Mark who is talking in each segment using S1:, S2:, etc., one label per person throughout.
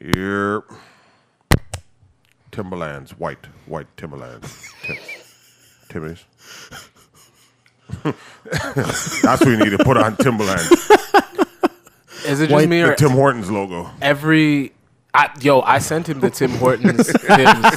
S1: Here. Timberlands, white, white Timberlands. Tim- Timmy's. That's what you need to put on Timberlands.
S2: Is it just
S1: White,
S2: me
S1: the
S2: or
S1: Tim Hortons logo.
S2: every? I, yo, I sent him the Tim Hortons Tims,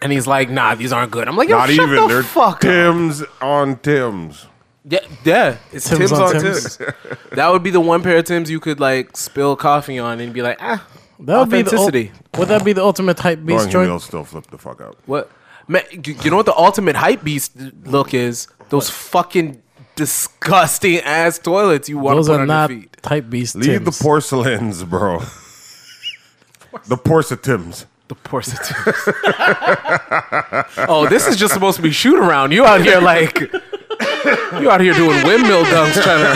S2: and he's like, "Nah, these aren't good." I'm like, "Yo,
S1: Not
S2: shut
S1: even.
S2: the
S1: They're
S2: fuck up."
S1: Tim's on Tim's.
S2: Yeah, yeah, it's Tim's,
S3: Tim's on
S2: on Tim's.
S3: Tim's.
S2: that would be the one pair of Tim's you could like spill coffee on and be like, ah,
S3: That would be the ul-
S2: Authenticity.
S3: Would that be the ultimate hype beast
S1: Lauren Hill
S3: joint?
S1: still flip the fuck out.
S2: what? Man, you you know what the ultimate hype beast look is? Those fucking disgusting ass toilets you want to
S3: Those
S2: put
S3: are
S2: on
S3: not
S2: your feet.
S3: hype beast.
S1: Leave the
S3: Tims.
S1: porcelains, bro. the porcelain Tim's.
S2: The porcelain. oh, this is just supposed to be shoot around. You out here like, you out here doing windmill dunks trying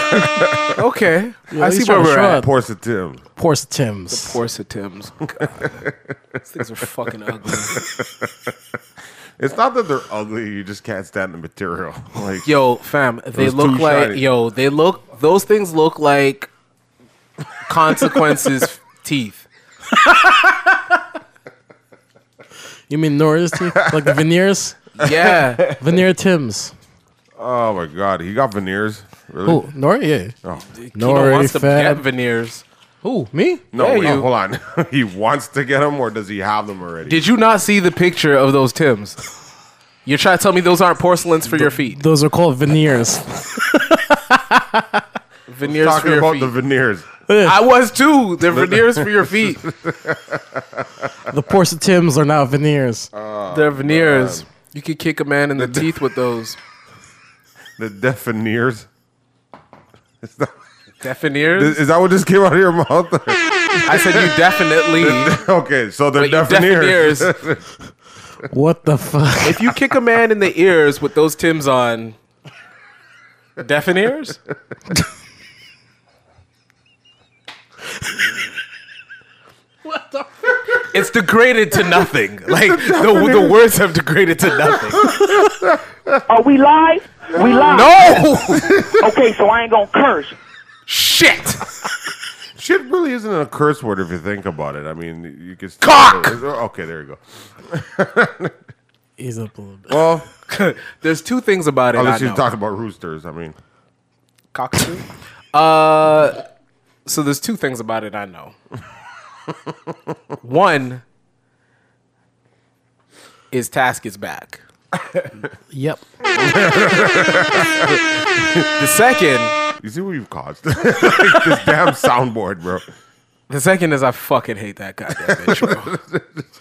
S2: to. Okay, I see where
S3: he's trying to
S2: we're
S3: show
S2: at.
S3: up.
S1: Porcelain Tim.
S3: Porce Tim's.
S2: Porcelain Tim's. God. These things are fucking ugly.
S1: It's not that they're ugly. You just can't stand the material. Like
S2: Yo, fam, they
S1: was
S2: look
S1: too
S2: like
S1: shiny.
S2: yo, they look those things look like consequences teeth.
S3: You mean Nora's teeth? like the veneers?
S2: Yeah.
S3: Veneer Tim's.
S1: Oh my god, he got veneers. Really?
S3: Who? Nora? Yeah.
S1: Oh.
S2: Kino wants to get
S3: fab.
S2: veneers.
S3: Who? Me?
S1: No,
S2: Yeah,
S1: wait,
S2: you-
S1: hold on. he wants to get them, or does he have them already?
S2: Did you not see the picture of those Tims? You're trying to tell me those aren't porcelains for your feet.
S3: Those are called veneers.
S2: Veneers for
S1: Talking
S2: your
S1: about
S2: feet.
S1: the veneers.
S2: I was too. They're veneers for your feet.
S3: the Porce Tim's are now veneers.
S1: Uh. Oh,
S2: They're veneers. You could kick a man in the teeth with those.
S1: The defineers. Is,
S2: Defineers?
S1: is that what just came out of your mouth?
S2: I said you definitely
S1: okay, so they're
S2: but you
S1: defineers.
S2: defineers.
S3: what the fuck?
S2: If you kick a man in the ears with those Tims on, deafened ears? It's degraded to nothing. Like the, the words have degraded to nothing.
S4: Are we live? We live.
S2: No
S4: Okay, so I ain't gonna curse.
S2: shit.
S1: Shit really isn't a curse word if you think about it. I mean, you can. still-
S2: Cock!
S1: Okay, there you go.
S3: Ease up a little bit.
S1: Well,
S2: There's two things about it. I
S1: unless you
S2: know.
S1: talking about roosters, I mean,
S2: cockatoo. Uh, so there's two things about it I know. One is Task is back.
S3: Yep.
S2: The second,
S1: you see what you've caused. Like, this damn soundboard, bro.
S2: the second is I fucking hate that goddamn bitch. Bro.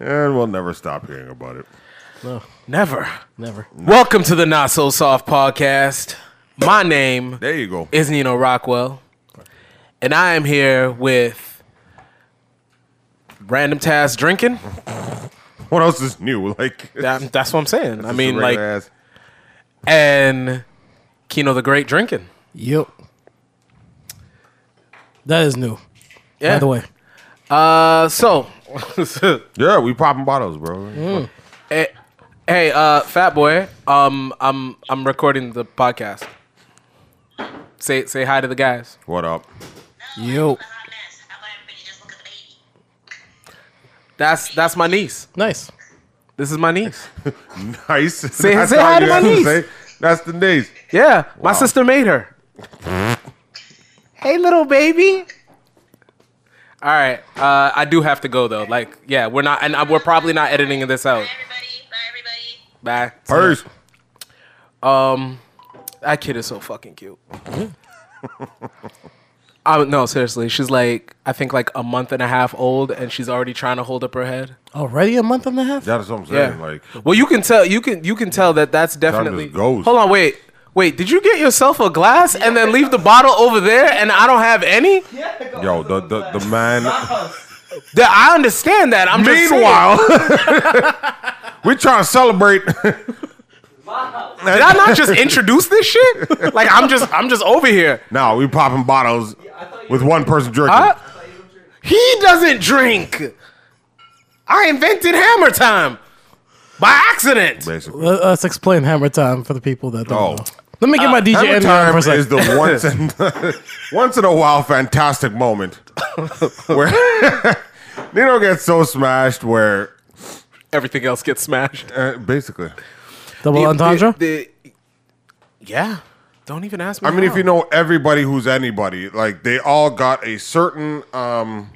S1: And we'll never stop hearing about it.
S3: No,
S2: Never.
S3: never.
S2: Welcome to the Not So Soft podcast. My name
S1: There you go.
S2: is Nino Rockwell, and I am here with Random Task drinking.
S1: What else is new? Like,
S2: That, that's what I'm saying. I
S1: Just
S2: mean,
S1: a
S2: like,
S1: regular ass-
S2: and Kino the Great drinking.
S3: Yep. That is new.
S2: Yeah.
S3: By the way,
S2: Uh, so,
S1: yeah, we popping bottles, bro.
S2: eh, hey, uh, Fat Boy, um, I'm I'm recording the podcast. Say say hi to the guys.
S1: What up?
S3: yo,
S2: That's that's my niece.
S3: nice.
S2: This is my niece.
S1: Nice.
S2: Say-
S1: That's
S2: say
S1: all
S2: hi to
S1: you
S2: my
S1: have
S2: niece.
S1: say? That's the niece.
S2: Yeah, my sister made her. hey, little baby. All right, uh, I do have to go though. Like, yeah, we're not, and I, we're probably not editing this out. Bye.
S1: Purse.
S2: Um, that kid is so fucking cute. I, no, seriously, she's like I think like a month and a half old, and she's already trying to hold up her head.
S3: Already a month and a half.
S1: That's what I'm
S2: Yeah,
S1: saying. Like,
S2: well, you can tell you can you can tell that that's definitely.
S1: just goes.
S2: Hold on, wait, wait. Did you get yourself a glass and then leave the bottle over there, and I don't have any?
S1: yo, the the, the man.
S2: Th- I understand that. I'm just saying.
S1: Meanwhile, we trying to celebrate.
S2: did I not just introduce this shit? Like I'm just I'm just over here.
S1: now we popping bottles with one person drinking.
S2: Huh? He doesn't drink. I invented hammer time by accident.
S1: Basically.
S3: Let- Let's explain Hammer Time for the people that don't
S1: Oh,
S3: know. Let me get my DJ
S1: Hammer
S3: Envy on
S1: time
S3: for a second.
S1: is the once in once in a while fantastic moment where Nino gets so smashed where
S2: Everything else gets smashed.
S1: uh, basically.
S3: Double entendre.
S2: The- the- yeah. Don't even ask me.
S1: I mean, if
S2: how.
S1: you know everybody who's anybody, like they all got a certain um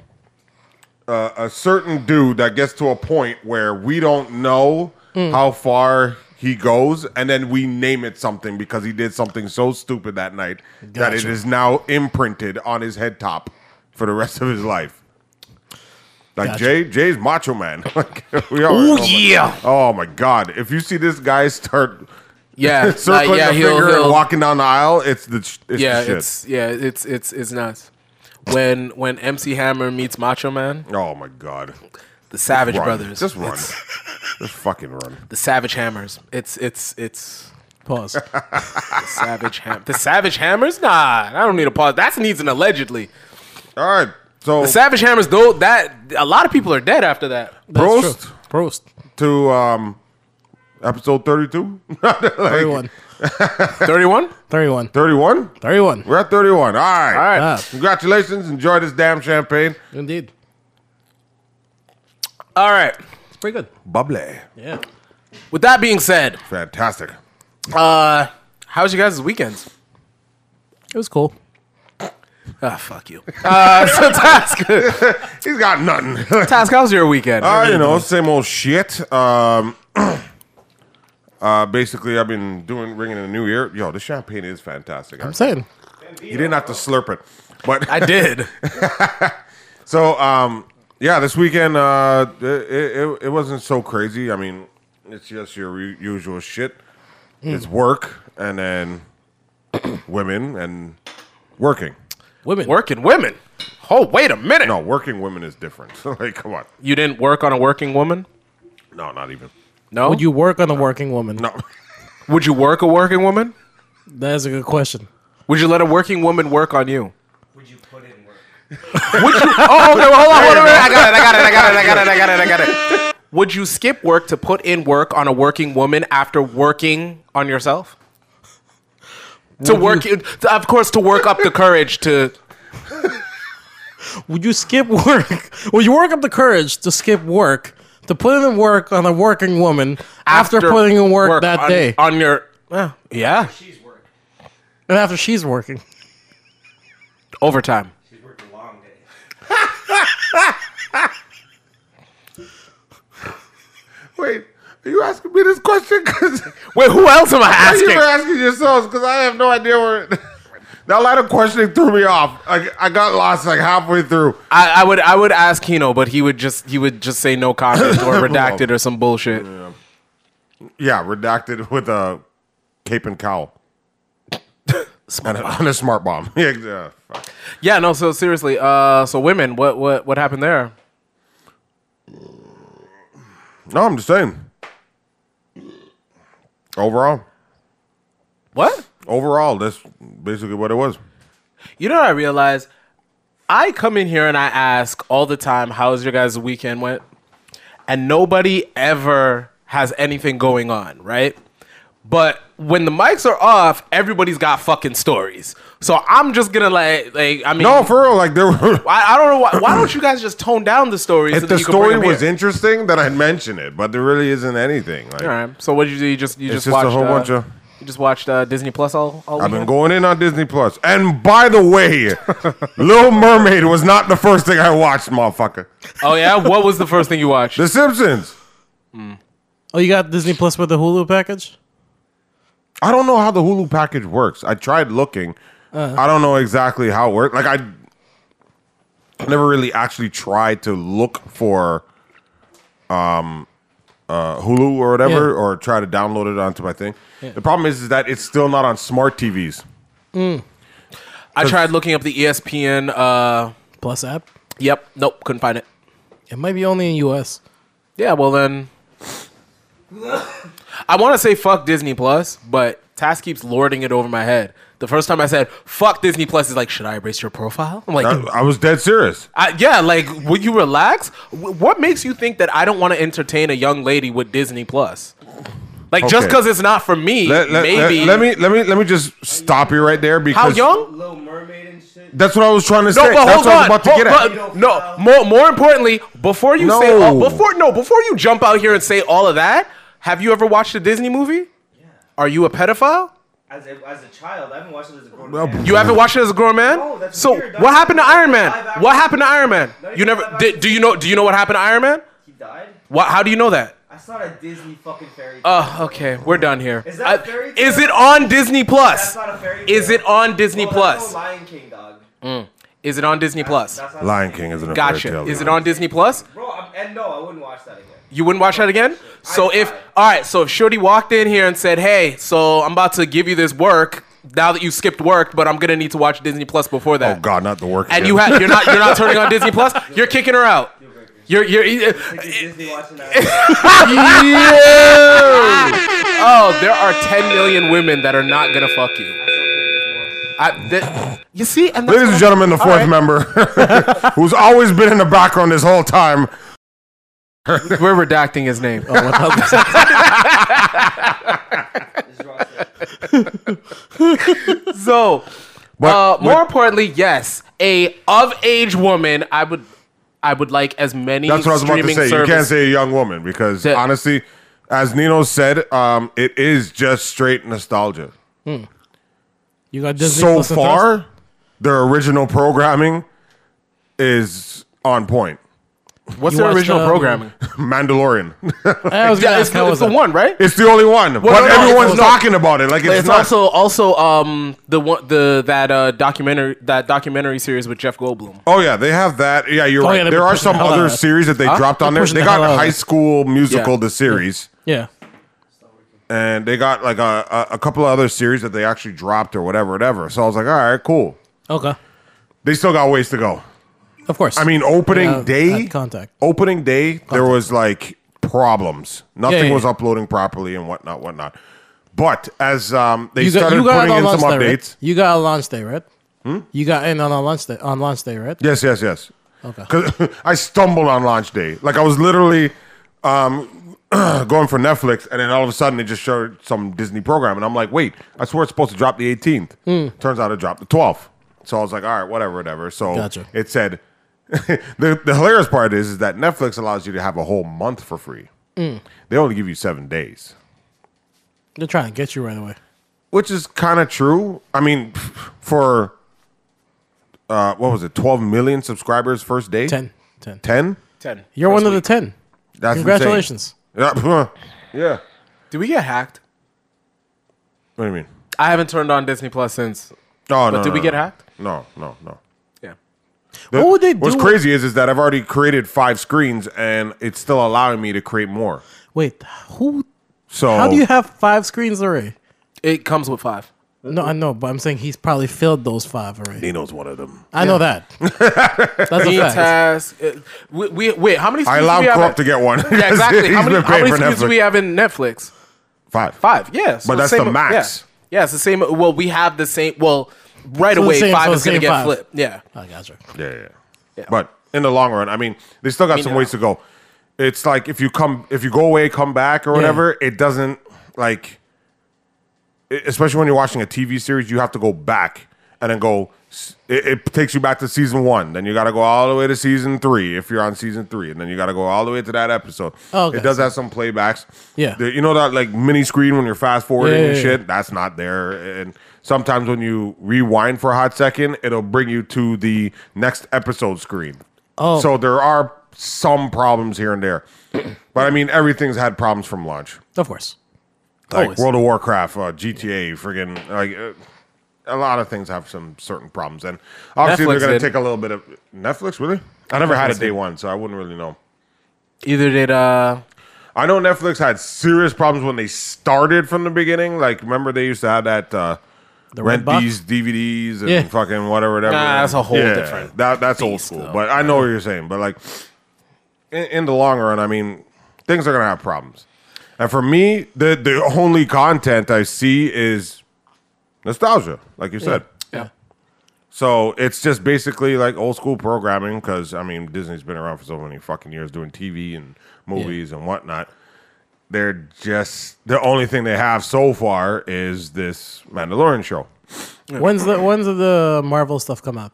S1: uh, a certain dude that gets to a point where we don't know
S3: Mm.
S1: how far he goes, and then we name it something because he did something so stupid that night that it
S3: Gotcha.
S1: is now imprinted on his head top for the rest of his life. Like
S3: Gotcha.
S1: Jay, Jay's Macho Man. like, we all,
S3: Ooh,
S1: my-
S3: yeah.
S1: oh my God! If you see this guy start
S2: yeah,
S1: circling
S2: like, yeah,
S1: the
S2: he'll,
S1: finger
S2: he'll-
S1: and walking down the aisle. It's the it's
S2: Yeah,
S1: the shit.
S2: it's yeah, it's it's it's nuts. When when MC Hammer meets Macho Man,
S1: oh my god,
S2: the Savage
S1: run.
S2: Brothers,
S1: just run,
S2: it's
S1: just fucking run.
S2: the Savage Hammers. It's it's it's
S3: Pause.
S2: the Savage Ham. The Savage Hammers? Nah, I don't need a pause. That needs an allegedly.
S1: All right, so
S2: The Savage Hammers, though, that a lot of people are dead after that.
S3: That's
S1: Prost
S3: true. Prost.
S1: to um episode thirty-two,
S3: 31.
S2: Thirty-one.
S3: 31.
S1: thirty-one.
S3: 31.
S1: We're at thirty-one. All right, all
S2: right.
S3: Ah,
S1: Congratulations! Enjoy this damn champagne,
S3: indeed.
S2: All right.
S3: It's pretty good.
S1: bubbly,
S3: Yeah.
S2: With that being said,
S1: fantastic.
S2: uh, how's you guys' weekends?
S3: It was cool.
S2: Ah, fuck you. Uh, so Task,
S1: He's got nothing.
S2: Task, how's your weekend?
S1: Uh, you know, same old shit. Um, uh, basically, I've been doing ringing in the new year. Yo, this champagne is fantastic.
S3: I'm saying.
S1: You didn't have to slurp it, but
S2: I did.
S1: so um, yeah, this weekend uh, it, it it wasn't so crazy. I mean, it's just your u- usual shit. It's work and then women and working.
S3: Women.
S2: Working women. Oh, wait a minute.
S1: No, working women is different. like, come on,
S2: You didn't work on a working woman?
S1: no, not even.
S2: No.
S3: Would you work on a working woman?
S1: No,
S2: Would you work a working woman?
S3: That's a good question.
S2: Would you let a working woman work on you?
S5: Would you put in work?
S2: Oh, okay. Well, hold on. Hold on. I got it. I got it. I got it. I got it. I got it. I got it. Would you skip work to put in work on a working woman after working on yourself? to work, to- of course, to work up the courage to.
S3: Would you skip work? Would you work up the courage to skip work to put in work on a working woman after, putting in work, that
S2: on-
S3: day
S2: on your yeah, yeah
S5: She's worked.
S3: and after she's working?
S2: overtime.
S5: She's worked a long day.
S1: wait, are you asking me this question? Because
S2: Wait, who else am I
S1: you were
S2: asking?
S1: asking yourselves because I have no idea where. that line of questioning threw me off. Like, I got lost like halfway through.
S2: I, I would I would ask Kino, but he would just he would just say no comment or redacted or some bullshit.
S1: Yeah, redacted with a cape and cowl. and, a, and a smart bomb. yeah, yeah, fuck.
S2: Yeah, no. So seriously, uh, so women, what what what happened there?
S1: No, I'm just saying. Overall,
S2: What?
S1: overall, that's basically what it was.
S2: You know, what I realize I come in here and I ask all the time, "How's your guys' weekend went?" And nobody ever has anything going on, right? But when the mics are off, everybody's got fucking stories. So I'm just gonna like, like I mean,
S1: No, for real, like there were.
S2: I, I don't know why. Why don't you guys just tone down the stories?
S1: If
S2: so that
S1: the
S2: you can bring
S1: story
S2: them
S1: was
S2: here?
S1: interesting, then I'd mention it. But there really isn't anything. Like,
S2: All right. So what did you do? You just you
S1: It's
S2: just,
S1: just a
S2: watched
S1: whole
S2: uh,
S1: bunch of-
S2: you just watched uh, Disney Plus all all
S1: I've been
S2: weekend?
S1: going in on Disney Plus. And by the way, Little Mermaid was not the first thing I watched, motherfucker.
S2: Oh yeah. What was the first thing you watched?
S1: The Simpsons.
S3: Oh, you got Disney Plus with the Hulu package?
S1: I don't know how the Hulu package works. I tried looking.
S2: Uh-huh.
S1: I don't know exactly how it works. Like I never really actually tried to look for um uh Hulu or whatever
S3: Yeah.
S1: or try to download it onto my thing. The problem is, is that it's still not on smart TVs.
S2: I tried looking up the E ESPN. Uh,
S3: Plus app?
S2: yep. Nope. Couldn't find it.
S3: It might be only in US.
S2: Yeah. Well then. I want to say fuck Disney Plus, but Task keeps lording it over my head. The first time I said fuck Disney Plus, is like, should I erase your profile? I'm like,
S1: I, I was dead serious.
S2: I, yeah, like, will you relax? Wh- What makes you think that I don't want to entertain a young lady with Disney Plus? Like just
S1: Okay.
S2: because it's not for me,
S1: Let, let-
S2: maybe.
S1: let- let me let me let me just stop you right there
S2: How
S1: because
S2: young?
S5: Little Mermaid and shit.
S1: That's what I was trying to
S2: No,
S1: say.
S2: but
S1: That's
S2: hold
S1: what I was
S2: on.
S1: about to
S2: Hold-
S1: get at.
S2: but- no, more more importantly, before you say
S1: No.
S2: all, before no, before you jump out here and say all of that, have you ever watched a Disney movie? Are you a pedophile?
S5: As a, as a child, I haven't watched it as a grown
S1: Well,
S5: man.
S2: You haven't watched it as a grown man.
S5: No, that's
S2: so
S5: weird.
S2: what
S5: That's
S2: happened to
S5: not
S2: Iron Man?
S5: live action.
S2: What happened to Iron Man?
S5: Not
S2: you
S5: even
S2: never
S5: live
S2: did,
S5: action.
S2: do you know do you know what happened to Iron Man?
S5: He died?
S2: What how do you know that?
S5: I saw a Disney fucking fairy tale.
S2: Oh, okay, we're done here.
S5: Is that a
S2: Uh,
S5: fairy tale?
S2: is it on Disney Plus?
S5: That's not a fairy tale.
S2: Is it on Disney
S5: Oh, that's
S2: Plus?
S5: no Lion King, dog.
S2: Is it on Disney Plus?
S5: That's not
S1: Lion King isn't a fairy
S2: Gotcha.
S1: tale.
S2: Is it
S1: though.
S2: on Disney Plus?
S5: Bro, I'm, and no, I wouldn't watch that again.
S2: You wouldn't watch that again? So
S5: I-
S2: if
S5: I-
S2: all right, so if Shorty walked in here and said, "Hey, so I'm about to give you this work now that you skipped work, but I'm gonna need to watch Disney Plus before that."
S1: Oh God, not the work.
S2: And
S1: again.
S2: you have you're not you're not turning on Disney Plus. You're kicking her out. You're you're.
S5: Like, you're Disney watching that.
S2: Oh, there are 10 million women that are not gonna fuck you.
S5: That's okay,
S2: I, that, you see, and that's
S1: Ladies
S2: what I-
S1: and gentlemen, the
S2: All
S1: fourth
S2: right.
S1: member, who's always been in the background this whole time.
S2: We're redacting his name.
S1: Oh,
S5: there's more. There's more.
S2: So, uh,
S1: But-
S2: more importantly, yes, a of age woman, I would, I would like as many.
S1: That's what I was about to
S2: streaming
S1: say. You can't
S2: service-
S1: say a young woman because
S2: That-
S1: honestly, as Nino said, um, it is just straight nostalgia.
S3: You got Disney
S1: So
S3: Plus and
S1: far, their original programming is on point.
S2: What's
S3: You
S2: their
S3: watched,
S2: original
S3: um,
S2: programming?
S1: Mandalorian.
S3: Thrust? I was gonna
S2: Yeah, it's,
S3: ask,
S2: the,
S3: how
S2: it's
S3: was
S2: the
S3: that?
S2: one, right?
S1: it's the only one, but
S2: no, no,
S1: everyone's
S2: it's- no.
S1: talking about it. Like it's,
S2: It's,
S1: not.
S2: also also um the one the that uh documentary that documentary series with Jeff Goldblum.
S1: Oh yeah, they have that. Yeah, you're
S3: Oh,
S1: right.
S3: yeah, they're
S1: there are
S3: pushing
S1: some
S3: the hell out
S1: other
S3: of it.
S1: series that they dropped on there.
S3: pushing
S1: They
S3: the
S1: got
S3: hell out of
S1: High
S3: it.
S1: School Musical,
S2: Yeah.
S1: the series,
S3: Yeah.
S1: and they got like a, a a couple of other series that they actually dropped or whatever, whatever. So I was like, all right, cool.
S3: Okay.
S1: They still got ways to go.
S3: Of course.
S1: I mean, opening
S3: Yeah,
S1: day,
S3: at Contact.
S1: opening day, there was like problems. Nothing
S3: Yeah, yeah,
S1: was
S3: yeah.
S1: uploading properly and whatnot, whatnot. But as um, they
S3: you got,
S1: started
S3: you got
S1: putting
S3: on
S1: in some
S3: launch day,
S1: updates, Hmm?
S3: right? You got on launch day, right? You got in on a launch day on launch day, right?
S1: Yes, yes, yes.
S3: Okay.
S1: Because I stumbled on launch day. Like I was literally um, going for Netflix, and then all of a sudden they just showed some Disney program, and I'm like, wait, I swear it's supposed to drop the 18th.
S3: Hmm.
S1: Turns out it dropped the 12th. So I was like, all right, whatever, whatever. So
S3: Gotcha.
S1: it said. the, the hilarious part is, is that Netflix allows you to have a whole month for free.
S3: Hmm.
S1: They only give you seven days,
S3: They're trying to get you right away.
S1: which is kind of true. I mean, for uh, what was it, 12 million subscribers first day?
S3: 10. 10.
S1: 10?
S2: Ten.
S3: You're one of the 10.
S1: That's
S3: Congratulations.
S1: insane. Yeah. yeah.
S2: Did we get hacked?
S1: What do you mean?
S2: I haven't turned on Disney Plus since.
S1: Oh, no.
S2: did
S1: no,
S2: we
S1: no.
S2: get hacked?
S1: No, no, no.
S2: Yeah.
S1: The-
S3: What would they
S1: What's
S3: do-
S1: crazy is is that I've already created five screens and it's still allowing me to create more.
S3: Wait, who
S1: So
S3: how do you have five screens already?
S2: It comes with five.
S1: Hmm?
S3: No, I know, but I'm saying he's probably filled those five already.
S1: Nino's one of them.
S3: I know that. That's a fact.
S2: Task. uh, We, we, wait, how many?
S1: I
S2: screens
S1: allowed
S2: do we have
S1: Corrupt
S2: at-
S1: to get one.
S2: Yeah, exactly.
S1: He's
S2: how many,
S1: been
S2: how
S1: paying
S2: many
S1: for
S2: screens do
S1: Netflix.
S2: we have in Netflix?
S1: Five.
S2: Five, yeah. so
S1: But that's the max.
S2: Yeah. yeah, it's the same. Well, we have the same. Well, right
S3: So the
S2: away,
S3: same-
S2: five
S3: so
S2: is
S3: the
S2: going to
S3: same
S2: get
S3: five.
S2: flipped. Yeah.
S3: I gotcha.
S1: Yeah, yeah, But in the long run, I mean, they still got some
S2: no.
S1: ways to go. It's like if you come, if you go away, come back or whatever, it doesn't like. e- Especially when you're watching a TV series, you have to go back and then go. s- It, it takes you back to season one. Then you got to go all the way to season three if you're on season three, and then you got to go all the way to that episode.
S3: Oh, okay.
S1: It does have some playbacks.
S3: Yeah.
S1: The- you know that like mini screen when you're fast forwarding
S3: Yeah,
S1: and
S3: yeah, yeah.
S1: shit. That's not there. And sometimes when you rewind for a hot second, it'll bring you to the next episode screen.
S3: Oh.
S1: So there are some problems here and there. But I mean, everything's had problems from launch.
S3: Of course.
S1: Like
S3: Always.
S1: World of Warcraft, uh, GTA, friggin' like uh, a lot of things have some certain problems. And obviously,
S2: Netflix
S1: they're going
S2: did.
S1: to take a little bit of Netflix, really? I never had a
S2: Netflix
S1: day
S2: did.
S1: one, so I wouldn't really know.
S2: Either did uh
S1: I know Netflix had serious problems when they started from the beginning. Like, remember they used to have that uh, rent
S3: red box?
S1: these DVDs and
S3: Yeah.
S1: fucking whatever, whatever.
S2: Nah, that's a whole different
S1: That, that's old
S2: beast,
S1: school.
S2: though.
S1: But I know what you're saying. But like, in, in the long run, I mean, things are gonna have problems. And for me, the the only content I see is nostalgia, like you said.
S2: yeah.
S1: So it's just basically like old school programming because I mean Disney's been around for so many fucking years doing TV and movies and whatnot. they're just the only thing they have so far is this Mandalorian show.
S3: When's the when's the Marvel stuff come up?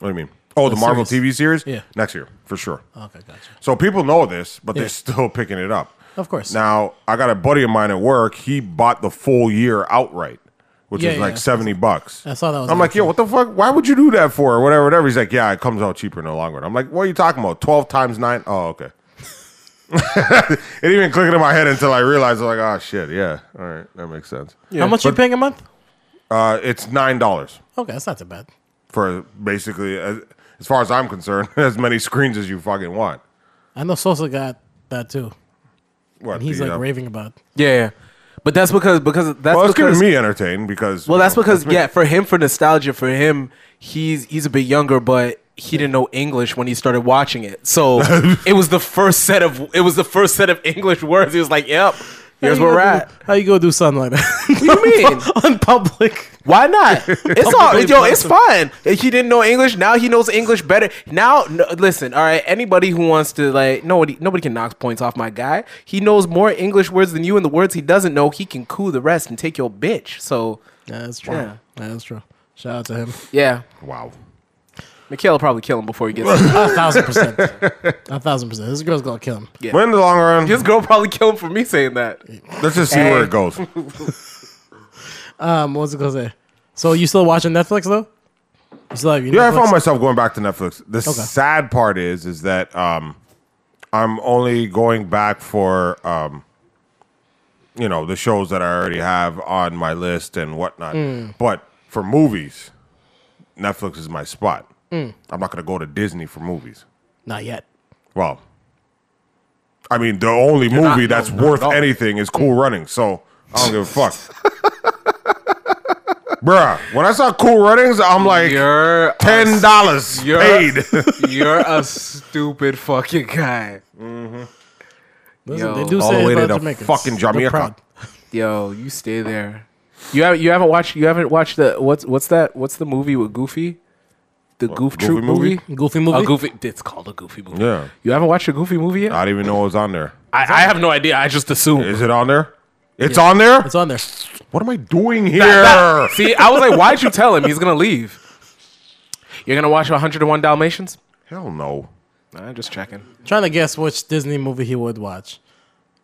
S1: What do you mean? Oh, the, Marvel TV series?
S3: Yeah.
S1: Next year, for sure.
S3: Okay, gotcha.
S1: So people know this, but
S3: Yeah.
S1: they're still picking it up.
S3: Of course.
S1: Now, I got a buddy of mine at work. He bought the full year outright, which
S3: Yeah,
S1: is like
S3: yeah.
S1: 70 bucks.
S3: I saw that was
S1: I'm
S3: an
S1: like, yo, what the fuck? Why would you do that for? Or whatever, whatever. He's like, yeah, it comes out cheaper in the long run. I'm like, what are you talking about? 12 times nine? Oh, okay. it didn't even click into my head until I realized, like, oh, shit, yeah. All right, that makes sense.
S3: How much you paying a month?
S1: Uh, it's $9
S3: Okay, that's not too bad.
S1: for basically, as, as far as I'm concerned, as many screens as you fucking want.
S3: I know Sosa got that too.
S1: What,
S3: And he's
S1: the,
S3: like
S1: uh,
S3: raving about.
S2: Yeah, yeah. But that's because because that's
S1: Well, it's
S2: because
S1: keeping me entertained because.
S2: Well,
S1: you
S2: that's
S1: know,
S2: because
S1: me.
S2: yeah, for him, for nostalgia, for him, he's he's a bit younger, but he didn't know English when he started watching it. So it was the first set of it was the first set of English words. He was like, "Yep, here's
S3: How
S2: where
S3: you
S2: we're
S3: gonna
S2: at."
S3: do- How you gonna do something like that?
S2: What do you mean?
S3: on public?
S2: Why not? It's all yo. It's fine. He didn't know English. Now he knows English better. Now, no, listen. All right. Anybody who wants to like nobody nobody can knock points off my guy. He knows more English words than you, and the words he doesn't know, he can coo the rest and take your bitch. So
S3: Yeah, that's true.
S2: Yeah.
S3: that's true. Shout out to him.
S2: yeah,
S1: Wow.
S2: Mikhail will probably kill him before he gets.
S3: A thousand percent. A thousand percent. This girl's gonna kill him.
S2: Yeah.
S1: But in the long run,
S2: This girl probably killed him for me saying that.
S1: let's just see where it goes.
S3: Um, what was it gonna say? So you still watching Netflix though? You still have your
S1: Yeah, I found
S3: Netflix?
S1: myself going back to Netflix. The sad part is, is that um, I'm only going back for, um, you know, the shows that I already have on my list and whatnot.
S3: Hmm.
S1: But for movies, Netflix is my spot.
S3: Hmm.
S1: I'm not going to go to Disney for movies.
S3: Not yet.
S1: Well, I mean, the only movie
S2: not-
S1: that's
S2: no, not
S1: worth
S2: at all.
S1: anything is Cool Running, so I don't give a fuck. Bruh, when I saw Cool Runnings, I'm like
S2: You're
S1: ten dollars
S2: you're-
S1: paid.
S2: you're a stupid fucking guy.
S3: Listen,
S2: Yo.
S3: they do
S1: All
S3: say
S1: the way
S3: about
S1: to the
S3: Jamaicans.
S1: fucking
S3: They're
S1: Jamaica.
S3: proud.
S2: Yo, you stay there. You haven't you haven't watched you haven't watched the what's what's that what's the movie with Goofy? The Goof
S1: Goofy
S2: Troop
S1: movie?
S2: movie?
S3: Goofy movie.
S2: A Goofy it's called a Goofy movie.
S1: Yeah.
S2: You haven't watched a Goofy movie yet?
S1: I didn't even know it was on there.
S2: I, I have no idea. I just assumed.
S1: Is it on there? It's on there.
S3: It's on there.
S1: what am I doing here?
S2: See, I was like, why'd you tell him he's gonna leave? You're gonna watch 101 Dalmatians?
S1: Hell no.
S2: I'm just checking.
S3: trying to guess which Disney movie he would watch.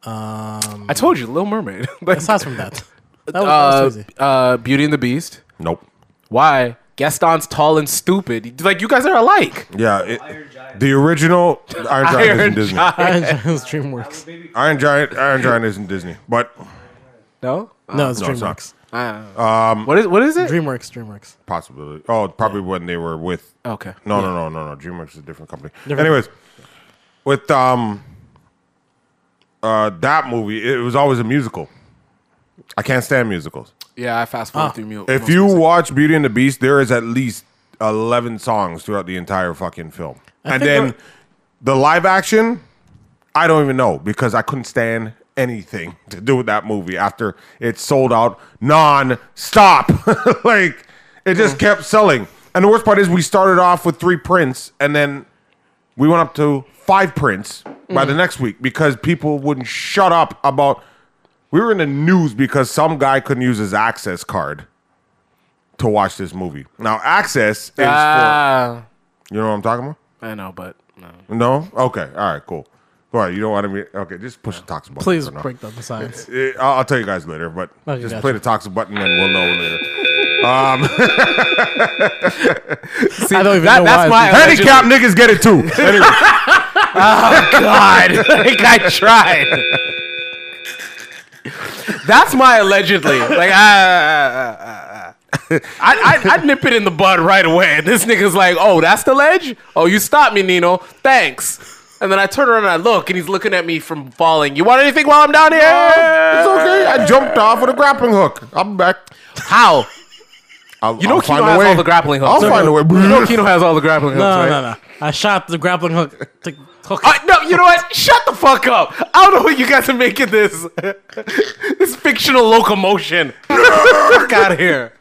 S2: I told you, Little Mermaid. Like,
S3: Aside from that, that was, Oh, that
S2: uh,
S3: was easy.
S2: uh, Beauty and the Beast.
S1: Nope.
S2: Why? Gaston's tall and stupid. Like you guys are alike.
S1: Yeah, it-
S5: Iron Giant.
S1: the original Iron Giant isn't Disney.
S3: Iron Giant's DreamWorks.
S5: Baby,
S1: Iron Giant, Iron Giant isn't Disney, but
S2: No.
S3: No, it's
S1: No, it's not.
S3: DreamWorks.
S2: Um, what is what is it?
S3: DreamWorks. DreamWorks.
S1: possibility. Oh, probably when they were with
S2: okay.
S1: No, no, no, no, no. DreamWorks is a different company.
S3: Different-
S1: Anyways, with um, uh, that movie, it was always a musical. I can't stand musicals.
S2: Yeah, I fast
S3: Ah.
S2: forward through mute.
S1: If you watch Beauty and the Beast, there is at least eleven songs throughout the entire fucking film, and
S3: think
S1: then
S3: we're-
S1: the live action. I don't even know because I couldn't stand anything to do with that movie after it sold out non-stop. like it just kept selling. And the worst part is we started off with three prints and then we went up to five prints by
S3: Mm.
S1: the next week because people wouldn't shut up about we were in the news because some guy couldn't use his access card to watch this movie. Now access is
S2: ah,
S1: for, you know what I'm talking about?
S2: I know, but no.
S1: No? Okay. All right. Cool. All right. You don't want to be okay. Just push the toxic button.
S3: Please
S1: for now.
S3: break down the science.
S1: Eh, I'll, I'll tell you guys later, but
S3: Okay,
S1: just
S3: gotcha.
S1: play the toxic button and we'll know later.
S2: See,
S3: I don't even
S2: that-
S3: know
S2: that's
S3: why.
S2: my alleged-
S1: Handicap niggas get it too. Anyway,
S2: God, like I tried. That's my allegedly. Like I, I, I, I nip it in the bud right away. And this nigga's like, "Oh, that's the ledge. Oh, you stopped me, Nino. Thanks." And then I turn around and I look, and he's looking at me from falling. You want anything while I'm down here?
S1: it's okay. I jumped off with a grappling hook. I'm back.
S2: How?
S1: I'll,
S2: You know
S1: I'll
S2: Kino
S1: find a
S2: has
S1: way.
S2: all the grappling hooks.
S1: I'll
S2: No,
S1: find a way.
S2: You know Kino has all the grappling hooks,
S3: No,
S2: right?
S3: no, no. I shot the grappling hook. To hook.
S2: Uh, no, you know what? Shut the fuck up. I don't know what you guys are making this this fictional locomotion. fuck out of here.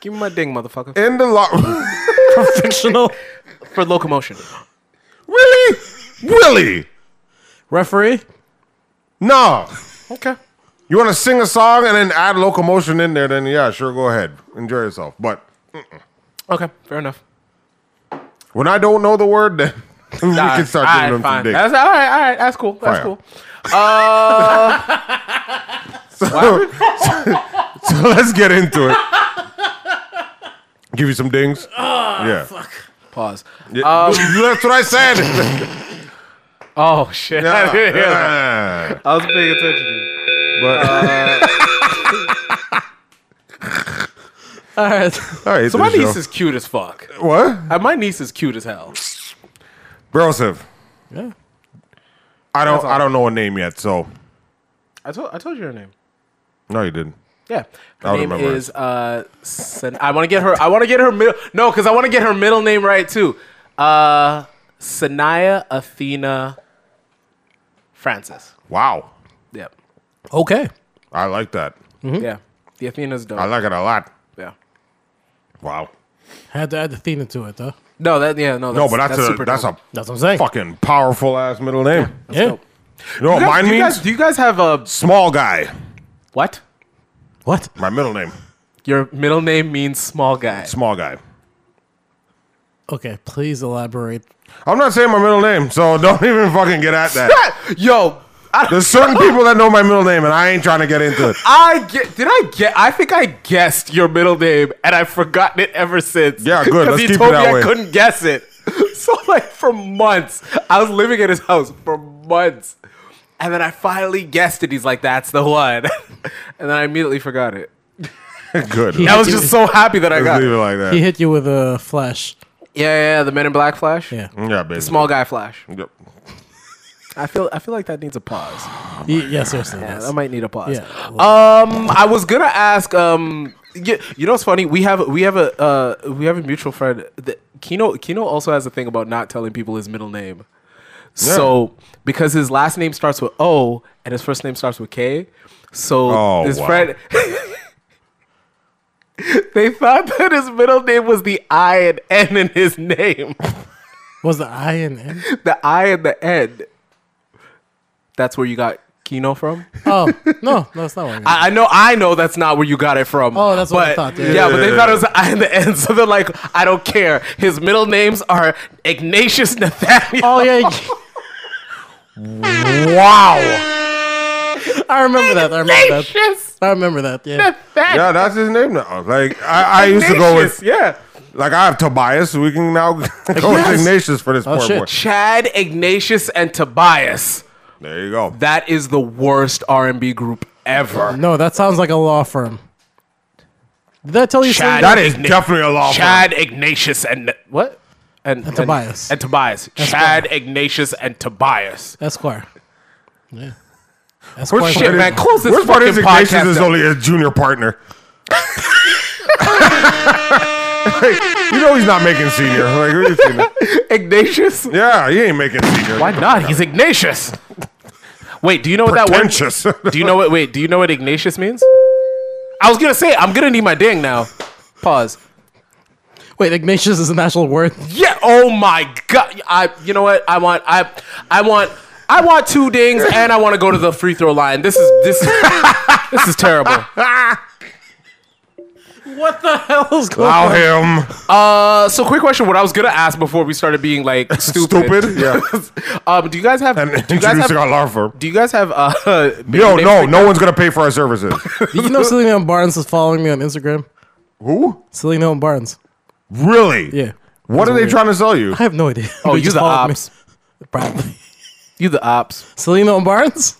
S2: Give me my ding, motherfucker.
S1: In the lo-
S3: fictional
S2: For locomotion.
S1: Willie, Willie.
S3: referee.
S1: No.
S2: Okay.
S1: You want to sing a song and then add locomotion in there, then yeah, sure, go ahead. Enjoy yourself. But
S2: Okay. Fair enough.
S1: when I don't know the word, then we
S2: Nah,
S1: can start
S2: all
S1: giving
S2: right,
S1: them some
S2: fine.
S1: dick.
S2: That's all right. All right. That's cool. That's
S1: Fire.
S2: cool.
S1: so, so let's get into it. Give you some dings.
S2: Ah,
S1: yeah.
S2: Pause. Um,
S1: Yeah. That's what I said.
S2: Oh shit. I didn't hear that.
S1: Yeah.
S2: I was paying attention. Uh,
S1: But,
S3: All right.
S1: all right,
S2: So my
S1: the
S2: niece
S1: show.
S2: is cute as fuck.
S1: what?
S2: Uh, My niece is cute as hell.
S1: Broseph.
S3: Yeah.
S1: I don't.
S2: That's all.
S1: I don't know a name yet. So
S2: I told I told you her name.
S1: no, you didn't.
S2: Yeah. Her
S1: I'll
S2: name
S1: remember it.
S2: is uh Sen- I want to get her I want to get her middle No, cuz I want to get her middle name right too. Uh Sanaya Athena Francis.
S1: Wow.
S2: Yep.
S3: Okay.
S1: I like that.
S2: Yeah. Mm-hmm. The Athena's dope.
S1: I like it a lot.
S2: yeah.
S1: Wow.
S3: Had to add the Athena to it though.
S2: No, that yeah, no, that's,
S1: No, but that's, a that's
S2: dope.
S1: a
S3: That's what I'm saying.
S1: fucking powerful ass middle name.
S3: yeah.
S2: dope.
S1: You know what
S2: You guys-
S1: mine
S2: do you
S1: means?
S2: guys- do you guys have a
S1: Small guy.
S2: what?
S3: What?
S1: My middle name.
S2: Your middle name means small guy.
S1: Small guy.
S3: Okay. Please elaborate.
S1: I'm not saying my middle name, so don't even fucking get at that.
S2: Yo, I,
S1: There's certain people that know my middle name, and I ain't trying to get into it.
S2: I get. Did I get? I think I guessed your middle name, and I've forgotten it ever since.
S1: Yeah, good.
S2: Because
S1: Let's
S2: he
S1: keep it
S2: told
S1: that
S2: me I
S1: way.
S2: couldn't guess it. So like for months, I was living at his house for months, and then I finally guessed it. He's like, "That's the one," and then I immediately forgot it.
S1: Good.
S2: I was just so happy that I
S1: Let's
S2: got.
S1: leave
S2: It.
S1: it like that.
S3: He hit you with a flash.
S2: Yeah, yeah, yeah, the Men in Black Flash.
S3: Yeah.
S1: Yeah, basically.
S2: Small guy Flash.
S1: Yep.
S2: I feel. I feel like that needs a pause.
S3: Y- yeah. Seriously.
S2: Yeah,
S3: yes.
S2: that might need a pause.
S3: Yeah.
S2: Um, I was gonna ask. Um, you, you know what's funny? We have we have a uh, we have a mutual friend. That Kino Kino also has a thing about not telling people his middle name. So because his last name starts with O and his first name starts with K, so
S1: Oh,
S2: his
S1: wow.
S2: friend. They thought that his middle name was the I and N in his name.
S3: Was the I and N?
S2: The I and the N. That's where you got Kino from?
S3: Oh no, no, it's not working.
S2: I, I know, I know that's not where you got it from.
S3: Oh, that's what I
S2: but-
S3: thought, yeah.
S2: Yeah, but they thought it was the I in the end, so they're like, I don't care. His middle names are Ignatius Nathaniel.
S3: oh yeah, you-
S1: Wow.
S3: I remember that. I remember that.
S2: Ignatius
S3: I remember that. Yeah.
S2: Nathaniel.
S1: Yeah, that's his name now. Like I, I used to go
S2: Ignatius,
S1: with
S2: yeah,
S1: like I have Tobias. So we can now go with Ignatius for this
S3: Oh,
S1: poor
S3: shit.
S1: boy.
S2: Chad, Ignatius, and Tobias.
S1: There you go.
S2: That is the worst R and B group ever.
S3: No, that sounds like a law firm. Did I tell you
S2: Chad,
S1: That
S3: something?
S1: is
S2: Igna-
S1: definitely a law firm.
S2: Chad, Ignatius, and what? And, and
S3: Tobias.
S2: And, Tobias. Chad, Ignatius, and Tobias.
S3: Esquire. Yeah.
S1: Which
S3: Esquire.
S1: part
S2: Shit,
S1: is-
S2: man, close this
S1: which part is
S2: fucking
S1: Ignatius
S2: podcast
S1: is
S2: up.
S1: only his junior partner. Like, you know he's not making senior. Like, what are you thinking?
S2: Ignatius.
S1: yeah, he ain't making senior.
S2: Why not? He's Ignatius. Wait, do you know what that word?
S1: Pretentious.
S2: Do you know what? Wait, do you know what Ignatius means? I was gonna say I'm gonna need my ding now. Pause.
S3: Wait, Ignatius is an actual word.
S2: Yeah. Oh my god. I. You know what? I want. I. I want. I want two dings and I want to go to the free throw line. This is this. this is terrible.
S3: What the hell is going
S1: Allow him.
S2: Uh. So quick question. What I was gonna ask before we started being like stupid.
S1: Stupid. Yeah.
S2: um. Do you guys have?
S1: And
S2: do you guys
S1: introducing our
S2: have?
S1: law firm.
S2: Do you guys have? Uh.
S1: Yo, no,
S2: names like-
S1: no one's gonna pay for our services.
S3: on? You know Selena and Barnes is following me on Instagram?
S1: Who?
S3: Selena and Barnes.
S1: Really?
S3: Yeah.
S1: What are they trying to sell you?
S3: I have no idea.
S2: Oh,
S3: They
S2: you
S3: just
S2: the
S3: followed me.
S2: ops.
S3: Probably.
S2: You the ops.
S3: Selena and Barnes?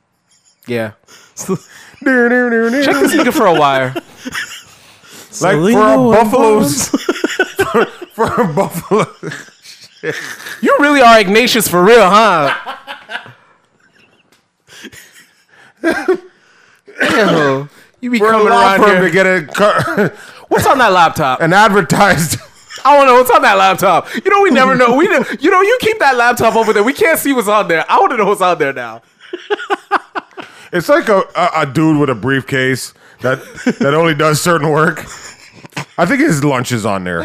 S2: Yeah.
S1: Check
S2: Check this nigga for a wire.
S1: like for
S3: Selena
S1: our
S3: and
S1: buffaloes. for, for our buffalo.
S2: You really are Ignatius for real, huh? Ew. you be
S1: We're a
S2: coming
S1: law
S2: around
S1: firm
S2: here.
S1: to get a car,
S2: What's on that laptop?
S1: an advertised.
S2: I want to know what's on that laptop. You know, we never know. We, ne- you know, you keep that laptop over there. We can't see what's on there. I want to know what's on there now.
S1: It's like a, a, a dude with a briefcase that that only does certain work. I think his lunch is on there.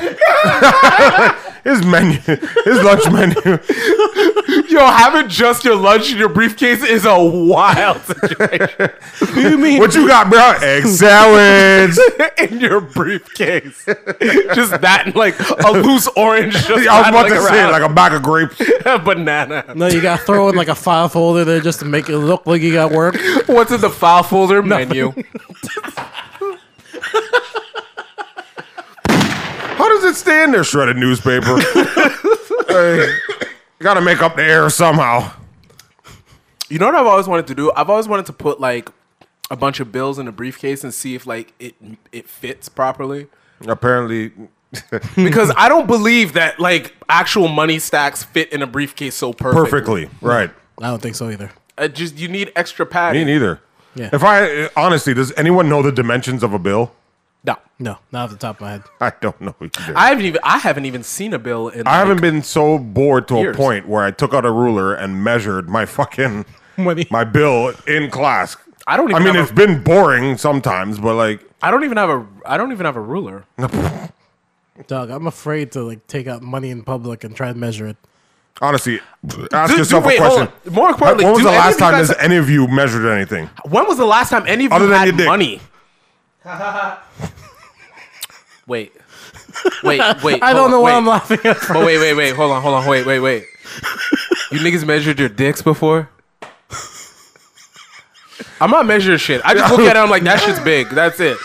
S1: his menu, his lunch menu.
S2: Yo, having just your lunch in your briefcase is a wild situation.
S3: you mean?
S1: What you got, bro? Egg salads.
S2: in your briefcase, just that and like a loose orange. Just
S1: I was about
S2: rattling
S1: to say
S2: around.
S1: like a bag of grapes.
S2: a banana.
S3: no, you got to throw in like a file folder there just to make it look like you got work.
S2: What's in the file folder menu?
S1: How does it stay in there? Shredded newspaper. Hey, you gotta make up the air somehow.
S2: You know what I've always wanted to do? I've always wanted to put like a bunch of bills in a briefcase and see if like it it fits properly.
S1: Apparently, Hmm.
S2: Because I don't believe that like actual money stacks fit in a briefcase so perfectly.
S1: perfectly right.
S3: I don't think so either.
S2: Uh, just you need extra
S1: Me
S2: padding.
S1: neither.
S3: Yeah.
S1: If I honestly, does anyone know the dimensions of a bill?
S2: no,
S3: No, not off the top of my head.
S1: I don't know. Either.
S2: I haven't even I haven't even seen a bill in.
S1: I haven't
S2: like-
S1: been so bored to
S2: Years.
S1: a point where I took out a ruler and measured my fucking
S3: Money.
S1: my bill in class.
S2: I don't
S1: I
S2: even
S1: mean,
S2: have
S1: it's been boring sometimes, but like,
S2: I don't even have a. I don't even have a ruler.
S3: Dog, I'm afraid to like take out money in public and try and measure it.
S1: honestly, ask
S2: do-
S1: yourself
S2: wait,
S1: a
S2: hold
S1: question.
S2: on. More importantly,
S1: when was
S2: do
S1: the
S2: any of
S1: last
S2: you
S1: time
S2: guys-
S1: has any of you measured anything?
S2: When was the last time any of
S1: Other
S2: you
S1: than your
S2: had
S1: dick.
S2: money? wait, wait, wait.
S3: I
S2: hold
S3: don't
S2: on,
S3: know why
S2: wait.
S3: I'm laughing at. first.
S2: But wait, wait, wait. Hold on, hold on. Wait, wait, wait. You niggas measured your dicks before? I'm not measuring shit. I just look at it. I'm like, that shit's big. That's it.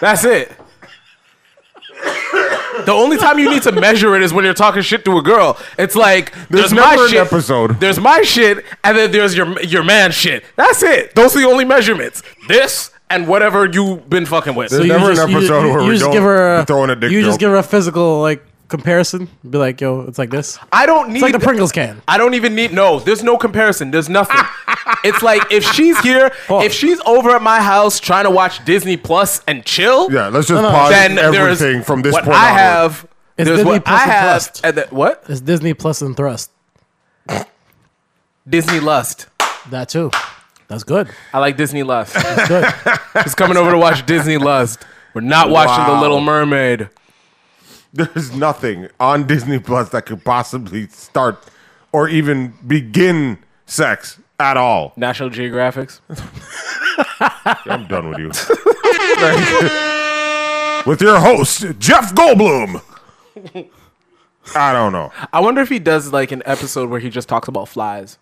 S2: That's it. The only time you need to measure it is when you're talking shit to a girl. It's like there's,
S1: There's
S2: my
S1: never an
S2: shit,
S1: episode.
S2: there's my shit, and then there's your your man shit. That's it. Those are the only measurements. This and whatever you've been fucking with.
S1: There's
S3: You
S1: never
S3: just-
S1: an
S3: you-
S1: episode
S3: you-
S1: where
S3: you
S1: we
S3: just
S1: don't
S3: give her a,
S1: throw in a dick
S3: You
S1: joke.
S3: just give her a physical like comparison. Be like, yo, it's like this.
S2: I don't need
S3: It's like the Pringles can.
S2: I don't even need no. There's no comparison. There's nothing. it's like if she's here,
S3: Pause.
S2: if she's over at my house trying to watch Disney Plus and chill,
S1: yeah, let's just
S3: no.
S1: pause
S2: then there's
S1: everything from this
S2: what
S1: point
S2: I
S1: onward.
S2: have.
S3: It's
S2: there's
S3: Disney
S2: what
S3: Plus
S2: I
S3: and
S2: have.
S3: Thrust.
S2: And the, what
S3: It's Disney Plus and Thrust.
S2: Disney Lust?
S3: That too. That's good.
S2: I like Disney Lust.
S3: That's good.
S2: She's coming over to watch Disney Lust. We're not watching The
S1: Wow.
S2: Little Mermaid.
S1: There's nothing on Disney Plus that could possibly start or even begin sex at all.
S2: National Geographics.
S1: I'm done with you. with your host, Jeff Goldblum. I don't know.
S2: I wonder if he does like an episode where he just talks about flies.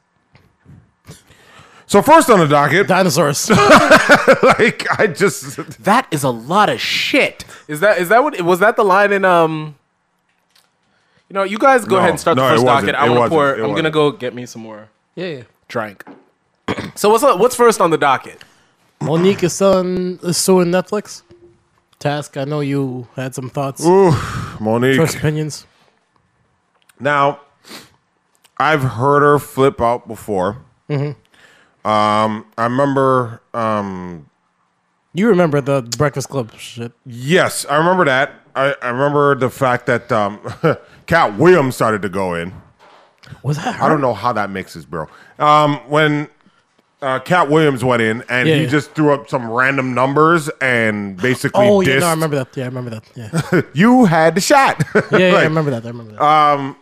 S1: So first on the docket,
S3: Dinosaurs.
S1: like I just
S2: That is a lot of shit. Is that is that what was that the line in um You know, you guys go
S1: No,
S2: ahead and start
S1: no,
S2: the
S1: it
S2: first
S1: wasn't.
S2: docket. I
S1: It
S2: want to
S1: wasn't.
S2: pour
S1: It
S2: I'm going to
S1: wasn't.
S2: go get me some more
S3: yeah, yeah.
S2: drink. so what's up, what's first on the docket?
S3: Monique is selling is suing Netflix. Task. I know you had some thoughts,
S1: Monique.
S3: first opinions.
S1: Now, I've heard her flip out before. Um, I remember. Um,
S3: You remember the Breakfast Club shit?
S1: yes, I remember that. I, I remember the fact that um, Cat Williams started to go in.
S3: Was that her?
S1: I don't know how that mixes, bro. Um, when uh, Cat Williams went in and
S3: Yeah,
S1: he
S3: yeah.
S1: just threw up some random numbers and basically
S3: Oh yeah,
S1: dissed,
S3: no, I remember that. Yeah, I remember that. Yeah,
S1: you had the shot.
S3: yeah, yeah I
S1: Like, uh,
S3: remember that. I remember that.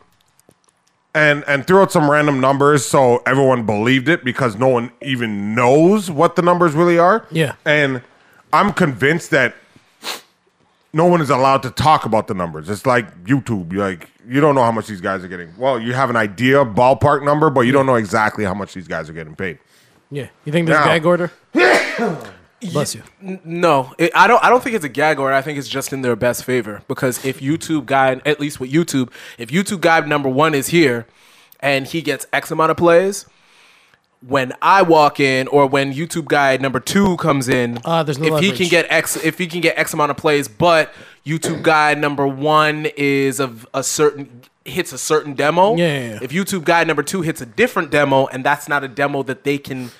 S1: and and threw out some random numbers so everyone believed it because no one even knows what the numbers really are.
S3: Yeah.
S1: And I'm convinced that no one is allowed to talk about the numbers. It's like YouTube. You're like you don't know how much these guys are getting. Well, you have an idea ballpark number, but you don't know exactly how much these guys are getting paid.
S3: yeah, you think there's
S1: now-
S3: gag order? Bless you.
S2: No, it, I don't. I don't think it's a gag order. I think it's just in their best favor because if YouTube guy, at least with YouTube, if YouTube guy number one is here, and he gets X amount of plays, when I walk in or when YouTube guy number two comes in,
S3: Ah, there's no
S2: if he
S3: leverage.
S2: can get X, if he can get X amount of plays, but YouTube guy number one is of a certain hits a certain demo.
S3: Yeah, yeah, yeah.
S2: If YouTube guy number two hits a different demo, and that's not a demo that they can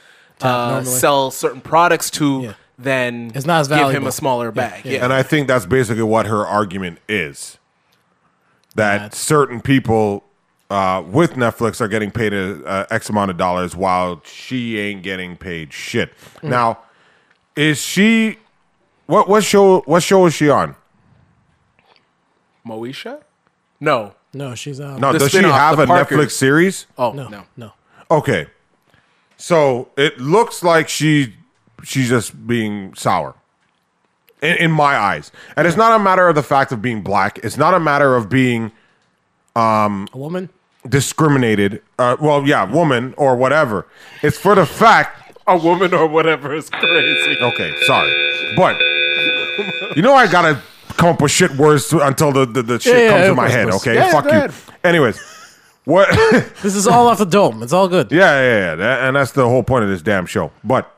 S2: uh,
S3: normally.
S2: sell certain products to.
S3: Yeah.
S2: Then
S3: It's not as
S2: Give him
S3: valuable.
S2: a smaller
S3: Yeah,
S2: bag. Yeah.
S3: yeah.
S1: And I think that's basically what her argument is. That certain people uh, with Netflix are getting paid a, a X amount of dollars while she ain't getting paid shit.
S2: Mm.
S1: Now, is she what what show what show is she on?
S2: Moesha? No.
S3: No, she's out.
S1: No,
S2: The
S1: does she
S2: spin-off,
S1: have
S2: the
S1: a
S2: Parker.
S1: Netflix series?
S2: Oh
S3: no,
S2: no,
S3: no, no.
S1: Okay. So it looks like she she's just being sour. In, in my eyes. And it's not a matter of the fact of being black. It's not a matter of being
S3: A woman.
S1: discriminated. Uh, well, yeah, woman or whatever. It's for the fact.
S2: a woman or whatever is crazy.
S1: Okay, sorry, but you know I gotta come up with shit words to, until the the, the shit
S3: Yeah, yeah,
S1: comes
S3: of
S1: in my
S3: course,
S1: head.
S3: of course.
S1: Okay,
S2: Yeah,
S1: fuck
S2: go
S1: you.
S2: ahead.
S1: Anyways, what? yeah,
S3: This is all off the dome. It's all good.
S1: yeah, yeah, that- and that's the whole point of this damn show. But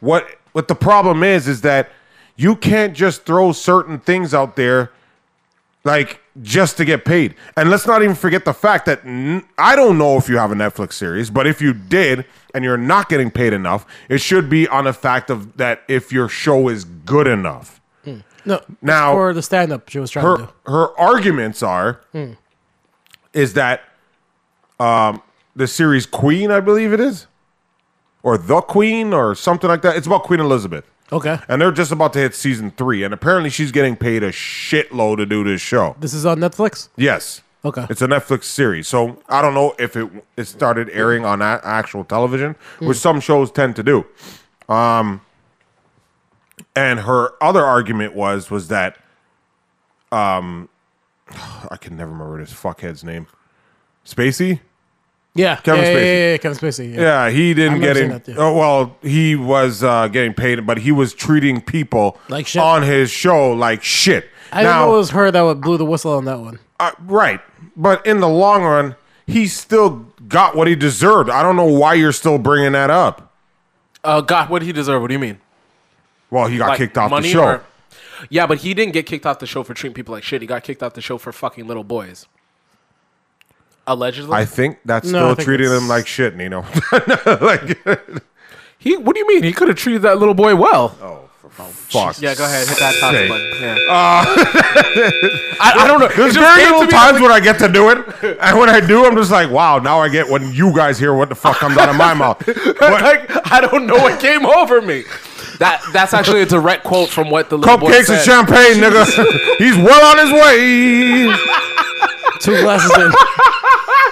S1: what what the problem is is that you can't just throw certain things out there like just to get paid. And let's not even forget the fact that n- I don't know if you have a Netflix series, but if you did and you're not getting paid enough, it should be on the fact of that if your show is good enough.
S3: No.
S1: Now-
S3: for the stand up she was trying to
S1: Her
S3: do.
S1: her arguments are is that um the series Queen, I believe it is, or The Queen or something like that. It's about Queen Elizabeth.
S3: Okay.
S1: And they're just about to hit season 3 and apparently she's getting paid a shitload to do this show.
S3: This is on Netflix.
S1: Yes.
S3: Okay.
S1: It's a Netflix series, so I don't know if it it started airing on a- actual television, which
S3: Hmm.
S1: some shows tend to do. Um, and her other argument was was that, um, I can never remember this fuckhead's name, Spacey.
S3: Yeah.
S1: Kevin
S3: yeah,
S1: Spacey.
S3: yeah, Yeah, yeah, yeah, Kevin Spacey. Yeah.
S1: Yeah, he didn't
S3: I've
S1: get
S3: never
S1: in.
S3: seen that, yeah.
S1: oh, well, he was uh, getting paid, but he was treating people
S3: Like shit.
S1: on his show like shit.
S3: I
S1: now,
S3: think it was her that would blew the whistle on that one.
S1: Uh, right. But in the long run, he still got what he deserved. I don't know why you're still bringing that up.
S2: Uh, God, what did he deserve? What do you mean?
S1: Well, he got
S2: Like,
S1: kicked off the
S2: money
S1: show.
S2: or- yeah, but he didn't get kicked off the show for treating people like shit. He got kicked off the show for fucking little boys. Allegedly,
S1: I think that's
S3: No, I
S1: still
S3: think
S1: treating
S3: that's-
S1: him like shit, Nino. like,
S2: he. What do you mean? He could have treated that little boy well.
S1: fuck.
S2: Yeah, go ahead, hit that top
S1: sake.
S2: button. Yeah. I, I don't know. It
S1: Uh, There's
S2: just
S1: very
S2: came
S1: little
S2: to me
S1: times when I get to do it, and when I do, I'm just like, wow. Now I get when you guys hear what the fuck comes out of my mouth. But
S2: like I don't know what came over me. That that's actually a direct quote from what the little boy
S1: cupcakes
S2: said.
S1: and champagne, nigga. He's well on his way.
S3: Two glasses in. Oh,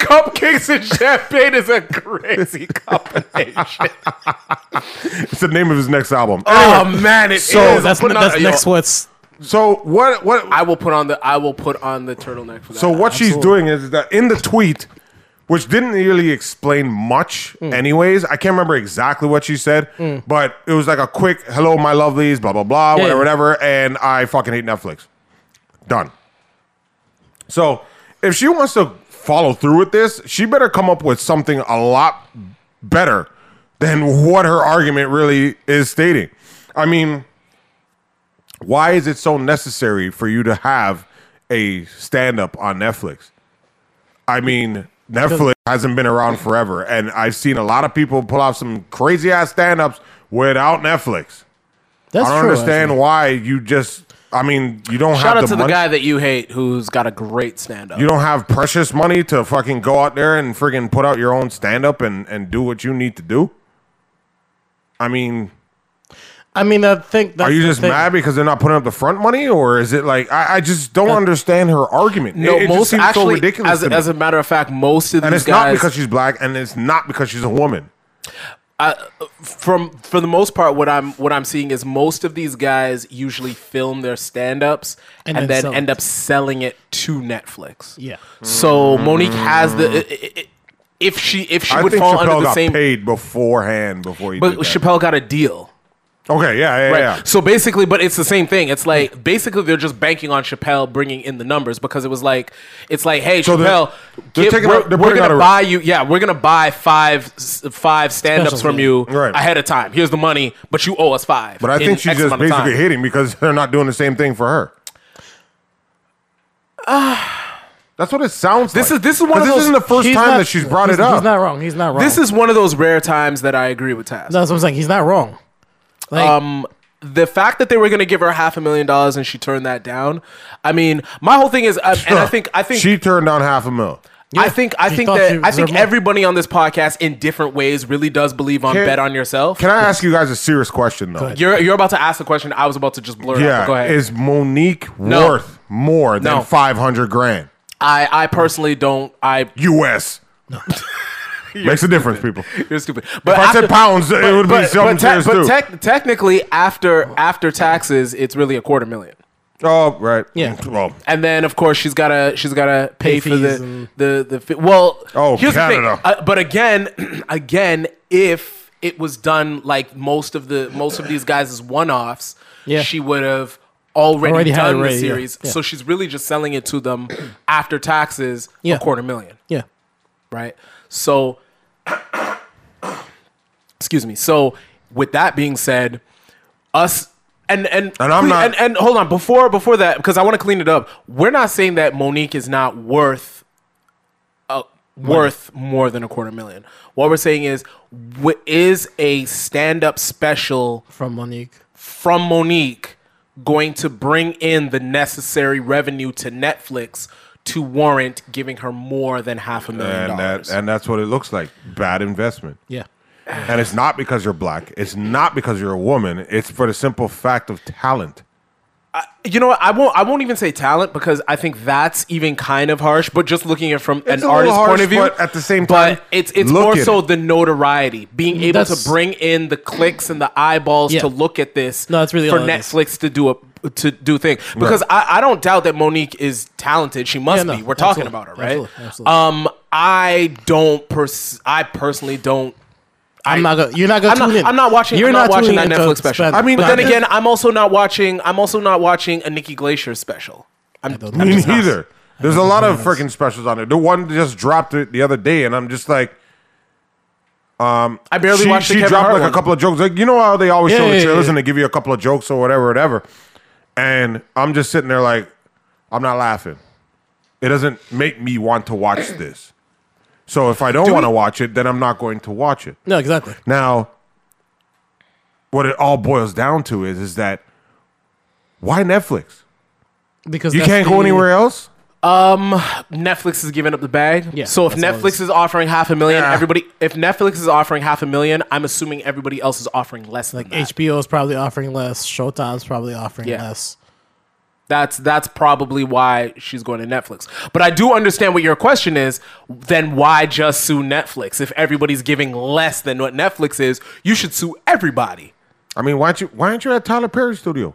S2: Cupcakes and champagne is a crazy combination.
S1: It's the name of his next album.
S2: oh
S1: Anyway,
S2: man, it
S1: So-
S2: is. I'm
S3: That's,
S2: putting on-
S3: that's
S2: yo,
S3: next what's
S1: so what? What?
S2: I will put on the I will put on the turtleneck for that.
S1: So what she's doing is that in the tweet, which didn't really explain much,
S3: Mm.
S1: anyways. I can't remember exactly what she said, but it was like a quick "Hello, my lovelies," blah blah blah,
S3: Yeah,
S1: whatever,
S3: yeah.
S1: whatever. And I fucking hate Netflix. Done. So if she wants to follow through with this, she better come up with something a lot better than what her argument really is stating. I mean, why is it so necessary for you to have a stand up on Netflix? I mean, Netflix hasn't been around forever, and I've seen a lot of people pull off some crazy ass stand ups without Netflix.
S3: that's
S1: I don't
S3: true,
S1: understand
S3: actually.
S1: why you just. I mean, you don't
S2: Shout
S1: have
S2: out
S1: the
S2: to
S1: money.
S2: the guy that you hate who's got a great stand up.
S1: you don't have precious money to fucking go out there and friggin' put out your own stand up and, and do what you need to do. I mean,
S3: I mean, I think that's
S1: are you
S3: the
S1: just
S3: thing.
S1: mad because they're not putting up the front money, or is it like I, I just don't understand her argument?
S2: no,
S1: it, it
S2: most
S1: just seems
S2: actually,
S1: so ridiculous.
S2: as,
S1: to me.
S2: as a matter of fact, most of
S1: and
S2: these
S1: it's not
S2: guys
S1: because she's black, and it's not because she's a woman.
S2: from for the most part what i'm what i'm seeing is most of these guys usually film their stand-ups
S3: And
S2: and,
S3: then
S2: then,
S3: sell
S2: end
S3: it.
S2: up selling it to netflix
S3: Yeah.
S2: so monique has the i- i- i- if she if she
S1: I
S2: would
S1: think
S2: fall
S1: Chappelle
S2: under the
S1: got
S2: same
S1: paid beforehand before he
S2: but
S1: did that.
S2: chappelle got a deal
S1: okay, yeah, yeah,
S2: Right.
S1: yeah.
S2: So basically, but it's the same thing. It's like basically they're just banking on Chappelle bringing in the numbers because it was like it's like, hey,
S1: So they're-
S2: Chappelle,
S1: they're
S2: give-
S1: taking
S2: we're,
S1: out- they're
S2: we're
S1: putting out
S2: gonna
S1: a-
S2: buy you. Yeah, we're gonna buy five s- five stand ups
S3: Specials,
S2: from
S3: yeah.
S2: you
S1: Right.
S2: ahead of time. Here's the money, but you owe us five.
S1: But I
S2: in
S1: think she's
S2: X
S1: just
S2: amount of
S1: basically
S2: time.
S1: hating because they're not doing the same thing for her. That's what it sounds
S2: Ah. This
S1: like.
S2: is- this is one
S1: 'Cause
S2: of
S1: this
S2: those-
S1: isn't the first
S3: He's
S1: time
S3: not-
S1: that she's brought
S3: he's-
S1: it up.
S3: He's not wrong. He's not wrong.
S2: This is one of those rare times that I agree with Taz.
S3: that's what I'm saying. He's not wrong. Like,
S2: um the fact that they were going to give her half a million dollars and she turned that down. I mean, my whole thing is, uh, and I think I think
S1: she turned down half a mil.
S2: I think I
S3: She
S2: think
S3: thought she
S2: that I think
S3: deserved more.
S2: everybody on this podcast in different ways really does believe on
S1: Can-
S2: bet on yourself.
S1: Can I ask you guys a serious question though?
S2: you're you're about to ask the question I was about to just blur out. Go
S1: Yeah,
S2: ahead.
S1: is Monique
S2: No.
S1: worth more than
S2: No.
S1: five hundred grand?
S2: I, I personally don't. I
S1: U.S. Makes a difference, people.
S2: you're stupid. But
S1: If I said pounds, it would be something
S2: te-
S1: serious
S2: but
S1: too.
S2: tec- technically, after after taxes, it's really a quarter million.
S1: oh, right.
S3: Yeah.
S1: Well,
S2: And then, of course, she's gotta she's gotta pay, for
S3: fees
S2: the,
S3: and-
S2: the the fi- well.
S1: Oh,
S2: The
S1: Canada.
S2: thing. Uh, but again, again, if it was done like most of the most of these guys as one offs,
S3: Yeah.
S2: she would have already,
S3: Already had it
S2: done the
S3: ready, yeah,
S2: series.
S3: yeah.
S2: So she's really just selling it to them after taxes,
S3: Yeah.
S2: a quarter million
S3: Yeah.
S2: right? So, excuse me. So, with that being said, us and and
S1: And I'm
S2: cle-
S1: not-
S2: and, and hold on before before that because I want to clean it up. We're not saying that Monique is not worth uh, worth more than a quarter million. What we're saying is wh- is a stand up special
S3: From Monique.
S2: from Monique going to bring in the necessary revenue to Netflix to warrant giving her more than half a million
S1: and
S2: dollars.
S1: that and that's what it looks like. Bad investment.
S3: Yeah.
S1: And it's not because you're black. It's not because you're a woman. It's for the simple fact of talent.
S2: You know what? I won't. I won't even say talent because I think that's even kind of harsh. But just looking at it from
S1: It's a
S2: an
S1: little
S2: artist point
S1: harsh,
S2: of view,
S1: but at the same time,
S2: but it's it's
S1: look
S2: more
S1: at
S2: so
S1: it.
S2: the notoriety, being able
S3: Mm, That's-
S2: to bring in the clicks and the eyeballs
S3: Yeah.
S2: to look at this.
S3: No, that's really
S2: for
S3: all it is.
S2: Netflix to do a to do thing because I, I don't doubt that Monique is talented. She must
S3: Yeah, no,
S2: be. We're talking
S3: absolutely,
S2: about her, right?
S3: absolutely, absolutely.
S2: Um, I don't. Pers- I personally don't
S3: I'm not gonna. You're not gonna
S2: I'm
S3: tune
S2: not,
S3: in.
S2: I'm not watching.
S3: You're
S2: I'm not, watching
S3: tuning
S2: that
S3: in to
S2: Netflix special.
S3: spend-
S1: I mean,
S2: but
S1: that is-
S2: then again, I'm also not watching. I'm also not watching a Nikki Glacier special. I'm,
S3: don't
S2: I'm
S3: know.
S1: Me
S2: just not.
S1: neither. There's a lot of freaking specials on there. The one just dropped it the other day, and I'm just like,
S2: I barely
S1: she,
S2: watched the
S1: she
S2: Kevin
S1: dropped
S2: Hart
S1: like
S2: one.
S1: a couple of jokes. Like you know how they always
S3: Yeah,
S1: show
S3: yeah,
S1: the trailers
S3: yeah.
S1: and they give you a couple of jokes or whatever, whatever. And I'm just sitting there like, I'm not laughing. It doesn't make me want to watch this. So if I don't want to watch it, then I'm not going to watch it.
S3: No, exactly.
S1: Now, what it all boils down to is is that why Netflix?
S3: Because
S1: You
S3: that's
S1: can't go
S3: the-
S1: anywhere else.
S2: Netflix is giving up the bag.
S3: Yeah,
S2: so if
S3: that's all it
S2: Netflix
S3: is.
S2: is offering half a million,
S1: Yeah.
S2: everybody. If Netflix is offering half a million, I'm assuming everybody else is offering less than that.
S3: HBO is probably offering less. Showtime's probably offering
S2: Yeah.
S3: less.
S2: That's that's probably why she's going to Netflix. But I do understand what your question is. Then why just sue Netflix if everybody's giving less than what Netflix is? You should sue everybody.
S1: I mean, why aren't you? Why aren't you at Tyler Perry Studio?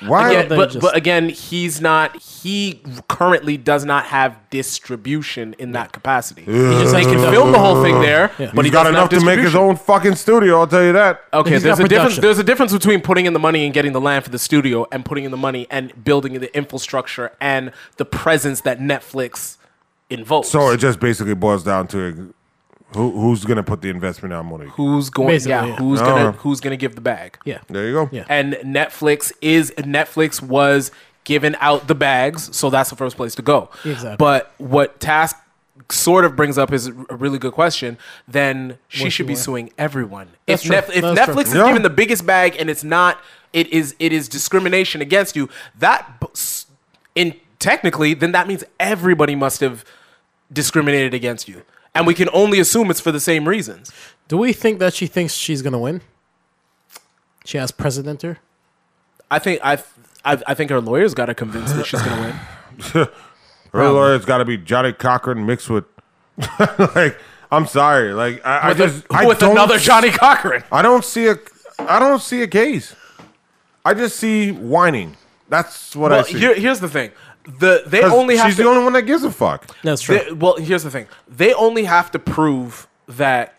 S1: Why?
S2: Yeah,
S3: they
S2: but,
S3: just-
S2: but again, he's not. He currently does not have distribution in that capacity.
S3: just
S2: they
S3: has
S2: can
S3: to-
S2: film the whole thing there,
S1: He's
S2: but he
S1: got
S2: doesn't
S1: enough
S2: have
S1: to make his
S2: distribution.
S1: own fucking studio. I'll tell you that.
S2: Okay,
S3: He's
S2: there's a
S3: got
S2: difference.
S3: production.
S2: There's a difference between putting in the money and getting the land for the studio, and putting in the money and building the infrastructure and the presence that Netflix invokes.
S1: So it just basically boils down to who, who's going to put the investment on money.
S2: who's going?
S3: Basically,
S2: Yeah,
S3: yeah.
S2: who's
S1: Oh.
S2: gonna who's gonna give the bag?
S3: Yeah.
S1: There you go.
S3: Yeah.
S2: and Netflix is Netflix was giving out the bags, so that's the first place to go.
S3: Exactly.
S2: But what Task sort of brings up is a really good question. Then she
S3: What
S2: should
S3: you
S2: be
S3: want.
S2: suing everyone.
S3: That's
S2: if
S3: true.
S2: Netf- if
S3: That's true.
S2: Netflix is
S1: Yeah.
S2: giving the biggest bag and it's not, it is it is discrimination against you. That b- s- in technically, then that means everybody must have discriminated against you. And we can only assume it's for the same reasons.
S3: Do we think that she thinks she's gonna win? She has president her.
S2: I think I, I, I think her lawyer's got to convince that she's gonna win.
S1: Her lawyer's got to be Johnny Cochran mixed with, like, I'm sorry, like I, I
S2: with,
S1: just
S2: a-
S1: I
S2: with
S1: don't-
S2: another Johnny Cochran.
S1: I don't see a, I don't see a case. I just see whining. That's what I
S2: Well,
S1: see.
S2: here- here's the thing: the they
S1: 'Cause
S2: only have
S1: she's
S2: to.
S1: the only one that gives a fuck.
S3: That's true.
S2: they- well, here's the thing: they only have to prove that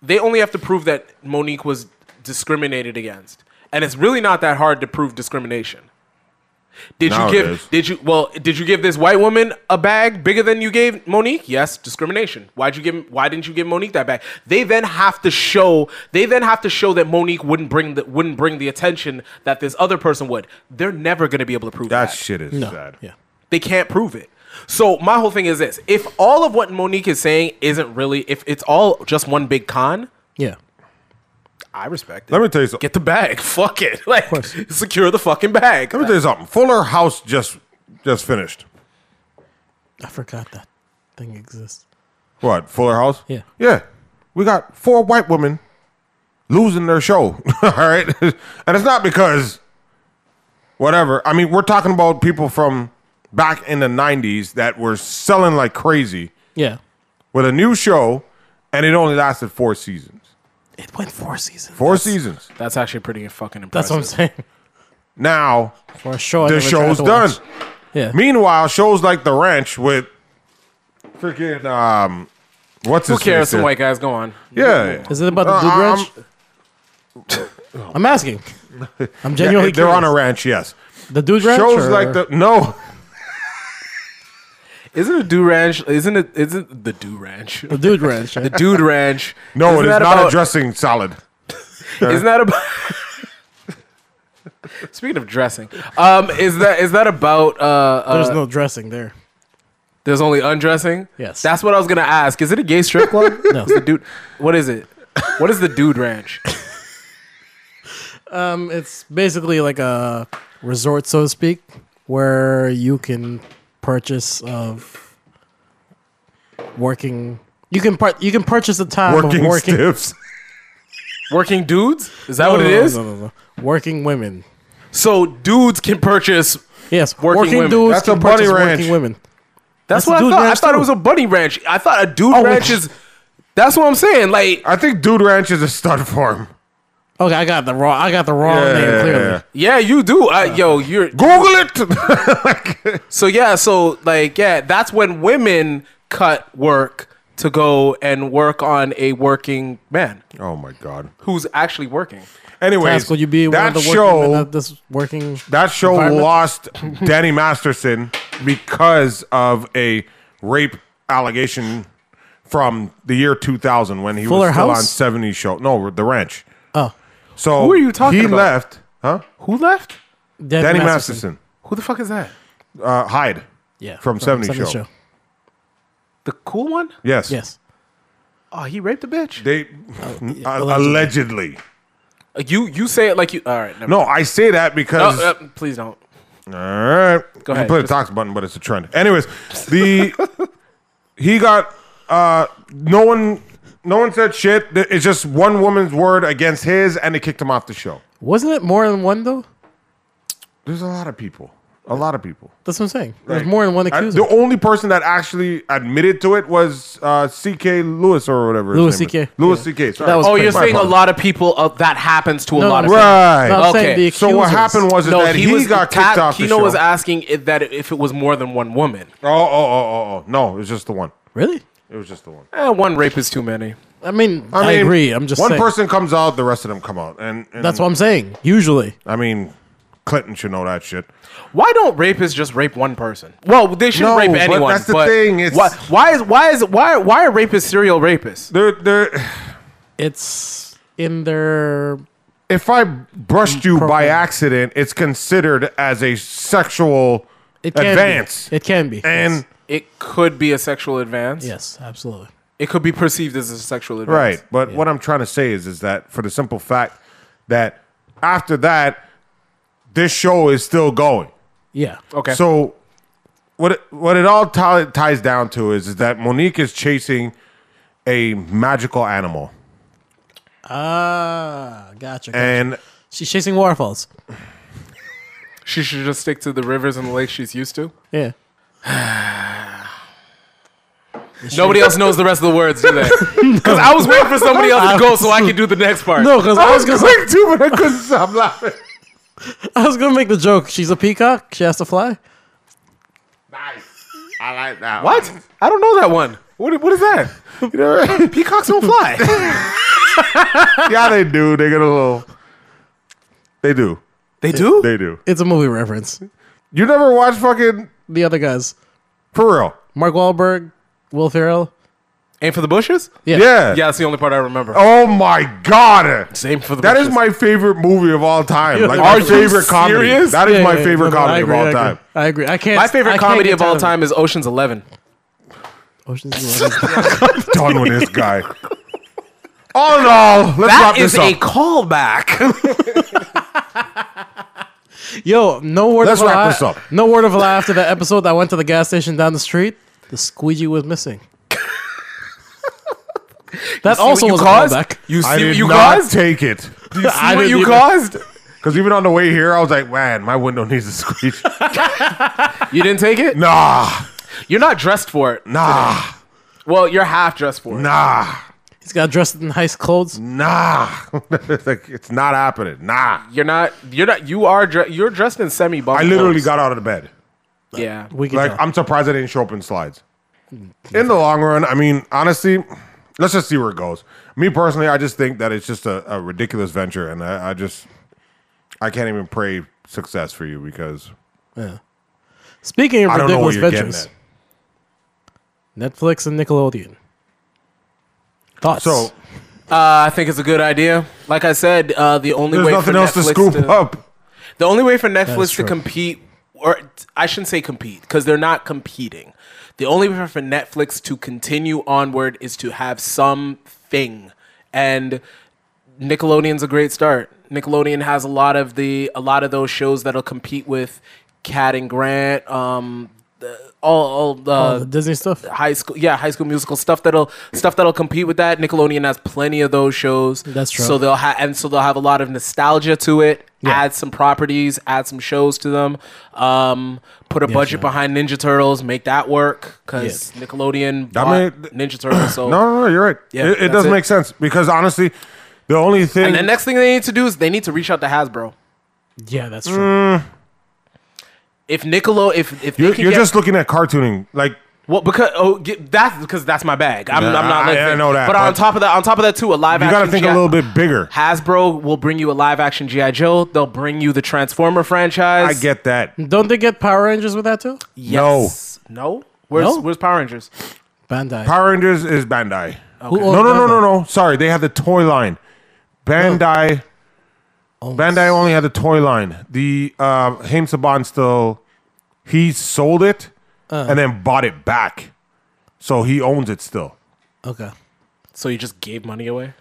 S2: they only have to prove that Monique was discriminated against, and it's really not that hard to prove discrimination. Did
S1: Now
S2: you
S1: it
S2: give?
S1: is.
S2: Did you? Well, did you give this white woman a bag bigger than you gave Monique? Yes, discrimination. Why'd you give? Why didn't you give Monique that bag? They then have to show. They then have to show that Monique wouldn't bring the wouldn't bring the attention that this other person would. They're never going to be able to prove
S1: That
S2: that.
S1: shit is
S3: no.
S1: sad.
S3: Yeah.
S2: They can't prove it. So my whole thing is this: if all of what Monique is saying isn't really, if it's all just one big con,
S3: Yeah.
S2: I respect it.
S1: Let me tell you something.
S2: Get the bag. Fuck it. Like
S3: course.
S2: secure the fucking bag.
S1: Let me tell you something. Fuller House just just finished.
S3: I forgot that thing exists.
S1: What Fuller House?
S3: Yeah.
S1: yeah. We got four white women losing their show. All right, and it's not because whatever. I mean, we're talking about people from back in the 90s that were selling like crazy
S3: Yeah.
S1: with a new show, and it only lasted four seasons.
S3: It went four seasons.
S1: Four seasons.
S2: That's actually pretty fucking
S3: That's
S2: impressive.
S3: what I'm saying.
S1: Now
S3: For a show, I
S1: the
S3: never tried
S1: show's
S3: to
S1: done.
S3: watch. Yeah.
S1: Meanwhile, shows like The Ranch with freaking um, what's
S2: Who
S1: his
S2: cares?
S1: face
S2: Some
S1: there?
S2: white guys. Go on.
S1: Yeah,
S3: Is it about the
S1: Uh, I'm-
S3: dude ranch? I'm asking. I'm genuinely
S1: they're on a
S3: curious.
S1: ranch. Yes,
S3: the dude ranch.
S1: shows
S3: or-
S1: like the no.
S2: Isn't it Dude Ranch? Isn't it? Isn't the Dude Ranch?
S3: the dude ranch.
S2: The
S3: right?
S2: Dude Ranch.
S1: No,
S2: Isn't
S1: it is
S2: that
S1: not
S2: about-
S1: a dressing salad.
S2: Isn't that about? Speaking of dressing, um, is that is that about? Uh, uh,
S3: There's no dressing there.
S2: there's only undressing.
S3: Yes.
S2: that's what I was gonna ask. Is it a gay strip club?
S3: No.
S2: the dude. What is it? What is the Dude Ranch?
S3: Um, it's basically like a resort, so to speak, where you can purchase of working. You can part. You can purchase the time
S1: Working,
S3: of working.
S1: stiffs.
S2: Working dudes? Is that
S3: No,
S2: what
S3: no,
S2: it
S3: no,
S2: is?
S3: no, no, no. Working women.
S2: So dudes can purchase.
S3: Yes,
S2: Working
S3: working,
S2: women.
S3: dudes.
S1: That's
S3: can
S1: a bunny
S3: purchase
S1: ranch.
S3: Working women.
S2: That's,
S3: That's
S2: what
S3: a
S2: I
S3: dude
S2: thought. I
S3: ranch
S2: thought it
S3: too.
S2: was a bunny ranch. I thought a dude
S3: Oh,
S2: ranch
S3: wait.
S2: is. That's what I'm saying. Like,
S1: I think Dude Ranch is a stud farm.
S3: Okay, I got the wrong. I got the wrong
S1: Yeah,
S3: name clearly.
S2: yeah, you do. I, yo, you're.
S1: Google it.
S2: So yeah, so like yeah, that's when women cut work to go and work on a working man
S1: oh my god.
S2: who's actually working.
S1: Anyways,
S3: Task, will you be one
S1: that
S3: of the working
S1: show
S3: men at this working?
S1: That show
S3: environment?
S1: lost Danny Masterson because of a rape allegation from the year 2000 when he
S3: Fuller
S1: was still
S3: House?
S1: on 70 show. No, The Ranch.
S3: Oh,
S1: So
S2: Who are you talking
S1: he
S2: about?
S1: left, huh?
S2: Who left?
S1: Danny Masterson,
S2: Who the fuck is that?
S1: uh, Hyde.
S3: Yeah,
S1: from 70
S3: 70
S1: show.
S2: The cool one?
S1: Yes.
S3: Yes,
S2: Oh, he raped a bitch.
S1: They
S3: allegedly.
S1: allegedly.
S2: You you say it like you. All right, never
S1: No, I say that because
S2: No, uh, please don't.
S1: All right. You
S2: Go ahead.
S1: put a
S2: Just-
S1: talks button, but it's a trend. Anyways, the he got uh no one no one said shit. Th- It's just one woman's word against his and they kicked him off the show.
S3: wasn't it more than one though?
S1: There's a lot of people. A lot of people.
S3: That's what I'm saying. There's
S1: Like,
S3: more than one
S1: I-
S3: accuser.
S1: the only person that actually admitted to it was uh, C.K. Lewis or whatever. his
S3: Louis
S1: name is.
S3: CK,
S1: Louis
S3: yeah.
S1: C.K. Sorry.
S3: That was
S2: Oh,
S3: pretty
S2: you're
S1: My
S2: saying a
S1: fault.
S2: lot of people uh, that happens to a
S3: No,
S2: lot of
S3: no,
S2: people.
S1: Right.
S3: No, I'm
S2: Okay.
S3: saying the
S1: So what
S3: accusers.
S1: happened was is
S2: No,
S1: that
S2: he,
S1: he,
S2: was
S1: got
S2: Ta-
S1: kicked off the
S2: Kino
S1: show.
S2: was asking if that if it was more than one woman.
S1: oh, oh, oh, oh, oh. No, it was just the one.
S3: Really?
S1: It was just the one.
S2: Eh, one rape is too many.
S3: I mean, I, agree. I'm just
S1: one
S3: saying.
S1: person comes out, the rest of them come out, and, and
S3: That's what I'm saying. Usually,
S1: I mean, Clinton should know that shit.
S2: Why don't rapists just rape one person? Well, they shouldn't
S1: No,
S2: rape
S1: but
S2: anyone.
S1: that's the thing, it's-
S2: why, why is why is why why are rapists serial rapists?
S1: There, there.
S3: it's in their
S1: If I brushed you by
S3: Program.
S1: accident, it's considered as a sexual
S3: it can
S1: advance,
S3: Be. It can be.
S1: and
S2: It could be a sexual advance.
S3: yes, yes, absolutely.
S2: It could be perceived as a sexual advance.
S1: right. But what I'm trying to say is, is that for the simple fact that after that, this show is still going.
S3: Yeah.
S2: Okay.
S1: So what it, what it all ti- ties down to is, is that Monique is chasing a magical animal,
S3: Ah, gotcha. gotcha.
S1: and
S3: She's chasing waterfalls.
S2: she should just stick to the rivers and the lakes she's used to.
S3: Yeah.
S2: Nobody else knows the rest of the words, do they? Because I was waiting for somebody else to go so I could do the next part.
S3: No, because I was gonna,
S1: quick too, but I couldn't stop laughing.
S3: I was gonna make the joke. She's a peacock. She has to fly.
S1: Nice. I like that.
S2: What? I don't know that one. What, what is that? Peacocks don't fly.
S1: yeah, they do. They get a little. They do.
S2: They do?
S1: They do.
S3: It's a movie reference.
S1: You never watch fucking
S3: The other guys,
S1: for real?
S3: Mark Wahlberg, Will Ferrell.
S2: Aim for the bushes?
S3: Yeah.
S1: Yeah.
S2: Yeah, that's the only part I remember.
S1: Oh my god.
S2: Aim for the
S1: That
S2: bushes.
S1: is my favorite movie of all time.
S3: Yeah,
S1: Like my
S3: are you
S1: favorite comedy.
S2: serious?
S1: That is
S3: Yeah,
S1: my
S3: yeah,
S1: favorite
S3: no, no, I
S1: comedy
S3: agree,
S1: of all
S3: I agree.
S1: time.
S3: I agree. I can't.
S2: My favorite
S3: I can't
S2: comedy
S3: get
S2: of all
S3: tired
S2: time is Ocean's Eleven.
S3: it. Ocean's Eleven.
S1: Done with this guy. All in all, let's wrap
S2: That
S1: this
S2: is a
S1: up.
S2: callback.
S3: Yo, no word.
S1: Let's
S3: of a
S1: wrap
S3: lie-
S1: this up.
S3: No word of a lie after that episode. That I went to the gas station down the street. The squeegee was missing. That also
S2: you
S3: was a
S2: caused?
S3: callback.
S2: You see
S1: I
S2: what
S1: did
S2: you
S1: not
S2: caused?
S1: take it.
S2: Do you see
S3: I
S2: what
S3: didn't
S2: you
S3: either.
S2: caused?
S1: Because even on the way here, I was like, man, my window needs a squeeze.
S2: You didn't take it?
S1: nah,
S2: You're not dressed for it.
S1: nah,
S2: Well, you're half dressed for it.
S1: nah,
S3: He's got dressed in nice clothes.
S1: nah. it's like, it's not happening. Nah.
S2: You're not. You're not. You are. Dre- you're dressed in semi bunk.
S1: I literally got out of the bed.
S2: Yeah.
S3: We can
S1: Like,
S3: tell.
S1: I'm surprised I didn't show up in slides. In the long run, I mean, honestly, let's just see where it goes. Me personally, I just think that it's just a, a ridiculous venture, and I, I just, I can't even pray success for you because
S3: Speaking of
S1: I don't know what
S3: ridiculous
S1: you're
S3: ventures,
S1: getting
S3: Netflix and Nickelodeon. Thoughts?
S1: at. So
S2: Uh, I think it's a good idea. Like I said, uh, the only
S1: there's
S2: way
S1: nothing
S2: for
S1: else to
S2: Netflix
S1: scoop up.
S2: The only way for Netflix to
S3: true.
S2: compete, or I shouldn't say compete, because they're not competing. The only way for Netflix to continue onward is to have something, and Nickelodeon's a great start. Nickelodeon has a lot of the a lot of those shows that'll compete with Cat and Grant, um, the, all all the,
S3: All the Disney stuff.
S2: high school yeah high school musical stuff that'll stuff that'll compete with that nickelodeon has plenty of those shows
S3: That's true.
S2: so they'll have and so they'll have a lot of nostalgia to it add some properties add some shows to them um put a budget behind ninja turtles make that work because nickelodeon
S1: I
S2: bought
S1: mean,
S2: ninja turtles so
S1: No, no, no, you're right.
S2: Yeah,
S1: it, it
S2: that's
S1: does
S2: it.
S1: make sense because honestly, the only thing
S2: and the next thing they need to do is they need to reach out to hasbro
S3: Yeah, that's true.
S2: if Niccolo, if if they
S1: you're,
S2: can
S1: you're
S2: get-
S1: just looking at cartooning, like
S2: well because oh get, that's because that's my bag. I'm,
S1: Yeah,
S2: I'm not.
S1: I- I
S2: listening.
S1: know that,
S2: But,
S1: but-
S2: on top of that, on top of that too, a live
S1: you
S2: action.
S1: got to think
S2: Jack-
S1: a little bit bigger.
S2: Hasbro will bring you a live action GI Joe. They'll bring you the Transformer franchise.
S1: I get that.
S3: Don't they get Power Rangers with that too?
S2: yes. no, no. Where's
S3: No?
S2: Where's Power Rangers?
S3: Bandai.
S1: Power Rangers is Bandai.
S3: Who owns
S1: No, no, no,
S3: Bandai?
S1: no, no. Sorry, they have the toy line. Bandai.
S2: Oh.
S1: Bandai only had the toy line. The uh, Haim Saban still, he sold it
S2: Uh.
S1: and then bought it back, so he owns it still.
S3: Okay.
S2: So you just gave money away?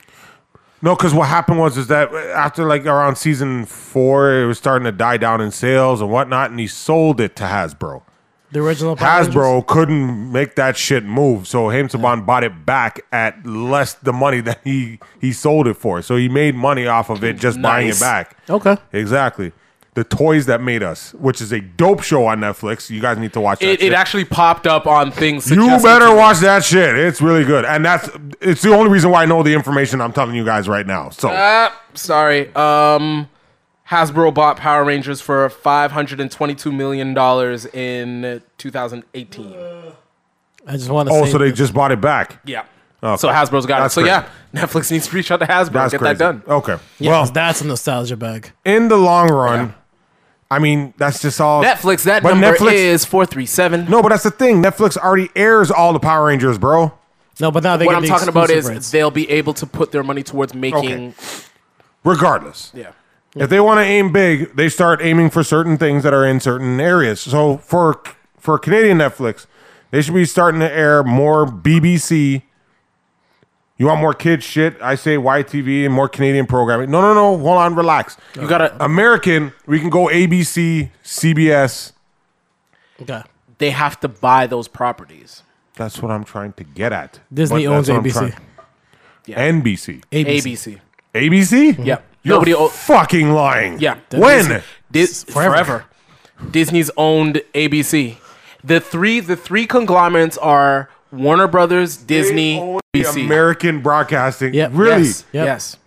S1: No, because what happened was is that after like around season four, it was starting to die down in sales and whatnot, and he sold it to Hasbro.
S3: The original Power Rangers?
S1: Hasbro couldn't make that shit move, so Haim Saban bought it back at less the money that he he sold it for. So he made money off of it just buying it
S2: Nice.
S1: back.
S3: Okay.
S1: Exactly. The toys that made us, which is a dope show on Netflix. You guys need to watch that.
S2: It,
S1: shit.
S2: it actually popped up on things.
S1: you
S2: suggested to
S1: better
S2: me.
S1: watch that shit. It's really good, and that's it's the only reason why I know the information I'm telling you guys right now. So
S2: Ah, sorry. Um, Hasbro bought Power Rangers for five hundred and twenty-two million dollars in 2018.
S3: I just want to
S1: oh,
S3: say.
S1: so they just bought it back.
S2: Yeah.
S1: Okay.
S2: So Hasbro's got
S1: That's
S2: it. So
S1: crazy.
S2: yeah, Netflix needs to reach out to Hasbro
S1: That's
S2: get
S1: crazy. Uh,
S2: that done.
S1: Okay.
S3: Yeah, 'cause
S1: well,
S3: that's a nostalgia bag.
S1: in the long run, I mean, that's just all
S2: Netflix, that
S1: But
S2: number
S1: Netflix-
S2: is four three seven.
S1: No, but that's the thing. Netflix already airs all the Power Rangers, bro.
S3: No, but now they
S2: what
S3: get
S2: I'm
S3: the
S2: talking about is
S3: exclusive rights.
S2: they'll be able to put their money towards making.
S1: Regardless.
S2: Yeah.
S1: If they want to aim big, they start aiming for certain things that are in certain areas. So for for Canadian Netflix, they should be starting to air more BBC. You want more kids shit? I say YTV and more Canadian programming. No, no, no. Hold on, relax.
S2: You gotta.
S1: American, we can go ABC, CBS.
S3: okay.
S2: They have to buy those properties.
S1: That's what I'm trying to get at.
S3: Disney
S1: But that's
S3: owns
S1: what I'm
S3: ABC.
S1: trying- NBC.
S3: ABC.
S2: ABC.
S1: ABC?
S2: Yeah.
S1: You're
S2: Nobody. O-
S1: fucking lying.
S2: yeah.
S1: When?
S2: Dis- forever. Disney's owned ABC. The three. The three conglomerates are Warner Brothers, Disney,
S1: The
S2: ABC.
S1: American broadcasting.
S3: Yep.
S1: Really?
S2: Yes.
S3: Yep.
S2: Yes.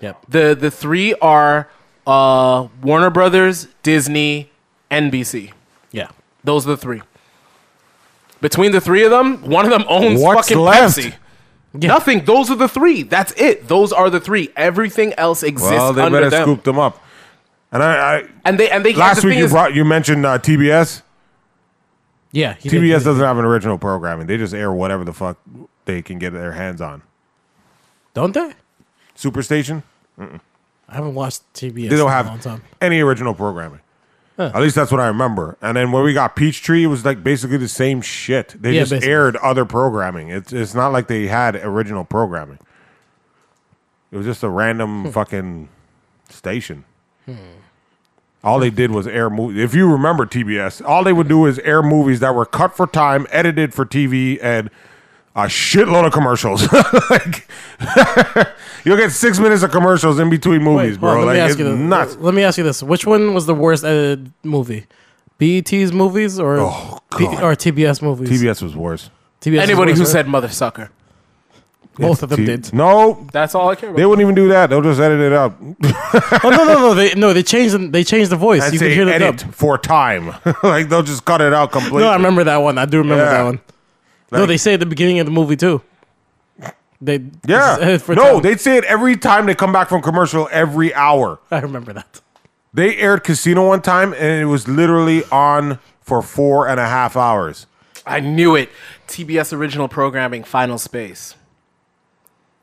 S3: Yep.
S2: The the three are uh, Warner Brothers, Disney, NBC.
S3: Yeah.
S2: Those are the three. Between the three of them, one of them owns
S1: What's
S2: fucking
S1: left?
S2: Pepsi. Nothing. Those are the three. That's it. Those are the three. Everything else exists
S1: Well, they
S2: under
S1: better
S2: them.
S1: scoop them up. And I, I
S2: And they and they
S1: last
S2: the
S1: week
S2: thing
S1: you
S2: is-
S1: brought you mentioned uh, TBS.
S3: Yeah. he did-
S1: TBS doesn't have an original programming. They just air whatever the fuck they can get their hands on.
S3: Don't they?
S1: Superstation.
S3: I haven't watched
S1: They
S3: TBS
S1: don't
S3: in a long
S1: have
S3: time.
S1: any original programming. At least that's what I remember. And then when we got Peachtree, it was like basically the same shit. They
S3: Yeah,
S1: just
S3: basically.
S1: aired other programming. It's it's not like they had original programming. It was just a
S2: Hmm.
S1: random fucking station. All they did was air movies. If you remember TBS, all they would do is air movies that were cut for time, edited for TV, and a shitload of commercials. like, you'll get six minutes of commercials in between movies,
S3: hold on,
S1: bro. Like it's
S3: you uh, this.
S1: nuts.
S3: Let me ask you this: Which one was the worst edited movie? BET's movies or
S1: Oh,
S3: P-
S1: God.
S3: or TBS movies?
S1: TBS was worse.
S3: TBS is
S2: Anybody who
S3: worse,
S2: said mother sucker.
S3: right? both of them
S1: T-
S3: did.
S1: No,
S2: That's all I care about.
S1: they wouldn't even do that. They'll just edit it out.
S3: Oh no no no they no they changed them, they changed the voice.
S1: I'd
S3: you can
S1: say
S3: hear the
S1: edit
S3: dub.
S1: for time. like they'll just cut it out completely.
S3: No, I remember that one. I do remember
S1: Yeah.
S3: that one. no,
S1: Like-
S3: they say at the beginning of the movie too. They this is
S1: Yeah.
S3: edited for
S1: No,
S3: time.
S1: they'd say it every time they come back from commercial every hour.
S3: I remember that.
S1: They aired Casino one time and it was literally on for four and a half hours.
S2: I knew it. TBS original programming, Final Space.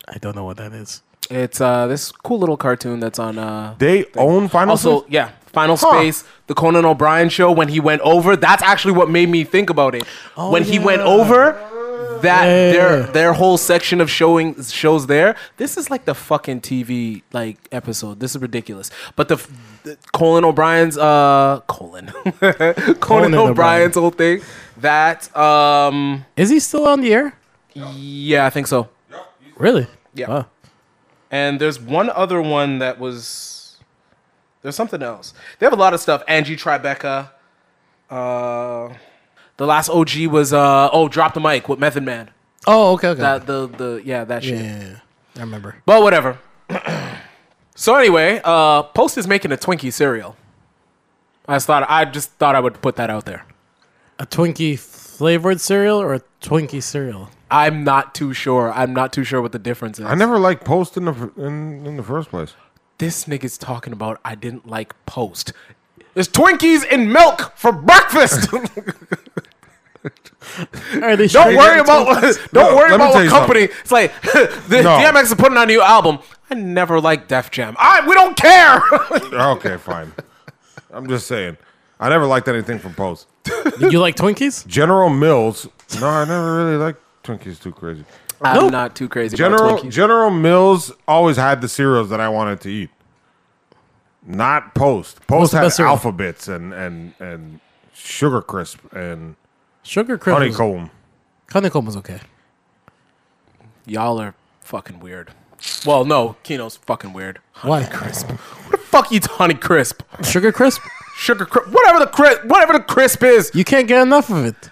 S3: I don't know what that is.
S2: It's uh, this cool little cartoon that's on. Uh,
S1: They own Final
S2: also,
S1: Space?
S2: yeah, Final
S1: Huh.
S2: Space, the Conan O'Brien show. When he went over, that's actually what made me think about it. when he went over, that
S3: Oh, Yeah.
S2: their their whole section of showing shows there. This is like the fucking TV like episode. This is ridiculous. But the, f- the Colin O'Brien's uh Colin Conan,
S3: Conan O'Brien.
S2: O'Brien's whole thing. That um
S3: Is he still on the air?
S2: yeah, I think so.
S3: Really?
S2: Yeah.
S3: Wow.
S2: And there's one other one that was. There's something else. They have a lot of stuff. Angie Tribeca. Uh, the last OG was uh oh, drop the mic with Method Man.
S3: Oh, okay, okay.
S2: That the the yeah that
S3: yeah,
S2: shit.
S3: yeah, yeah. I remember.
S2: But whatever. so anyway, uh, Post is making a Twinkie cereal. I just thought I just thought I would put that out there.
S3: A Twinkie flavored cereal or a Twinkie cereal?
S2: I'm not too sure. I'm not too sure what the difference is.
S1: I never liked Post in the fir- in, in the first place.
S2: this nigga's talking about I didn't like Post. There's Twinkies in milk for breakfast. Don't worry about what, don't
S1: No,
S2: worry
S1: let me
S2: about
S1: tell
S2: what
S1: you
S2: company. It's like the
S1: No.
S2: DMX is putting out a new album. I never liked Def Jam. I we don't care.
S1: Okay, fine. I'm just saying. I never liked anything from Post.
S3: Did you like Twinkies?
S1: General Mills. No, I never really liked Twinkies too crazy.
S2: I'm
S3: Nope.
S2: not too crazy
S1: General
S2: about Twinkies.
S1: General Mills always had the cereals that I wanted to eat. Not Post. Post
S3: the best
S1: had
S3: cereal?
S1: alphabets and and and sugar crisp and
S3: Sugar Crisp. was-
S1: honeycomb.
S3: Honeycomb was okay.
S2: Y'all are fucking weird. Well, no, Kino's fucking weird.
S3: Why?
S2: What the fuck eats Honey Crisp?
S3: Sugar Crisp?
S2: Sugar crisp, whatever the crisp, whatever the crisp is.
S3: You can't get enough of it.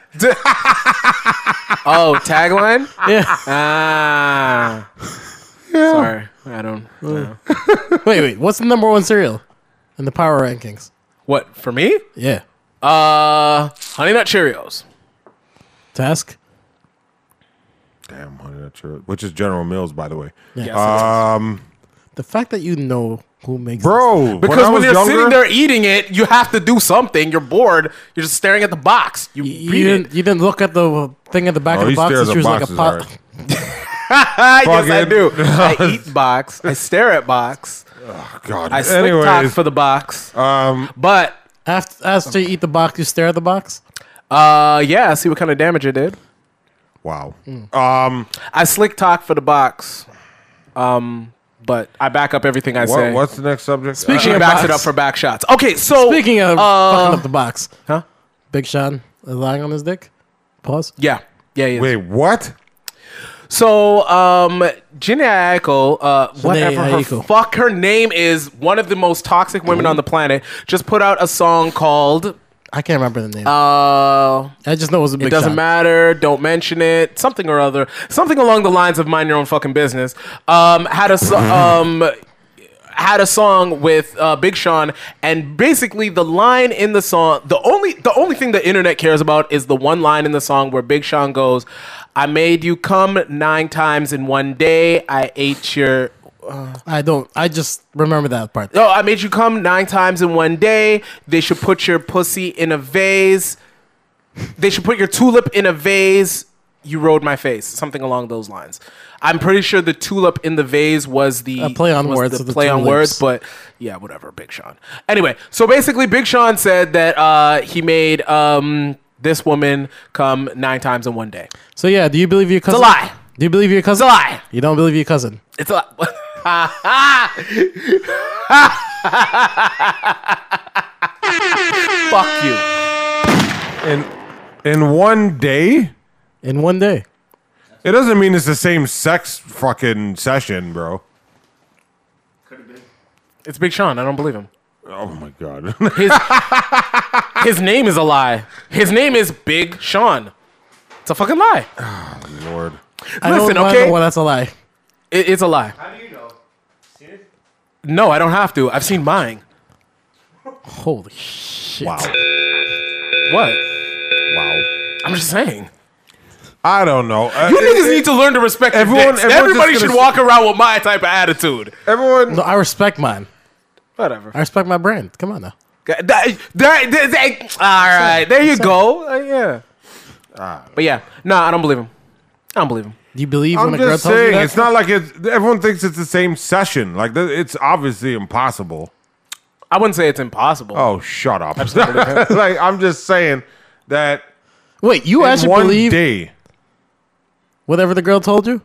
S2: Oh, tagline.
S3: Yeah.
S2: ah. Sorry, I don't. know.
S3: wait, wait. What's the number one cereal in the power rankings?
S2: What for me?
S3: Yeah.
S2: Uh, Honey Nut Cheerios.
S3: Task?
S1: Damn, honey, that's your, which is General Mills, by the way.
S2: Yes,
S1: Uh,
S3: The fact that you know who makes this-
S1: Bro,
S2: Because
S1: I
S2: when,
S1: was
S2: you're
S1: younger-
S2: sitting there eating it, you have to do something. You're bored. You're just staring at the box. You,
S3: You
S2: read
S3: didn't,
S2: it.
S3: you didn't look at the thing at the back
S1: Oh,
S3: of the
S1: he
S3: box.
S1: stares
S3: It's
S1: at
S3: just like a
S1: boxes,
S3: pot.
S1: alright.
S2: Ah, yes, I
S1: fucking-
S2: do. I eat box. I stare at box.
S1: God.
S2: I slick talk for the box.
S1: um,
S2: But
S3: After, after you eat the box, you stare at the box.
S2: uh, yeah, see what kind of damage it did.
S1: wow.
S2: Mm.
S1: Um,
S2: I slick talk for the box. Um, but I back up everything I
S1: What,
S2: say.
S1: what's the next subject?
S2: she
S3: Speaking
S1: Uh,
S3: of
S2: backs
S3: box-
S2: it up for back shots. Okay, so
S3: Speaking of
S2: uh,
S3: fucking up the box,
S2: huh?
S3: Big Sean is lying on his dick. Pause.
S2: Yeah, yeah, yeah.
S1: wait, what?
S2: So, um, Jhené Aiko, uh, whatever her
S3: Aiko.
S2: fuck her name is, one of the most toxic women on the planet, just put out a song called
S3: I can't remember the name.
S2: uh,
S3: I just know it was a Big
S2: "It Doesn't
S3: Sean.
S2: Matter," "Don't Mention It," something or other, something along the lines of "Mind Your Own Fucking Business." Um, had a so- um. Had a song with uh, Big Sean, and basically the line in the song, the only the only thing the internet cares about is the one line in the song where Big Sean goes, "I made you come nine times in one day. I ate your
S3: I don't. I just remember that part.
S2: Oh, I made you come nine times in one day. They should put your pussy in a vase. They should put your tulip in a vase. You rode my face. Something along those lines. I'm pretty sure the tulip in the vase was the
S3: A Uh, play on
S2: was
S3: words
S2: The
S3: of the
S2: play on words,
S3: tulips.
S2: but yeah, whatever. Big Sean. Anyway, so basically, Big Sean said that uh, he made um, this woman come nine times in one day.
S3: So yeah, do you believe your cousin?
S2: lie.
S3: Do you believe your
S2: It's a
S3: cousin?
S2: lie.
S3: You don't believe your cousin.
S2: It's a lie. Fuck you.
S1: In in one day?
S3: In one day.
S1: It doesn't mean it's the same sex fucking session, bro.
S5: Could have been.
S2: It's Big Sean. I don't believe him.
S1: Oh my god.
S2: His, his name is a lie. His name is Big Sean. It's a fucking lie.
S1: Lord.
S3: I don't
S2: Listen,
S3: wanna
S2: okay?
S3: know why that's a lie.
S2: It, it's a lie.
S5: How do you know? Seen it?
S2: No, I don't have to. I've seen mine.
S3: Holy shit!
S1: Wow.
S2: What?
S1: Wow.
S2: I'm just saying.
S1: I don't know. Uh,
S2: You
S1: it-
S2: niggas
S1: it-
S2: need to learn to respect your
S1: Everyone-
S2: dicks.
S1: everyone's
S2: Everybody
S1: just
S2: should
S1: gonna-
S2: walk around with my type of attitude.
S1: everyone
S3: No, I respect mine.
S2: Whatever.
S3: I respect my brand. Come on now.
S2: That- that- that- that- all right, there you go. Uh, yeah. But yeah, no, I don't believe him. I don't believe him.
S3: Do you believe
S1: I'm
S3: when a girl
S1: just
S3: tells you
S1: saying
S3: that?
S1: it's not like it's everyone thinks it's the same session. Like th- it's obviously impossible.
S2: I wouldn't say it's impossible.
S1: Oh, shut up. like I'm just saying that
S3: Wait, you
S1: in
S3: actually
S1: one
S3: believe
S1: day.
S3: whatever the girl told you?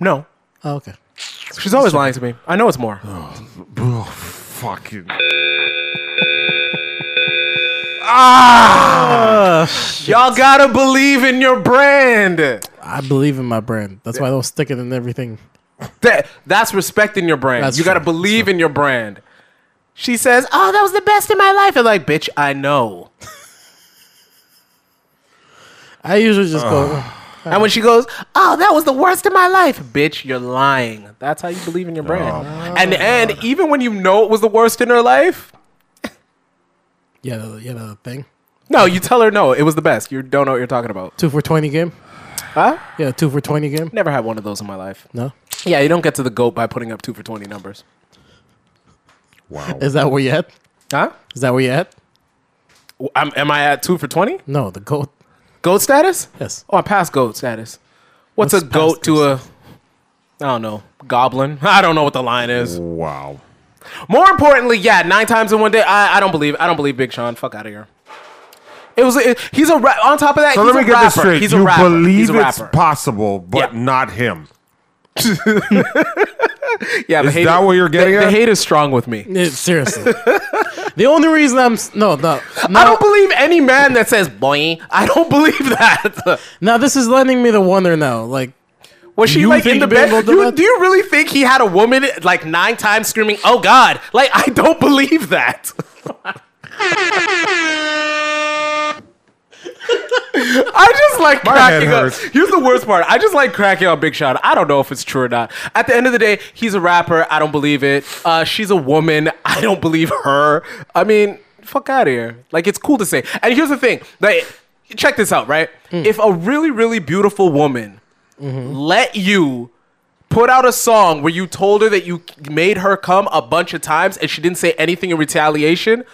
S2: No,
S3: Oh, okay.
S2: she's always lying to me. I know it's more.
S1: Oh, fucking
S2: Y'all gotta believe in your brand.
S3: I believe in my brand. That's why I don't stick it in everything.
S2: That that's respecting your brand.
S3: That's
S2: you got to
S3: true.
S2: believe in your brand. She says, "Oh, that was the best in my life." And like, bitch, I know.
S3: I usually just go.
S2: And when she goes, "Oh, that was the worst in my life," bitch, you're lying. That's how you believe in your brand. and and even when you know it was the worst in her life,
S3: Yeah, the, yeah, the thing.
S2: no, you tell her no, it was the best. You don't know what you're talking about.
S3: Two for twenty game.
S2: Huh?
S3: Yeah, two for twenty game.
S2: Never had one of those in my life.
S3: No,
S2: Yeah, you don't get to the goat by putting up two for twenty numbers.
S1: wow.
S3: is that where you at?
S2: Huh?
S3: Is that where you at?
S2: W- I'm, am I at two for twenty?
S3: No, the goat.
S2: Goat status?
S3: Yes.
S2: Oh, I passed goat status. What's,
S3: What's
S2: a goat
S3: past
S2: to a? I don't know. Goblin. I don't know what the line is.
S1: Wow.
S2: More importantly, yeah, nine times in one day. I, I don't believe. I don't believe Big Sean. Fuck out of here. It was. It, he's a. Ra- on top of that,
S1: So
S2: he's
S1: let me
S2: a
S1: get
S2: rapper.
S1: this straight.
S2: He's a
S1: you
S2: rapper. he's
S1: believe
S2: a
S1: it's
S2: rapper.
S1: possible, but
S2: Yeah.
S1: not him.
S2: yeah, the
S1: Is that what you're getting
S2: The, the
S1: at?
S2: hate is strong with me.
S3: Yeah, seriously. the only reason I'm s- no no
S2: I
S3: now,
S2: don't believe any man that says boy. I don't believe that.
S3: now this is lending me the wonder now. Like
S2: Was she
S3: You
S2: like
S3: think
S2: in the
S3: you'd be
S2: bed?
S3: able to do
S2: You,
S3: that?
S2: do you really think he had a woman like nine times screaming, "Oh God!" Like I don't believe that. I just like
S1: head
S2: cracking up.
S1: hurts.
S2: Here's the worst part. I just like cracking up Big Sean. I don't know if it's true or not. At the end of the day, he's a rapper. I don't believe it. Uh, she's a woman. I don't believe her. I mean, fuck out of here. Like it's cool to say. And here's the thing. Like, check this out, right? If a really, really beautiful woman let you put out a song where you told her that you made her come a bunch of times and she didn't say anything in retaliation,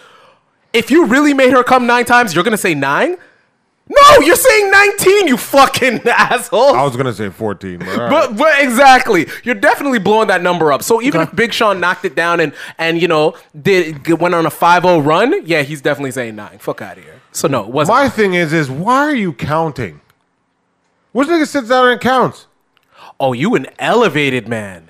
S2: if you really made her come nine times, you're gonna say nine? No, you're saying 19, you fucking asshole.
S1: I was gonna say 14, but, all right.
S2: But, but exactly, you're definitely blowing that number up. So even
S3: Okay.
S2: if Big Sean knocked it down and and you know did g- went on a 5-0 run, yeah, he's definitely saying nine. Fuck out of here. So no, it wasn't.
S1: my thing is, is why are you counting? Which nigga sits down and counts?
S2: oh, you an elevated man.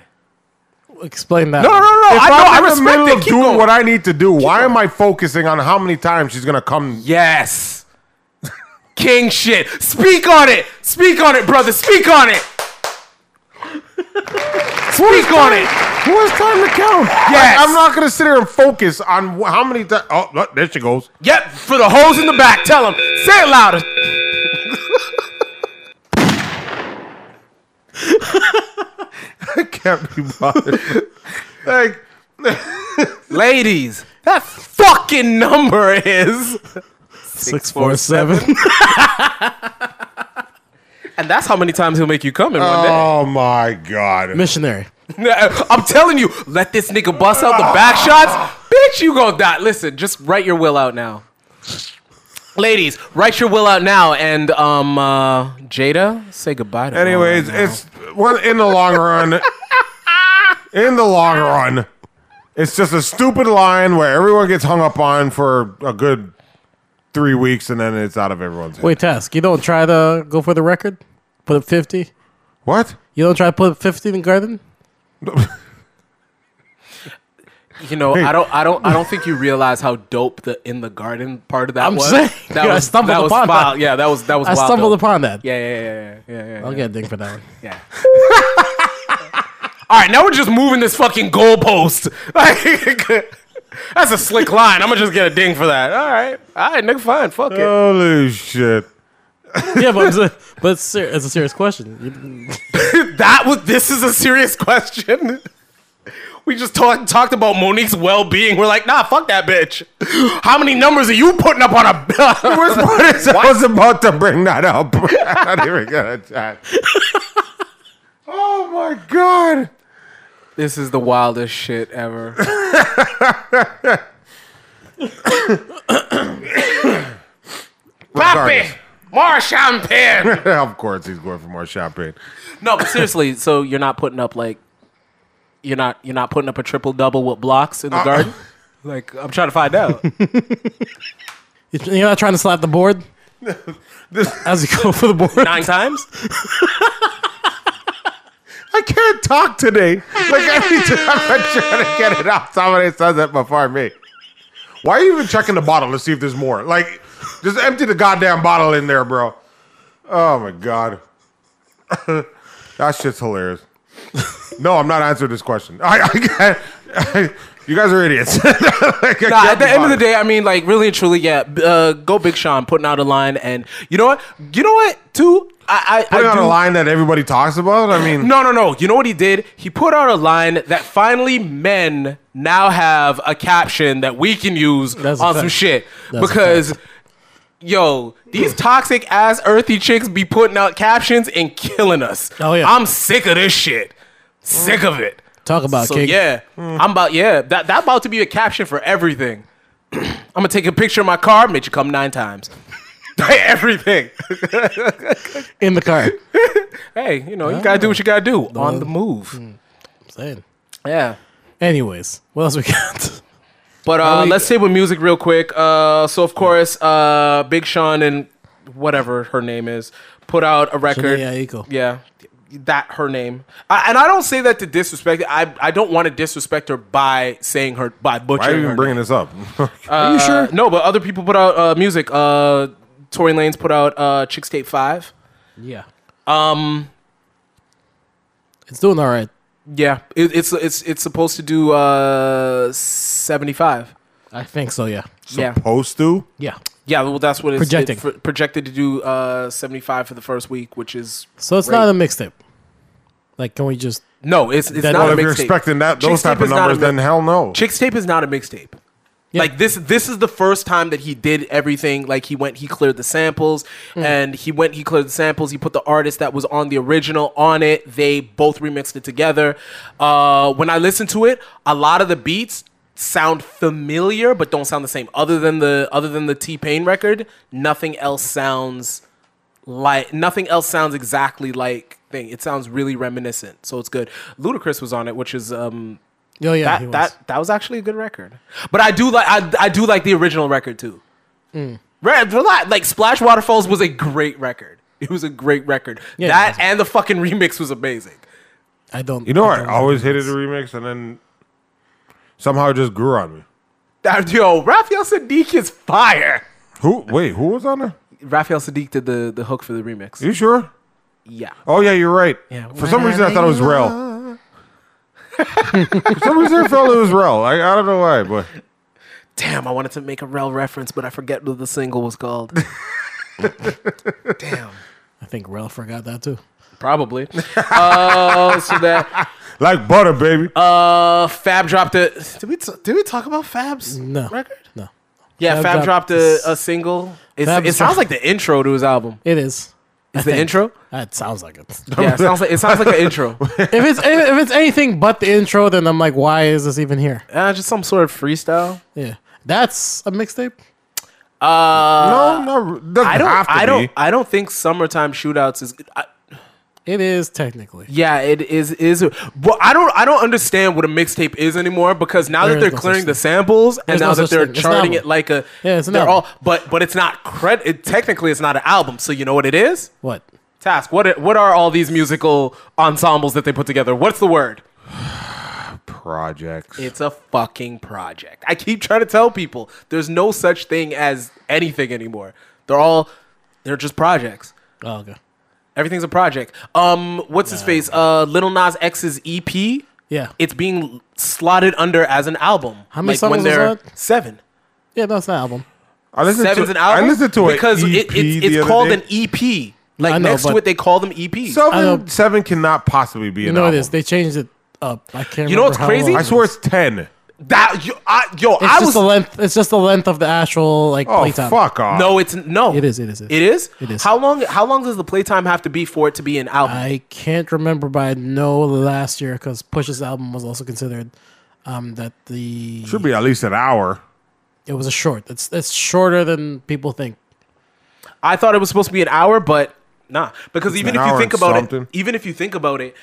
S3: explain that.
S2: No, no, no, no.
S1: If
S2: I know.
S1: am
S2: I
S1: in the
S2: respect
S1: middle
S2: it.
S1: of
S2: Keep
S1: doing
S2: going.
S1: what I need to do, why am I focusing on how many times she's gonna come?
S2: Yes. King shit. Speak on it. Speak on it, brother. Speak on it. Speak on it.
S1: Who has time to count?
S2: Yes.
S1: Like, I'm not gonna sit here and focus on wh- how many times. Oh, look, there she goes.
S2: Yep, for the hoes in the back. Tell them. Say it louder.
S1: I can't be bothered. like,
S2: Ladies, that fucking number is.
S3: Six four seven.
S2: And that's how many times he'll make you come in one day.
S1: oh my god.
S3: missionary.
S2: I'm telling you, let this nigga bust out the back shots. Bitch, you gonna die. Listen, just write your will out now. Ladies, write your will out now. And um, uh, Jada, say goodbye to
S1: Anyways,
S2: Lauren.
S1: it's well in the long run. in the long run, it's just a stupid line where everyone gets hung up on for a good three weeks, and then it's out of everyone's. Head.
S3: Wait, task. You don't try to go for the record. Put up fifty.
S1: What?
S3: You don't try to put up fifty in the garden.
S2: You know, I don't, I don't, I don't think you realize how dope the in the garden part of that
S3: I'm
S2: was.
S3: saying,
S2: that
S3: I
S2: was
S3: stumbled
S2: that was
S3: upon that.
S2: wild. Yeah, that was that was.
S3: I
S2: wild
S3: stumbled
S2: dope.
S3: upon that.
S2: Yeah, yeah, yeah, yeah, yeah, yeah.
S3: I'll get a ding for that one.
S2: Yeah.
S3: Uh,
S2: All right, now we're just moving this fucking goalpost. Like, that's a slick line. I'm gonna just get a ding for that. All right, all right, nigga, fine, fuck it.
S1: Holy shit.
S3: yeah, but, it's a, but it's, ser- it's a serious question. You-
S2: That was. This is a serious question. We just talked talked about Monique's well being. We're like, nah, fuck that bitch. How many numbers are you putting up on a?
S1: Which part is- I was about to bring that up. I didn't even get a chance. Oh my god.
S2: this is the wildest shit ever. Papi,
S1: Regardless.
S2: more champagne.
S1: of course, he's going for more champagne.
S2: No, but seriously, so you're not putting up like you're not you're not putting up a triple double with blocks in the garden? Like I'm trying to find out.
S3: You're not trying to slap the board as you go for the board.
S2: Nine times?
S1: I can't talk today. Like every time I'm trying to get it out, somebody says it before me. Why are you even checking the bottle to see if there's more? Like, just empty the goddamn bottle in there, bro. Oh my god. that shit's hilarious. No, I'm not answering this question. I, I, can't- you guys are idiots. Like, I
S2: Nah, at
S1: can't
S2: the
S1: be
S2: end of the
S1: bothered.
S2: day, I mean, like really and truly, yeah. b- Uh, go Big Sean putting out a line, and you know what? You know what? Too, I, I,
S1: putting
S2: I
S1: on
S2: do-
S1: a line that everybody talks about. I mean,
S2: No, no, no. You know what he did? He put out a line that finally men now have a caption that we can use
S3: That's a
S2: on
S3: fact.
S2: some shit.
S3: That's a
S2: because, yo, these toxic ass earthy chicks be putting out captions and killing us.
S3: Oh, yeah.
S2: I'm sick of this shit. Sick of it.
S3: Talk about
S2: So,
S3: King.
S2: yeah. I'm about, yeah. That, that about to be a caption for everything. I'm going to take a picture of my car, make you come nine times. everything.
S3: in the car.
S2: Hey, you know, you got to do what you got to do on the move.
S3: Saying.
S2: Mm. Yeah.
S3: Anyways, what else we got?
S2: But uh,
S3: we-
S2: let's stay with music real quick. Uh, so of course, uh, Big Sean and whatever her name is put out a record.
S3: Jhené Aiko.
S2: Yeah, that her name. I, and I don't say that to disrespect. I I don't want to disrespect her by saying her
S1: why
S2: by
S1: are you
S2: butchering her.
S1: even bringing this up?
S3: Are you sure?
S2: name. Uh, no, but other people put out uh, music. Uh, Tory Lanez put out uh, Chicks Tape Five.
S3: Yeah. Um, it's doing all right.
S2: Yeah, it, it's it's it's supposed to do uh, seventy five.
S3: I think so. Yeah.
S2: Yeah,
S1: Supposed to?
S3: Yeah.
S2: yeah. Well, that's what it's it
S3: Projecting.
S2: fr- projected to do uh, seventy five for the first week, which is
S3: So it's not a mixtape. Like, can we just?
S2: No, it's it's
S3: That-
S2: not
S3: Well,
S2: a
S1: if
S2: mixtape.
S1: you're expecting that
S2: Chick's
S1: those type
S2: Tape
S1: of
S2: is not
S1: numbers,
S2: a mi-
S1: then hell no.
S2: Chick's Tape is not a mixtape.
S3: Yeah.
S2: Like this this is the first time that he did everything. Like he went, he cleared the samples, and he went, he cleared the samples. He put the artist that was on the original on it. They both remixed it together. Uh, when I listen to it, a lot of the beats sound familiar, but don't sound the same. Other than the other than the T Pain record, nothing else sounds like nothing else sounds exactly like thing. It sounds really reminiscent, so it's good. Ludacris was on it, which is um
S3: Oh yeah. he
S2: that
S3: was.
S2: that that was actually a good record. But I do like I, I do like the original record too. Mm. Right, a lot- like Splash Waterfalls was a great record. It was a great record.
S3: Yeah, it
S2: that
S3: was.
S2: and the fucking remix was amazing.
S3: I don't.
S1: You know,
S3: I
S1: I
S3: don't
S1: always hated the remix, and then somehow it just grew on me.
S2: That, yo, Raphael Sadiq is fire.
S1: Who? Wait, who was on there?
S2: Raphael Sadiq did the, the hook for the remix.
S1: You sure?
S2: Yeah.
S1: Oh yeah, you're right.
S2: Yeah.
S1: For some reason, I thought it was Rel. For some reason, I felt it was Rel. I, I don't know why, but
S2: Damn, I wanted to make a Rel reference, but I forget what the single was called. Damn.
S3: I think Ralph forgot that too.
S2: Probably. Uh, so that
S1: like butter, baby.
S2: uh, Fab dropped a. Did we t- did we talk about Fab's
S3: No.
S2: record?
S3: No.
S2: Yeah,
S3: Fab
S2: Fab,
S3: dropped
S2: dropped a,
S3: this-
S2: a single. It's,
S3: Fab
S2: it sounds
S3: dropped-
S2: like the intro to his album.
S3: It is.
S2: Is the intro?
S3: That sounds like it.
S2: Yeah, it sounds like it sounds like an intro.
S3: if it's if it's anything but the intro, then I'm like, why is this even here?
S2: Uh, just some sort of freestyle.
S3: Yeah. That's a mixtape.
S1: no, no, doesn't
S2: I don't.
S1: have to
S2: I don't.
S1: be.
S2: I don't think summertime shootouts is. I,
S3: It is technically.
S2: yeah, it is. Is well, I don't. I don't understand what a mixtape is anymore because now
S3: There
S2: that
S3: is
S2: they're
S3: no such
S2: clearing the
S3: thing.
S2: samples and
S3: There's
S2: now
S3: no
S2: that
S3: such
S2: they're
S3: thing. It's an
S2: charting
S3: album.
S2: it like a.
S3: Yeah, it's an
S2: they're
S3: album.
S2: all. But but it's not credit. It, technically, it's not an album. So you know what it is?
S3: What?
S2: Task. What are- what are all these musical ensembles that they put together? What's the word?
S1: projects.
S2: It's a fucking project. I keep trying to tell people there's no such thing as anything anymore. They're all they're just projects.
S3: Oh, okay.
S2: Everything's a project. Um, what's his face? Uh, Little Nas X's EP.
S3: Yeah.
S2: it's being slotted under as an album.
S3: How many songs is that?
S2: Seven.
S3: Yeah, that's an album.
S1: I listened
S2: Seven's
S1: to,
S2: an album.
S1: I listened to E it
S2: because
S3: E
S2: it, it's, it's called an E EP. Like
S3: I know,
S2: next to
S3: but-
S2: it, they call them E EPs.
S3: I know.
S1: Seven, seven cannot possibly be
S3: Um, You
S1: an
S3: know
S1: album.
S3: it is. They changed it up. I can't.
S2: You know
S3: remember
S2: what's
S3: how
S2: crazy?
S3: long
S1: I
S3: it
S1: swear
S3: is.
S1: it's ten.
S2: that yo, I, yo,
S3: It's
S2: I
S3: just
S2: was
S3: the length. It's just the length of the actual like
S1: Oh
S3: playtime.
S1: fuck off!
S2: no, it's no,
S3: It is, it is, it is.
S2: it is,
S3: It is.
S2: How long? How long does the playtime have to be for it to be an album?
S3: I can't remember, but I know last year because Push's album was also considered um, that the
S1: should be at least an hour.
S3: it was a short. It's it's shorter than people think.
S2: I thought it was supposed to be an hour, but nah. Because even
S1: an
S2: if you
S1: hour
S2: think
S1: and
S2: about
S1: something.
S2: it, even if you think about it,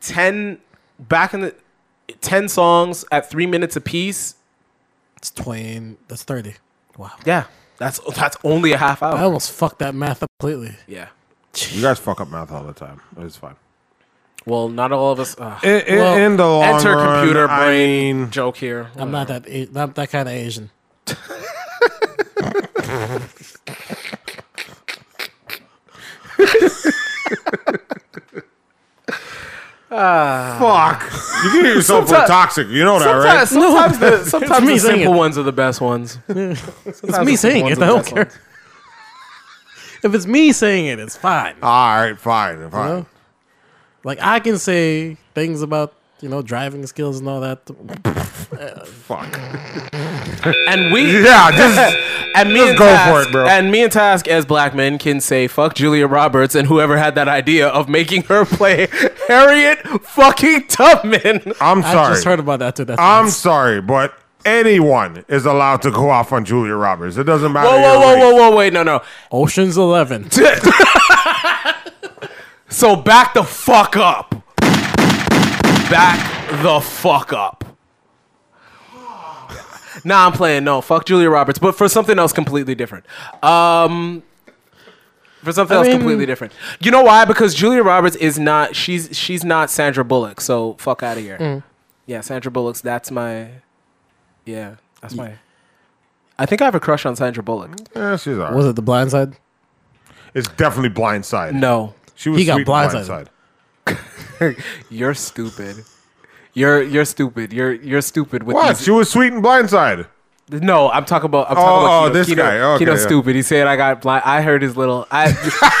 S2: ten back in the ten songs at three minutes apiece.
S3: It's twenty. That's thirty. Wow.
S2: Yeah, that's that's only a half
S3: I
S2: hour.
S3: almost fucked that math up completely.
S2: Yeah.
S1: You guys fuck up math all the time. It's fine.
S2: Well, not all of us. Uh,
S1: In, in,
S3: Well,
S1: in the long
S2: enter
S1: run,
S2: computer
S1: I
S2: brain
S1: mean,
S2: joke here.
S3: I'm not that A- not that kind of Asian.
S1: fuck. You get yourself for
S2: Sometimes-
S1: toxic. You know that, right?
S2: Sometimes, sometimes the, sometimes
S3: me
S2: the
S3: saying
S2: simple
S3: it.
S2: ones are the best ones.
S3: It's me saying it. I don't care. If it's me saying it, it's fine.
S1: All right, fine, fine.
S3: know? Like I can say things about you know driving skills and all that.
S1: Fuck.
S2: And we
S1: Yeah, just
S2: and me
S1: just
S2: and
S1: go
S2: Task,
S1: for it, bro.
S2: And me and Task as black men can say fuck Julia Roberts and whoever had that idea of making her play Harriet fucking Tubman.
S1: I'm
S3: I
S1: sorry.
S3: just heard about that too. That's
S1: I'm sorry, but anyone is allowed to go off on Julia Roberts. It doesn't matter.
S2: Whoa, whoa,
S1: your
S2: whoa,
S1: race.
S2: whoa, whoa, wait, no, no.
S3: Ocean's Eleven.
S2: So back the fuck up. Back the fuck up. Nah, I'm playing. No, fuck Julia Roberts, but for something else completely different. Um, for something else
S3: mean-
S2: completely different. You know why? Because Julia Roberts is not. She's she's not Sandra Bullock. So fuck out of here. Yeah, Sandra Bullock's. That's my. Yeah, that's my. I think I have a crush on Sandra Bullock.
S1: Yeah, Eh, she's all right.
S3: Was it The Blind Side?
S1: It's definitely blindsided.
S2: No,
S1: she was
S3: He got
S1: sweet
S3: blindsided.
S1: blindsided.
S2: You're stupid. You're you're stupid. You're you're stupid with
S1: What?
S2: these-
S1: She was sweet and blindsided.
S2: No, I'm talking about. I'm
S1: Oh,
S2: talking about
S1: oh,
S2: Kino.
S1: this
S2: Kino,
S1: guy. Okay,
S2: Kino's
S1: yeah.
S2: stupid. He said I got blind. I heard his little, I,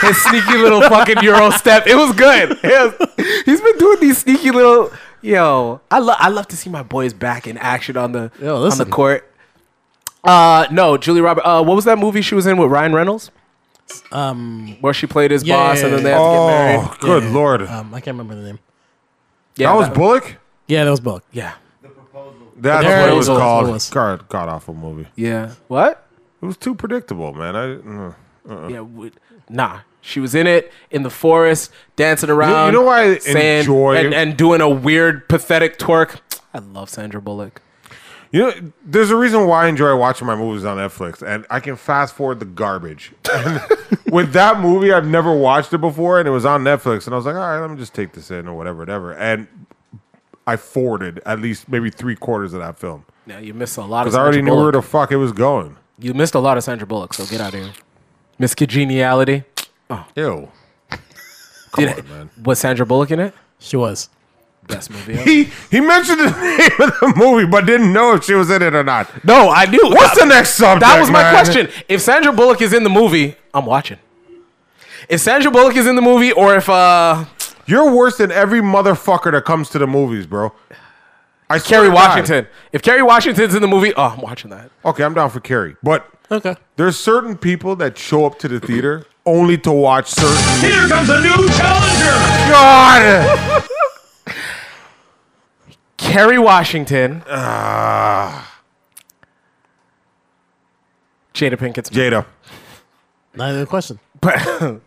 S2: his sneaky little fucking euro step. It was good. It was- he's been doing these sneaky little. Yo, I love. I love to see my boys back in action on the
S3: Yo,
S2: on the
S3: listen.
S2: court. Uh, no, Julie Robert. Uh, what was that movie she was in with Ryan Reynolds?
S3: Um,
S2: Where she played his
S3: Yeah,
S2: boss,
S3: yeah,
S2: and then they
S3: yeah.
S2: had to get married.
S1: Oh, good
S3: yeah.
S1: lord.
S3: um, I can't remember the name.
S2: Yeah,
S1: that was Bullock?
S3: Yeah, that was Bullock.
S2: yeah,
S1: That's
S3: There
S1: what
S3: it
S1: it was
S3: was.
S1: called.
S3: It was.
S1: God, god awful movie.
S2: yeah. What?
S1: It was too predictable, man. I mm.
S2: Yeah, w- nah. She was in it in the forest, dancing around.
S1: know why I
S2: saying-
S1: enjoy-
S2: and, and doing a weird, pathetic twerk. I love Sandra Bullock.
S1: You know, there's a reason why I enjoy watching my movies on Netflix, and I can fast forward the garbage. And with that movie, I've never watched it before, and it was on Netflix, and I was like, all right, let me just take this in or whatever, whatever. And I forwarded at least maybe three quarters of that film
S2: Now you missed a lot of.
S1: because I already
S2: Sandra
S1: knew where
S2: Bullock.
S1: the fuck it was going.
S2: You missed a lot of Sandra Bullock, so get out of here. Miss Congeniality.
S1: Ew.
S2: Did
S1: on,
S2: it-
S1: man.
S2: Was Sandra Bullock in it?
S3: She was.
S2: Best movie. ever.
S1: He he mentioned the name of the movie, but didn't know if she was in it or not.
S2: no, I knew.
S1: What's
S2: that,
S1: the next subject?
S2: That was my
S1: man?
S2: question. If Sandra Bullock is in the movie, I'm watching. If Sandra Bullock is in the movie, or if uh,
S1: You're worse than every motherfucker that comes to the movies, bro. I swear
S2: Kerry
S1: to God.
S2: Washington, if Kerry Washington's in the movie, oh, I'm watching that.
S1: Okay, I'm down for Carrie, but
S3: Okay.
S1: there's certain people that show up to the theater only to watch certain.
S5: Here comes a new challenger.
S1: God,
S2: Kerry Washington. Ah. Jada Pinkett. Smith.
S1: Jada,
S3: Not even a question.
S1: go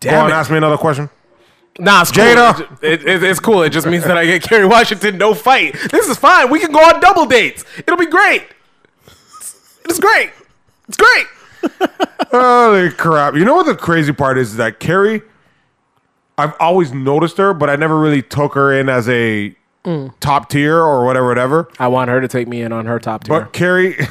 S2: Damn
S1: on,
S2: it.
S1: ask me another question.
S2: Nah, it's cool.
S1: Jada.
S2: It- it- it's cool. It just means that I get Kerry Washington no fight. This is fine. We can go on double dates. It'll be great. It's great. It's great.
S1: Holy crap! You know what the crazy part is? Is that Carrie? I've always noticed her, but I never really took her in as a top tier or whatever, whatever.
S2: I want her to take me in on her top tier.
S1: But Carrie,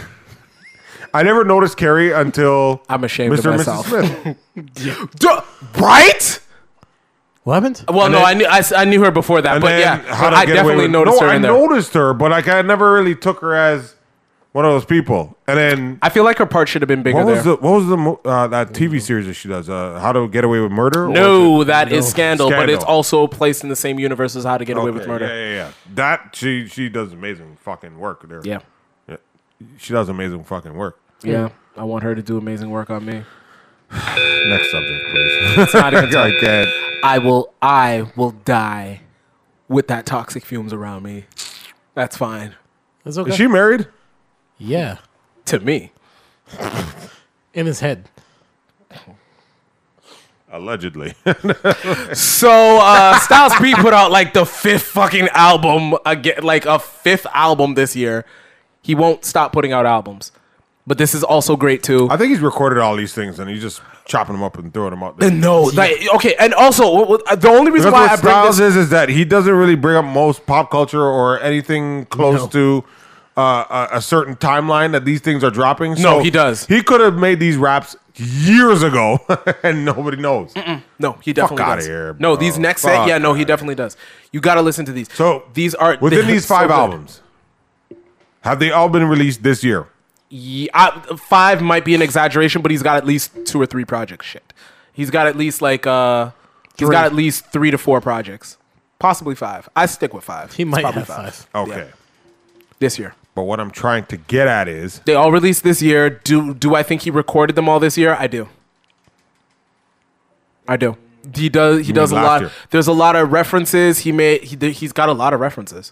S1: I never noticed Carrie until
S2: I'm ashamed of
S1: Mr. and
S2: myself.
S1: Mrs. Smith.
S2: Duh, right?
S3: What happened?
S2: Uh, Well, no, I knew I, s- I knew her before that,
S1: And
S2: but
S1: then
S2: yeah,
S1: How
S2: but
S1: to
S2: I
S1: Get Away
S2: definitely
S1: with-
S2: noticed
S1: no,
S2: her in
S1: I
S2: there.
S1: noticed her, but like I never really took her as one of those people. And then
S2: I feel like her part should have been bigger.
S1: what was
S2: there.
S1: the what was the mo- uh, that TV series that she does? Uh, How to Get Away with Murder? or
S2: no,
S1: was it-
S2: that is scandal, but it's
S1: Scandal.
S2: also placed in the same universe as How to Get Away with
S1: Okay,
S2: Murder.
S1: Yeah, yeah, yeah. That she she does amazing fucking work there.
S2: Yeah.
S1: she does amazing fucking work.
S2: Yeah. I want her to do amazing work on me.
S1: Next subject, please.
S2: It's not even
S1: I
S2: time.
S1: can't.
S2: I will I will die with that toxic fumes around me. That's fine.
S3: It's okay.
S1: Is she married?
S3: yeah,
S2: To me.
S3: in his head.
S1: Allegedly.
S2: So uh Styles P put out like the fifth fucking album again like a fifth album this year. He won't stop putting out albums. But this is also great too.
S1: I think he's recorded all these things and he's just chopping them up and throwing them out there.
S2: And no, like, okay, and also w- w- the only reason
S1: Because
S2: why I
S1: what
S2: bring
S1: Styles
S2: this
S1: is is that he doesn't really bring up most pop culture or anything close
S3: No.
S1: to uh, a, a certain timeline that these things are dropping.
S2: No, he does.
S1: He could have made these raps years ago, and nobody knows.
S2: No, he definitely
S1: outta
S2: does.
S1: here, bro.
S2: no, these next
S1: Fuck
S2: set, yeah, no, he
S1: outta
S2: definitely does. You got to listen to these.
S1: So
S2: these are
S1: within
S2: they're
S1: these
S2: so
S1: five
S2: good.
S1: albums. Have they all been released this year?
S2: Ye- I- five might be an exaggeration, but he's got at least two or three projects. Shit, he's got at least like uh, he he's
S3: Three.
S2: got at least three to four projects, possibly five. I stick with five.
S3: He
S2: It's
S3: might
S2: probably
S3: have five.
S1: Okay.
S2: Yeah. this year.
S1: But what I'm trying to get at is
S2: They all released this year. Do do I think he recorded them all this year? I do. I do. He does. He does a
S1: last
S2: lot.
S1: year?
S2: There's a lot of references. He made. He, he's got a lot of references.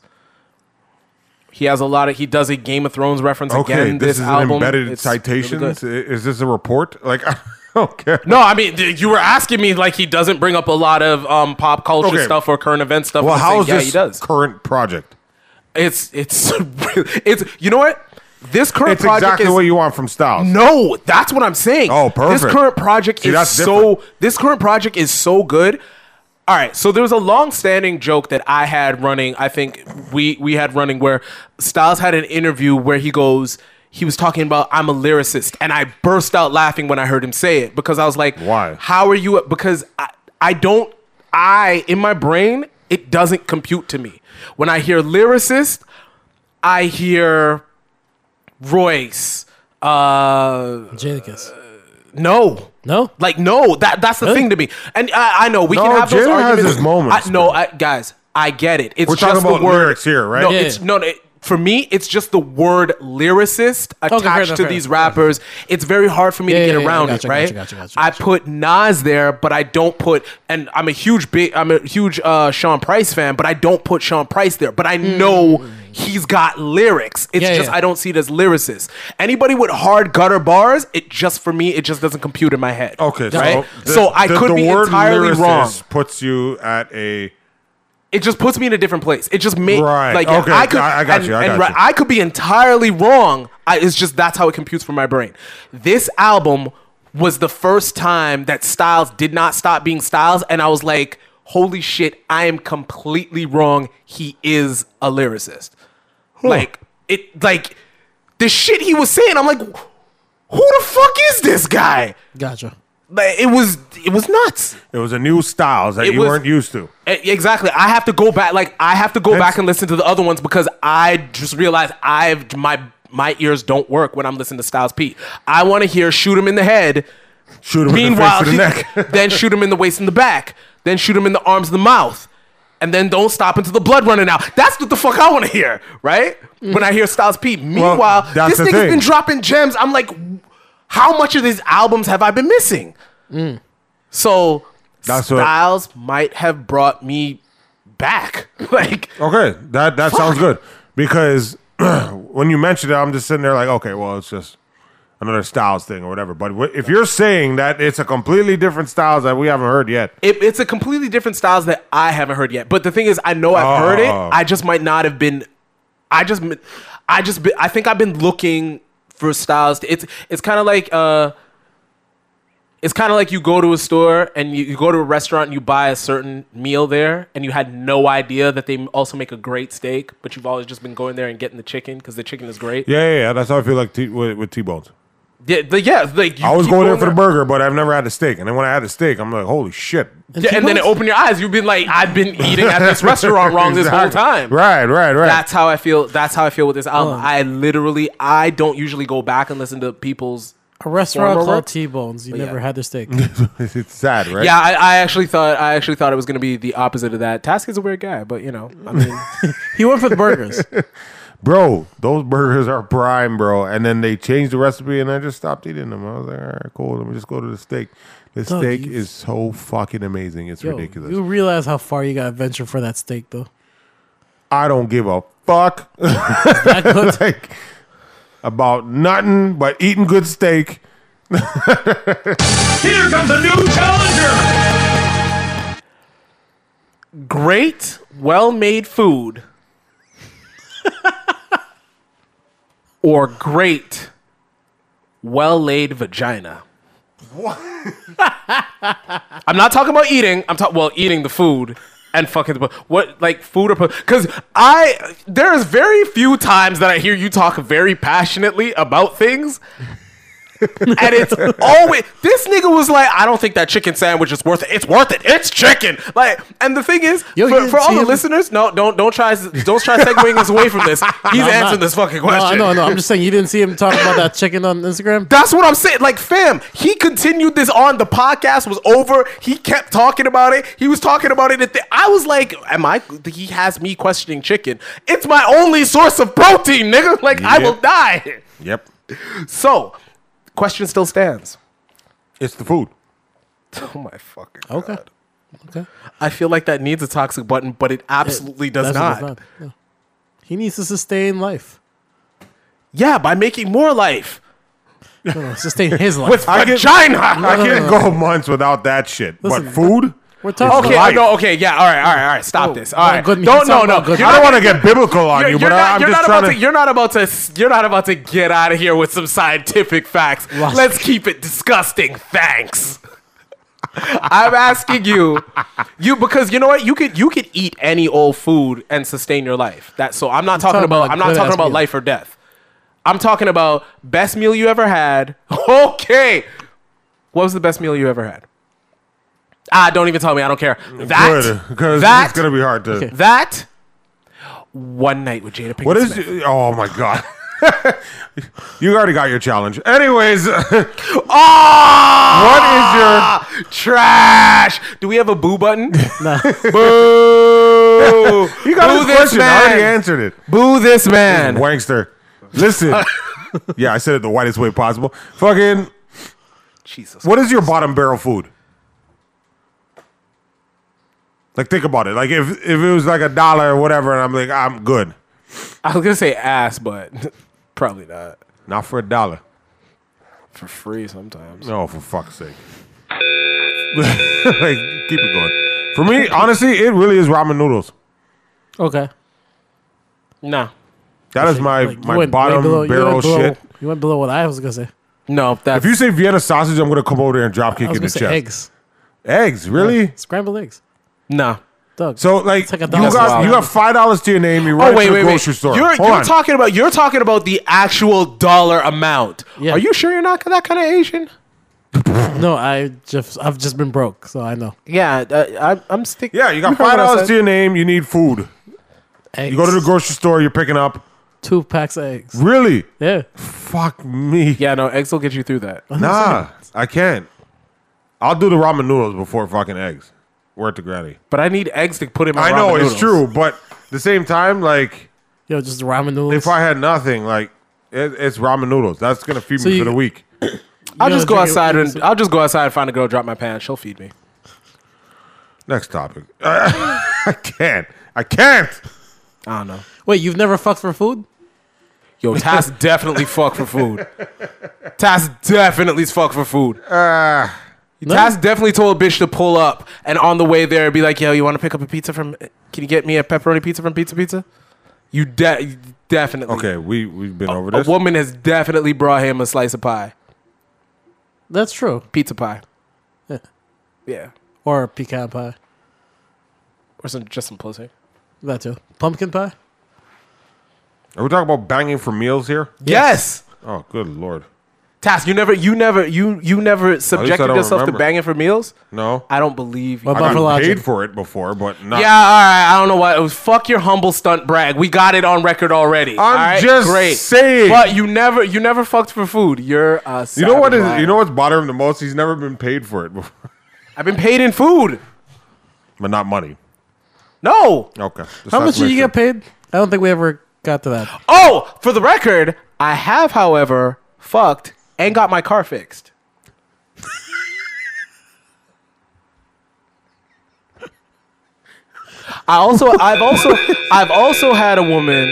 S2: He has a lot of. He does a Game of Thrones reference again.
S1: this,
S2: This,
S1: is
S2: album.
S1: an embedded
S2: It's really
S1: citations.
S2: good.
S1: I- is this a report? Like, I don't care.
S2: No, I mean th- you were asking me like he doesn't bring up a lot of um, pop culture
S1: Okay.
S2: stuff or current event stuff.
S1: Well,
S2: I'm
S1: how
S2: saying,
S1: is
S2: yeah,
S1: this
S2: he does.
S1: current project?
S2: it's it's it's you know what this current
S1: It's
S2: project
S1: exactly
S2: is
S1: what you want from Styles.
S2: No, that's what I'm saying.
S1: Oh, perfect.
S2: This current project
S1: See,
S2: is
S1: that's
S2: so this current project is so good. All right, so there was a long-standing joke that I had running. I think we we had running where Styles had an interview where he goes he was talking about I'm a lyricist and I burst out laughing when I heard him say it because I was like
S1: Why?
S2: How are you because I I don't I in my brain it doesn't compute to me. When I hear lyricist, I hear Royce uh
S3: Jadakiss.
S2: no.
S3: No,
S2: Like no, that that's the
S3: Really?
S2: thing to me. And I, I know we can
S1: No,
S2: have those
S1: Jada has
S2: arguments.
S1: his moments,
S2: I, no,
S1: bro.
S2: I, guys, I get it. It's
S1: We're
S2: just
S1: talking about
S2: the word.
S1: lyrics here, right?
S2: No,
S1: Yeah.
S2: it's no. It, for me, it's just the word lyricist attached
S3: fair enough,
S2: to
S3: fair
S2: these
S3: enough, fair
S2: rappers. It's very hard for me
S3: Yeah,
S2: to get
S3: yeah, yeah,
S2: around
S3: gotcha,
S2: it, right?
S3: gotcha, gotcha, gotcha,
S2: I
S3: gotcha.
S2: put Nas there, but I don't put. And I'm a huge big. I'm a huge uh, Sean Price fan, but I don't put Sean Price there. But I know he's got lyrics. It's
S3: Hmm. Yeah,
S2: just
S3: yeah.
S2: I don't see it as lyricist. Anybody with hard gutter bars, it just for me, it just doesn't compute in my head.
S1: Okay, so,
S2: Right?
S1: the-
S2: So I
S1: the-
S2: could
S1: the
S2: be
S1: word
S2: entirely
S1: lyricist
S2: wrong.
S1: Puts you at a
S2: It just puts me in a different place. It just makes
S1: Right.
S2: like
S1: Okay.
S2: I could
S1: I- I got
S2: and,
S1: you. I
S2: and
S1: got
S2: right-
S1: you.
S2: I could be entirely wrong. I, it's just that's how it computes for my brain. This album was the first time that Styles did not stop being Styles, and I was like, "Holy shit! I am completely wrong. He is a lyricist." Like it, like the shit he was saying. I'm like, "Who the fuck is this guy?"
S3: gotcha.
S2: Like it was, it was nuts.
S1: it was a new Styles that
S2: It
S1: you
S2: was-
S1: weren't used to.
S2: E- Exactly. I have to go back. Like I have to go
S1: That's-
S2: back and listen to the other ones because I just realized I've my my ears don't work when I'm listening to Styles P. I want to hear shoot him in the head.
S1: Shoot him
S2: Meanwhile,
S1: in the face
S2: he-
S1: to the neck.
S2: then shoot him in the waist and the back. Then shoot him in the arms and the mouth. And then don't stop until the blood running out. That's what the fuck I want to hear, right? When I hear Styles P. Meanwhile,
S1: Mm. that's
S2: this
S1: the
S2: nigga's
S1: thing.
S2: been dropping gems. I'm like, how much of these albums have I been missing? So
S1: Mm. That's what-
S2: Styles might have brought me back. like,
S1: okay, that that sounds good because when you mentioned it, I'm just sitting there like, okay, well, it's just another Styles thing or whatever. But wh- if you're saying that it's a completely different Styles that we haven't heard yet,
S2: It, it's a completely different styles that I haven't heard yet. But the thing is, I know I've heard it.
S1: Oh.
S2: I just might not have been. I just, mi- I just, be, I think I've been looking for styles. To, it's it's kind of like uh, it's kind of like you go to a store and you, you go to a restaurant and you buy a certain meal there and you had no idea that they also make a great steak, but you've always just been going there and getting the chicken because the chicken is great.
S1: Yeah, yeah, yeah. That's how I feel like t- with, with T-bones.
S2: Yeah, the, yeah like you
S1: I was
S2: keep
S1: going there for the burger, but I've never had a steak. And then when I had a steak, I'm like, holy shit.
S2: Yeah, and then it opened your eyes. You've been like, I've been eating at this restaurant wrong this whole
S1: Exactly.
S2: time.
S1: Right, right, right.
S2: That's how I feel. That's how I feel with this album. I literally, I don't usually go back and listen to people's.
S3: A restaurant
S2: Former
S3: called
S2: work?
S3: T Bones. You never
S2: yeah.
S3: had the steak.
S1: it's sad, right?
S2: Yeah, I, I actually thought I actually thought it was gonna be the opposite of that. Task is a weird guy, but you know, I mean,
S3: he went for the burgers.
S1: Bro, those burgers are prime, bro. And then they changed the recipe and I just stopped eating them. I was like, all right, cool. Let me just go to the steak. The
S3: Doug,
S1: steak
S3: you-
S1: is so fucking amazing. It's
S3: Yo,
S1: ridiculous.
S3: You realize how far you got to venture for that steak, though.
S1: I don't give a fuck
S3: That good.
S1: like, about nothing but eating good steak.
S5: Here comes a new challenger.
S2: great, well-made food, or great, well-laid vagina. What? I'm not talking about eating. I'm talking well, eating the food and fucking the what like food or because I there is very few times that I hear you talk very passionately about things. and it's always this nigga was like, I don't think that chicken sandwich is worth it. It's worth it. It's chicken. Like, and the thing is,
S3: Yo, you
S2: for,
S3: didn't
S2: for all
S3: see
S2: the
S3: him-
S2: listeners, no, don't don't try don't try segueing us away from this. He's
S3: I'm
S2: answering
S3: not.
S2: this fucking
S3: No, I
S2: question.
S3: know, no. I'm just saying you didn't see him talking about that chicken on Instagram.
S2: That's what I'm saying. Like, fam, he continued this on. The podcast was over. He kept talking about it. He was talking about it. At the, I was like, am I? He has me questioning chicken. It's my only source of protein, nigga. Like, I
S1: Yep.
S2: will die.
S1: Yep.
S2: So, question still stands.
S1: It's the food.
S2: Oh my fucking God.
S3: Okay. Okay.
S2: I feel like that needs a toxic button, but it absolutely does
S3: That's
S2: not.
S3: what it's No. He needs to sustain life.
S2: Yeah, by making more life
S3: No, no, sustain his life.
S2: with
S1: I get-
S2: vagina.
S1: I
S3: no,
S1: can't
S3: no.
S1: go months without that shit.
S3: Listen.
S1: but food?
S3: We're talking
S2: Okay,
S1: Life.
S2: no, okay, yeah, all right, all right, all right. Stop
S3: Oh,
S2: this. All
S3: oh,
S2: right,
S3: goodness,
S2: don't,
S3: it's
S2: no,
S3: all
S2: no.
S3: about goodness.
S2: You're
S1: I don't
S2: not-
S1: want to get biblical on
S2: You're,
S1: you,
S2: you're
S1: but I,
S2: not,
S1: I'm
S2: you're
S1: just
S2: not
S1: trying
S2: about
S1: to.
S2: to, you're not about to s- you're not about to get out of here with some scientific facts.
S3: Lost.
S2: Let's keep it disgusting. Thanks. I'm asking you, you because you know what you could you could eat any old food and sustain your life. That so I'm not talking
S3: talking
S2: about
S3: about
S2: I'm not
S3: good-ass
S2: talking about
S3: meal.
S2: life or death. I'm talking about best meal you ever had. Okay, what was the best meal you ever had? Ah, don't even tell me. I don't care. That
S1: because
S2: that
S1: it's gonna be hard to.
S2: that one night with Jada Pinkett.
S1: What is?
S2: Smith.
S1: Oh my god! you already got your challenge. Anyways,
S2: Ah! Oh! What is your trash? Do we have a boo button? No. Boo!
S1: you got
S2: boo
S1: this question. I already answered it.
S2: Boo this man.
S1: Wankster, listen. yeah, I said it the whitest way possible. Fucking.
S2: Jesus.
S1: What is your bottom barrel food? Like, think about it. Like, if if it was like a dollar or whatever, and I'm like, I'm good.
S2: I was gonna say ass, but probably not.
S1: Not for a dollar.
S2: For free sometimes.
S1: Oh, for fuck's sake. like, keep it going. For me, honestly, it really is ramen noodles.
S3: Okay.
S2: No.
S1: That is my,
S3: Like, you
S1: my
S3: went way
S1: bottom
S3: below- you
S1: barrel
S3: went below-
S1: shit.
S3: You went below what I was gonna say.
S2: No, that's
S1: If you say Vienna sausage, I'm gonna come over there and drop
S3: I
S1: kick
S3: was
S1: in the
S3: gonna say
S1: chest.
S3: eggs,
S1: Eggs, really?
S3: scrambled eggs.
S2: no.
S3: Doug.
S1: So like,
S3: like a
S1: you
S3: dollar
S1: got
S3: store.
S1: you got five dollars to your name. You run
S2: Oh wait,
S1: to the
S2: wait, wait.
S1: grocery store.
S2: You're,
S1: Hold
S2: you're
S1: on.
S2: talking about you're talking about the actual dollar amount.
S3: Yeah.
S2: Are you sure you're not that kind of Asian?
S3: No, I just I've just been broke, so I know.
S2: Yeah, uh, I, I'm sticking.
S1: Yeah, you got five dollars to your name. You need food.
S3: Eggs.
S1: You go to the grocery store. You're picking up.
S3: two packs of eggs.
S1: Really?
S3: Yeah.
S1: Fuck me.
S2: Yeah, no, eggs will get you through that.
S1: Nah, I can't. I'll do the ramen noodles before fucking eggs. Word to granny.
S2: But I need eggs to put in my.
S1: I know
S2: ramen
S1: it's
S2: noodles.
S1: true, but at the same time, like
S3: Yo, just ramen noodles.
S1: if I had nothing, like it, it's ramen noodles. That's gonna feed
S3: So
S1: me
S3: you-
S1: for the week.
S2: I'll
S3: You
S2: just go
S3: gotta drink
S2: outside
S3: it-
S2: and I'll just go outside and find a girl, drop my pants. She'll feed me.
S1: Next topic. I can't. I can't.
S2: I don't know.
S3: Wait, you've never fucked for food?
S2: Yo, Tass definitely fuck for food. Tass definitely fuck for food.
S1: Ah.
S2: Tass definitely told a bitch to pull up and on the way there be like, yo, you want to pick up a pizza from? Can you get me a pepperoni pizza from Pizza Pizza? You de- you definitely.
S1: okay, we we've been over
S2: A
S1: this.
S2: woman has definitely brought him a slice of pie,
S3: That's true.
S2: pizza pie. Yeah.
S3: or pecan pie.
S2: Or some just some pussy.
S3: That too. Pumpkin pie.
S1: Are we talking about banging for meals here?
S2: Yes.
S1: Oh, good lord.
S2: Task, you never you never you you never subjected
S1: don't
S2: yourself
S1: remember.
S2: to banging for meals?
S1: No.
S2: I don't believe you.
S3: What
S1: I
S3: Buffalo
S1: got
S3: Logic.
S1: paid for it before, but not.
S2: Yeah, all right. I don't know why. It was fuck your humble stunt brag. We got it on record already. all right?
S1: just
S2: Great.
S1: saying.
S2: But you never, you never fucked for food. You're a.
S1: You know what
S2: savage
S1: is?
S2: liar.
S1: You know what's bothering him the most? He's never been paid for it before,
S2: I've been paid in food.
S1: but not money.
S2: No.
S1: Okay. Just
S3: How
S1: have
S3: much
S1: to
S3: did
S1: make
S3: you
S1: sure.
S3: get paid? I don't think we ever got to that.
S2: Oh, for the record, I have, however, fucked and got my car fixed. I also, I've also, I've also had a woman,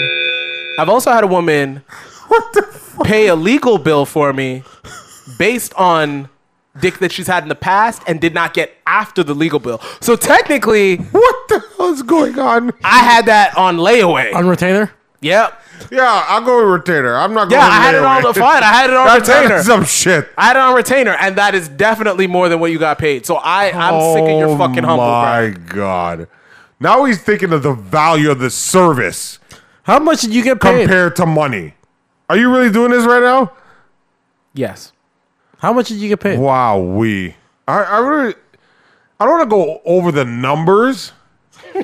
S2: I've also had a woman pay a legal bill for me based on dick that she's had in the past and did not get after the legal bill. So technically,
S1: What the hell is going on?
S2: I had that on layaway.
S3: On retainer?
S2: yep.
S1: Yeah, I'll go with retainer. I'm not going.
S2: Yeah, I had it on the fine. I had it on retainer.
S1: That's some shit.
S2: I had it on retainer, and that is definitely more than what you got paid. So I, I'm sick of your fucking humble
S1: Oh
S2: brag.
S1: my god! Now he's thinking of the value of the service
S3: How much did you get paid?
S1: compared to money. Are you really doing this right now?
S2: Yes.
S3: How much did you get paid?
S1: Wow, we. I I really. I don't want to go over the numbers.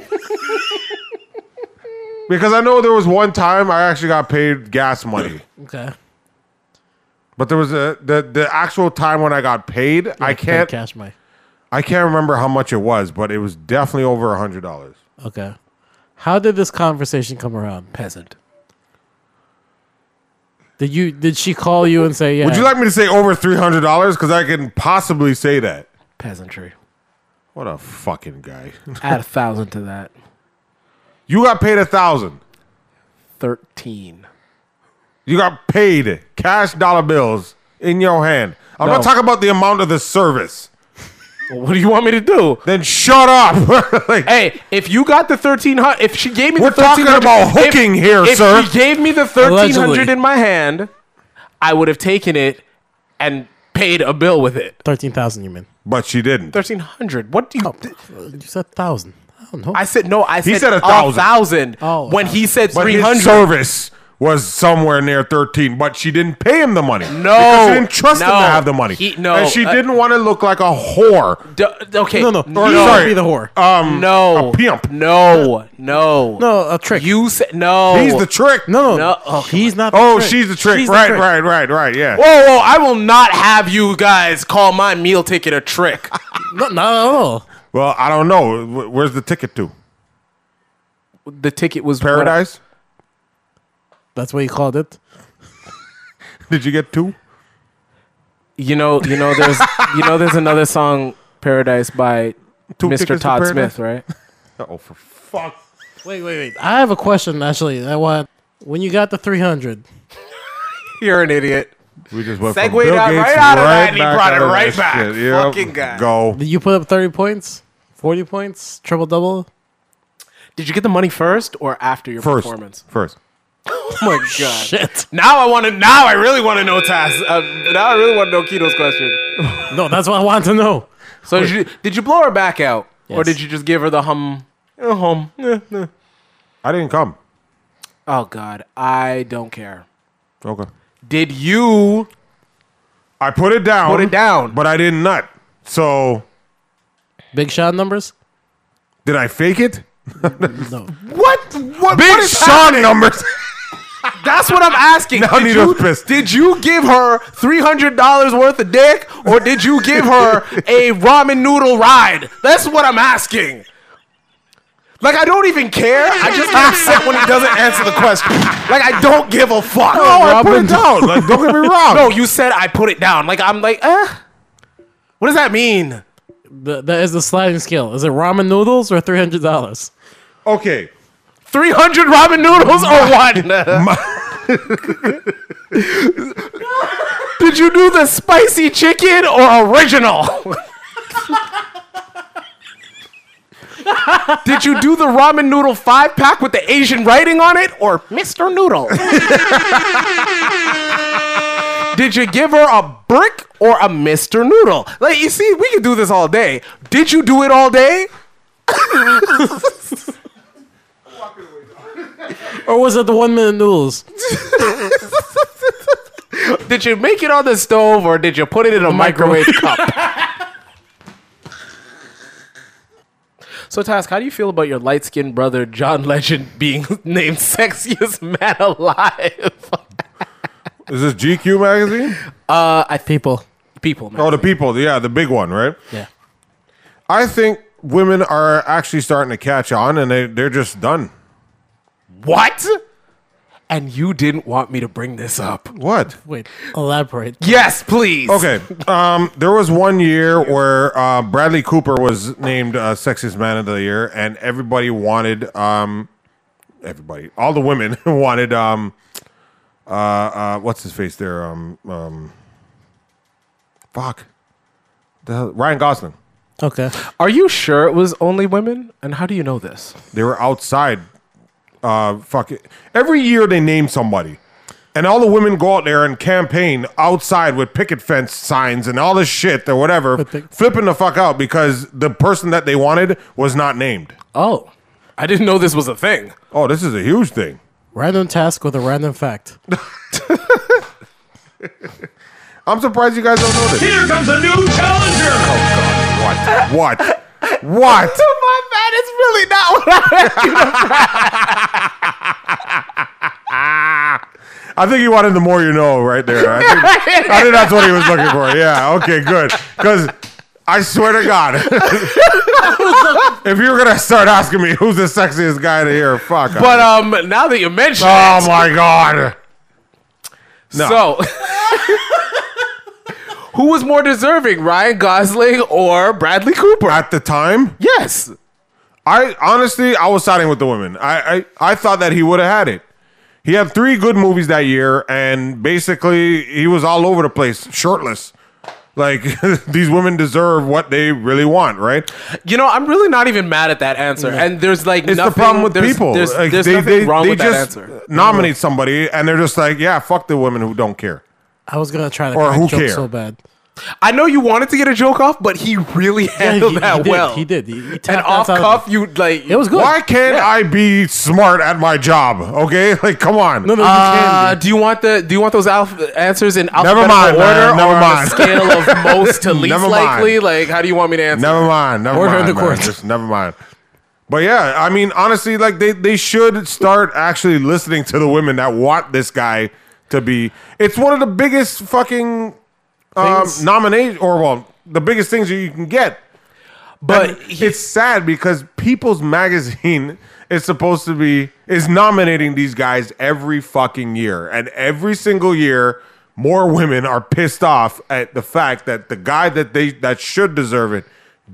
S1: Because I know there was one time I actually got paid gas money,
S3: Okay.
S1: but there was a the, the actual time when I got paid. I can't
S3: cash money.
S1: I can't remember how much it was, but it was definitely over a hundred dollars.
S3: Okay. How did this conversation come around?
S2: Peasant.
S3: Did you did she call you and say, "Yeah"?
S1: Would you like me to say over three hundred dollars? Because I can possibly say that.
S2: Peasantry.
S1: What a fucking guy!
S2: Add a thousand to that.
S1: You got paid a thousand.
S2: Thirteen.
S1: You got paid cash dollar bills in your hand. I'm
S2: No.
S1: not talking about the amount of the service.
S2: Well, what do you want me to do?
S1: Then shut up. like,
S2: Hey, if you got the thirteen hundred, if she gave me
S1: We're
S2: the
S1: talking
S2: thirteen hundred,
S1: about hooking
S2: if,
S1: here,
S2: if
S1: sir.
S2: she gave me the thirteen hundred
S3: Allegedly.
S2: in my hand, I would have taken it and paid a bill with it.
S3: thirteen thousand? You mean? Oh,
S1: but she didn't.
S2: Thirteen hundred. What do you?
S3: You said thousand. I don't know.
S2: I said no. I said,
S1: said a
S2: a
S1: thousand.
S2: thousand.
S3: Oh, a
S2: when he said
S1: But
S2: three
S1: his
S2: hundred.
S1: service was somewhere near thirteen. But she didn't pay him the money. No, she didn't trust him
S2: no.
S1: to have the money.
S2: He- no,
S1: and she
S2: uh,
S1: didn't want to look like a whore.
S2: D- okay.
S3: no, no.
S1: Or,
S3: You
S1: sorry,
S3: would be the whore.
S1: Um,
S2: No.
S1: a pimp.
S2: No. No.
S3: no, a trick.
S2: You said no.
S1: He's the trick.
S2: Oh.
S3: no, no.
S2: No, oh, come
S3: he's not. The
S1: Oh,
S3: trick.
S1: she's the trick. right, right, right, right. Yeah.
S2: Whoa, whoa! I will not have you guys call my meal ticket a trick.
S3: No, no, no.
S1: Well, I don't know. Wh- Where's the ticket to
S2: the ticket was
S1: paradise?
S3: That's what you called it.
S1: Did you get two?
S2: You know. You know. There's. you know. There's another song, Paradise, by
S1: Two
S2: Mr.
S1: tickets to
S2: Todd
S1: paradise?
S2: Smith, right?
S1: Oh, for fuck!
S3: Wait, wait, wait. I have a question actually. I want when you got the three hundred.
S2: You're an idiot.
S1: We just went
S2: Segued out- right out of that and he
S1: back
S2: brought it
S1: out of
S2: right
S1: that
S2: back.
S1: shit. Yep.
S2: Fucking guy.
S1: Go.
S3: Did you put up thirty points, forty points, triple double?
S2: Did you get the money first or after your
S1: First.
S2: performance?
S1: First.
S2: Oh my god.
S3: Shit.
S2: Now I want to. Now I really want to know Taz. Uh, now I really want to know Keto's question.
S3: No, that's what I want to know.
S2: So did you, did you blow her back out, or
S3: Yes.
S2: did you just give her the hum? Uh, hum. Eh, eh.
S1: I didn't come.
S2: Oh God, I don't care.
S1: Okay.
S2: Did you?
S1: I put it down.
S2: Put it down.
S1: But I didn't nut. So
S3: Big shot numbers.
S1: did I fake it?
S3: No.
S2: What? What?
S1: Big
S2: what is
S1: Sean numbers.
S2: hap- That's what I'm asking.
S1: Now
S2: did,
S1: Nito's
S2: you,
S1: pissed.
S2: did you give her three hundred dollars worth of dick, or did you give her a ramen noodle ride? That's what I'm asking. Like I don't even care. I just get upset when he doesn't answer the question. Like I don't give a fuck.
S1: no, Oh, I put it down. Like, don't get me wrong.
S2: No, you said I put it down. Like I'm like, eh. What does that mean?
S3: The, that is the sliding scale. Is it ramen noodles or three hundred dollars?
S1: Okay.
S2: Three hundred ramen noodles or one? Did you do the spicy chicken or original? Did you do the ramen noodle five pack with the Asian writing on it or Mr. Noodle? Did you give her a brick or a Mr. Noodle? Like, you see, we could do this all day. Did you do it all day?
S3: Or was it the one minute noodles?
S2: Did you make it on the stove or did you put it in a microwave cup? So, Task, how do you feel about your light skinned brother, John Legend, being named sexiest man alive?
S1: Is this GQ magazine?
S3: I people.
S2: Uh, People, man.
S1: Oh, the people. Yeah, the big one, right?
S3: Yeah.
S1: I think women are actually starting to catch on, and they they're just done.
S2: What? And you didn't want me to bring this up.
S1: What?
S3: Wait, elaborate.
S2: Yes, please.
S1: Okay. Um, there was one year where uh, Bradley Cooper was named uh, sexiest man of the year, and everybody wanted um, everybody, all the women wanted um, uh, uh, what's his face there? Um, um, fuck, the hell- Ryan Gosling.
S3: Okay.
S2: Are you sure it was only women? And how do you know this?
S1: They were outside. Uh, fuck it. Every year they name somebody, and all the women go out there and campaign outside with picket fence signs and all this shit or whatever,
S3: pick-
S1: flipping the fuck out because the person that they wanted was not named.
S2: Oh, I didn't know this was a thing.
S1: Oh, this is a huge thing.
S3: Random task with a random fact.
S1: I'm surprised you guys don't know this.
S5: Here comes a new challenger.
S1: What? What? What?
S2: My bad. It's really not what I.
S1: I think he wanted the more you know right there. I think, I think that's what he was looking for. Yeah. Okay. Good. Because I swear to God, if you were gonna start asking me who's the sexiest guy to hear, fuck. I-
S2: But um, now that you mention
S1: oh
S2: it,
S1: my God. No.
S2: so who was more deserving, Ryan Gosling or Bradley Cooper?
S1: At the time,
S2: yes.
S1: I honestly I was siding with the women. I I, I thought that he would have had it. He had three good movies that year, and basically he was all over the place, shirtless. Like these women deserve what they really want, right?
S2: You know, I'm really not even mad at that answer. And there's like
S1: It's
S2: nothing,
S1: the problem with
S2: there's,
S1: people.
S2: There's,
S1: Like,
S2: there's
S1: they,
S2: nothing
S1: they-
S2: wrong
S1: they
S2: with that
S1: just
S2: answer.
S1: nominate somebody and they're just like, yeah, fuck the women who don't care.
S3: I was gonna try to
S1: Or
S3: crack
S1: who
S3: joke
S1: care?
S3: so bad.
S2: I know you wanted to get a joke off, but he really handled
S3: he,
S2: that
S3: he did,
S2: well.
S3: He did. He, he
S2: And
S3: tapped
S2: off
S3: outside of
S2: cuff, you like
S3: It was good.
S1: Why can't
S2: Yeah.
S1: I be smart at my job? Okay, like come on.
S3: No, no, you
S2: Uh,
S3: can.
S2: do you want the do you want those alph- answers in alphabetical
S1: mind,
S2: order
S1: man. Never
S2: or on
S1: mind.
S2: a scale of most to least
S1: Never mind.
S2: likely? Like, how do you want me to answer?
S1: Never mind. Never
S3: Order
S1: mind.
S3: in the
S1: man.
S3: court.
S1: Just never mind. But yeah, I mean, honestly, like they, they should start actually listening to the women that want this guy to be. It's one of the biggest fucking um,
S2: Things?
S1: nomination or well, the biggest things that you can get.
S2: But
S1: And it's sad because People's Magazine is supposed to be is nominating these guys every fucking year, and every single year, more women are pissed off at the fact that the guy that they that should deserve it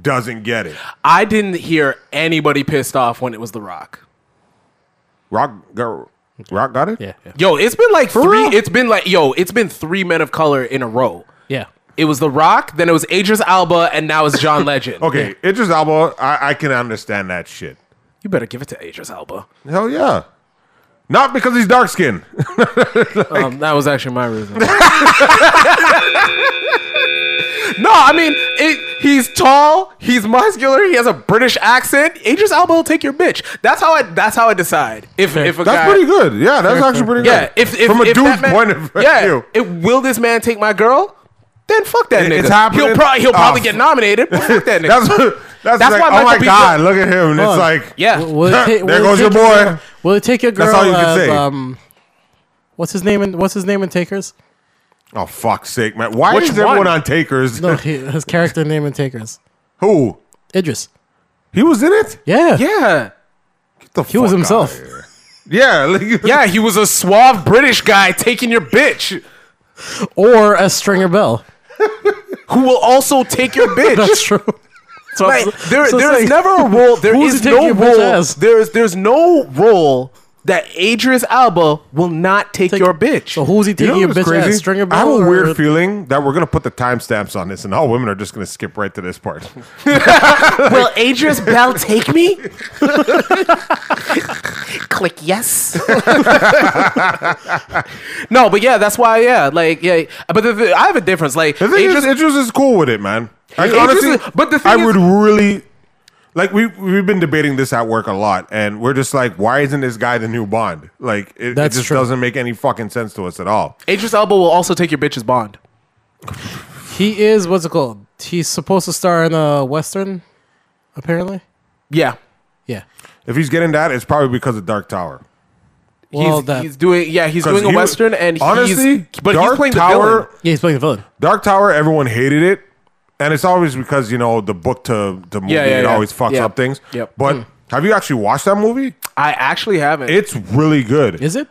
S1: doesn't get it.
S2: I didn't hear anybody pissed off when it was The Rock.
S1: Rock got Rock got it.
S3: yeah, yeah,
S2: Yo, it's been like three.
S1: real?
S2: It's been like yo, it's been three men of color in a row.
S3: yeah.
S2: It was The Rock, then it was Idris Alba, and now it's John Legend.
S1: Okay, Idris Elba, I, I can understand that shit.
S2: you better give it to Idris Alba.
S1: Hell yeah. Not because he's dark skinned.
S2: Um, that was actually my reason. no, I mean, it, he's tall, he's muscular, he has a British accent. Idris Alba will take your bitch. That's how I. That's how I decide if if a
S1: That's
S2: guy.
S1: pretty good. Yeah, that's actually pretty
S2: Yeah,
S1: good.
S2: if, if
S1: from a
S2: if
S1: dude's
S2: that man-
S1: point of
S2: yeah,
S1: view.
S2: It, will this man take my girl? Then fuck that
S1: It-
S2: nigga.
S1: it's happening.
S2: He'll probably he'll
S1: Oh,
S2: probably
S1: fuck.
S2: get nominated. But fuck that nigga.
S1: That's that's,
S2: That's
S1: like,
S2: why
S1: oh my
S2: Michael B.
S1: god, look at him. And it's
S3: Hold on.
S1: like
S2: yeah.
S3: Will it ta-
S1: Ah. there
S3: will it
S1: goes your
S3: take
S1: boy.
S3: Will it take your girl?
S1: That's all you can
S3: as,
S1: say.
S3: Um, what's his name? In, what's his name in Takers?
S1: Oh fuck's sake, man! Why
S2: Which
S1: is everyone
S2: one?
S1: on Takers?
S3: No, he, his character name in Takers.
S1: Who?
S3: Idris.
S1: He was in it.
S3: Yeah.
S2: yeah.
S1: Get the
S3: He was
S1: fuck
S3: himself.
S1: outta here. Yeah, like,
S2: Yeah, he was a suave British guy taking your bitch,
S3: Or a Stringer Bell.
S2: who will also take your bitch.
S3: That's true. So
S2: Like, there,
S3: so
S2: there is
S3: saying-
S2: never a role. There
S3: Who's
S2: is
S3: taking
S2: no
S3: your bitch
S2: role.
S3: ass?
S2: There is there's no role that Adris Alba will not take, your bitch.
S3: So who's he
S1: You know
S3: taking your
S1: what's
S3: bitch
S1: crazy?
S3: ass? Stringer
S1: I have
S3: Bell
S1: a
S3: or-
S1: weird feeling that we're gonna put the timestamps on this, and all women are just gonna skip right to this part.
S2: Will Adris Bell take me? Click yes. no, but yeah, that's why. Yeah, like yeah, but the, the- I have a difference. Like
S1: The thing is,
S2: Idris-
S1: Idris is cool with it, man. Like,
S2: Idris
S1: honestly,
S2: is- but the
S1: I
S2: thing is-
S1: would really like we we've been debating this at work a lot, and we're just like, why isn't this guy the new Bond? Like, it, it
S3: That's
S1: just
S3: true.
S1: doesn't make any fucking sense to us at all.
S2: Idris Elba will also take your bitch's bond.
S3: He is what's it called? He's supposed to star in a western, apparently.
S2: Yeah.
S3: Yeah.
S1: If he's getting that, it's probably because of Dark Tower.
S3: Well,
S2: he's,
S3: that-
S2: he's doing yeah he's
S1: 'Cause
S2: doing a
S1: he was-
S2: western and
S1: honestly,
S2: he's, but
S1: Dark
S2: he's playing the villain.
S1: Tower.
S3: Yeah, he's playing the villain.
S1: Dark Tower, everyone hated it, and it's always because you know the book to the movie
S2: Yeah, yeah,
S1: it
S2: yeah.
S1: always fucks
S2: Yeah.
S1: up things.
S2: Yep. Hmm.
S1: But have you actually watched that movie?
S2: I actually haven't.
S1: It's really good.
S3: Is it?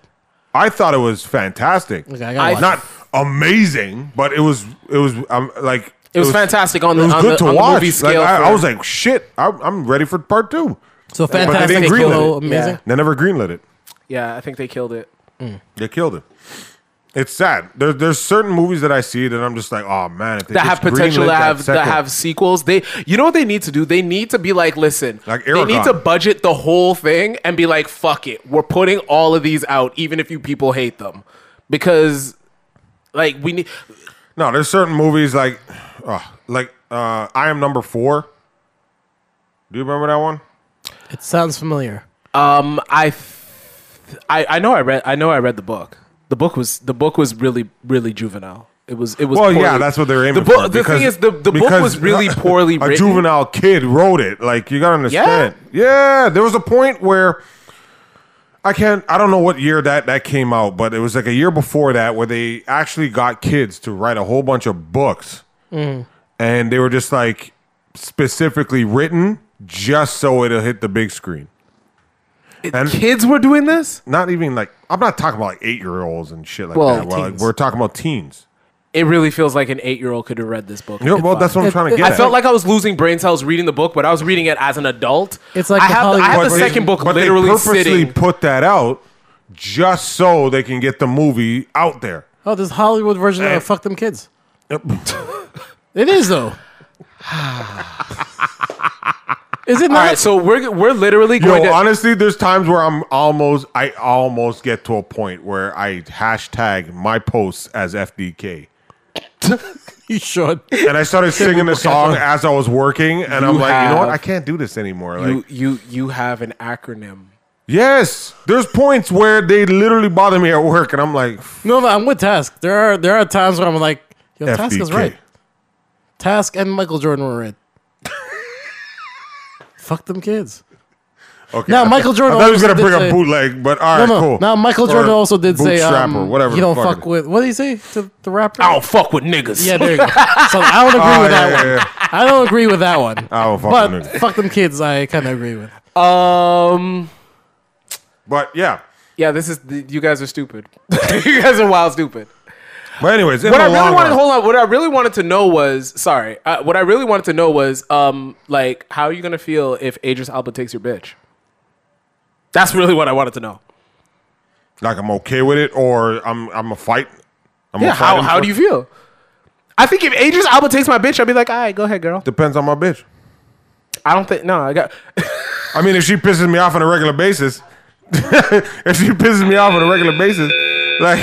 S1: I thought it was fantastic.
S3: Okay, I gotta watch
S1: not amazing, but it was it was um, like it,
S2: was fantastic on
S1: it
S2: the-
S1: was
S2: on
S1: good
S2: the-
S1: to
S2: on the
S1: watch.
S2: movie scale
S1: Like, I, I
S2: for-
S1: was like, shit, I'm, I'm ready for part two.
S3: So
S1: didn't
S3: fantastic,
S1: greenlight
S3: Hello,
S1: it.
S3: amazing.
S1: They never greenlit it.
S2: yeah, I think they killed it.
S1: They killed it. It's sad. There, there's certain movies that I see that I'm just like, oh man, if they
S2: that
S1: just
S2: have potential
S1: greenlit
S2: to have that
S1: second-
S2: have sequels. They, you know what they need to do? They need to be like, listen,
S1: Like
S2: they need
S1: Aragon.
S2: to budget the whole thing and be like, fuck it, we're putting all of these out, even if you people hate them, because like we need.
S1: No, there's certain movies like, oh, like uh, I am number four. Do you remember that one?
S3: It sounds familiar.
S2: Um, I, th- I, I know I read, I know I read the book. The book was the book was really really juvenile. It was it was
S1: Well, yeah,
S2: poorly-
S1: that's what they're
S2: The
S1: aiming
S2: book,
S1: for.
S2: the
S1: because-
S2: thing is, the, the book
S1: because
S2: was really poorly
S1: a
S2: written.
S1: juvenile kid wrote it. Like you gotta understand. Yeah. there was a point where I can't. I don't know what year that that came out, but it was like a year before that where they actually got kids to write a whole bunch of books,
S2: Mm.
S1: and they were just like specifically written just so it'll hit the big screen. And
S2: Kids were doing this.
S1: not even like I'm not talking about like eight year olds and shit like
S2: Well,
S1: that. Well, like,
S3: teens.
S1: we're talking about teens.
S2: It really feels like an eight year old could have read this book.
S1: You know, well, that's what I'm
S3: It-
S1: trying to
S3: it-
S1: get.
S2: I
S1: at.
S2: felt like I was losing brain cells reading the book, but I was reading it as an adult.
S3: It's like
S2: I
S3: the
S2: have, the, I have
S3: Hollywood
S2: the
S1: they-
S3: version.
S2: second book
S1: but they
S2: literally
S1: purposely
S2: sitting.
S1: put that out just so they can get the movie out there.
S3: Oh, this Hollywood version
S1: Hey.
S3: of Fuck Them Kids. It is though. is it
S2: All
S3: not?
S2: right, so we're we're literally going
S1: Yo,
S2: to.
S1: honestly, there's times where I'm almost, I almost get to a point where I hashtag my posts as FDK,
S3: you should.
S1: and I started singing the song as I was working, and I'm
S2: You
S1: like, you know what,
S2: have-
S1: I can't do this anymore. Like,
S2: you you you have an acronym.
S1: yes, there's points where they literally bother me at work, and I'm like,
S3: No, no, I'm with Task. There are there are times where I'm like, yo, Task is
S1: FDK.
S3: right. Task and Michael Jordan were right. Fuck them kids.
S1: Okay,
S3: Now,
S1: I thought-
S3: Michael Jordan
S1: I thought he was
S3: also
S1: gonna
S3: did
S1: bring
S3: say-
S1: up bootleg, but all
S3: No,
S1: right,
S3: no.
S1: cool.
S3: Now Michael Jordan
S1: Or
S3: also did say,
S1: bootstrap
S3: um,
S1: or whatever
S3: you
S1: the
S3: don't
S1: fuck
S3: fuck
S1: it-
S3: with. What did he say to the rapper?
S2: I don't fuck with niggas.
S3: Yeah, there you go. So I don't agree
S1: Oh,
S3: with
S1: yeah,
S3: that
S1: yeah,
S3: one.
S1: yeah.
S3: I don't agree with that one.
S1: I don't fuck
S3: but
S1: with niggas.
S3: fuck them kids. I kind of agree with.
S2: Um.
S1: But yeah.
S2: Yeah. This is you guys are stupid. you guys are wild stupid.
S1: But anyways, in
S2: What
S1: the
S2: I really
S1: long
S2: wanted.
S1: run-
S2: Hold on. What I really wanted to know was sorry. Uh, what I really wanted to know was um like how are you gonna feel if Adris Alba takes your bitch? That's really what I wanted to know.
S1: like I'm okay with it, or I'm I'm a fight. I'm a
S2: Yeah,
S1: fight
S2: how,
S1: him
S2: how
S1: for-
S2: do you feel? I think if Adris Alba takes my bitch, I'd be like, all right, go ahead, girl.
S1: Depends on my bitch.
S2: I don't think, no, I got,
S1: I mean, if she pisses me off on a regular basis, if she pisses me off on a regular basis, like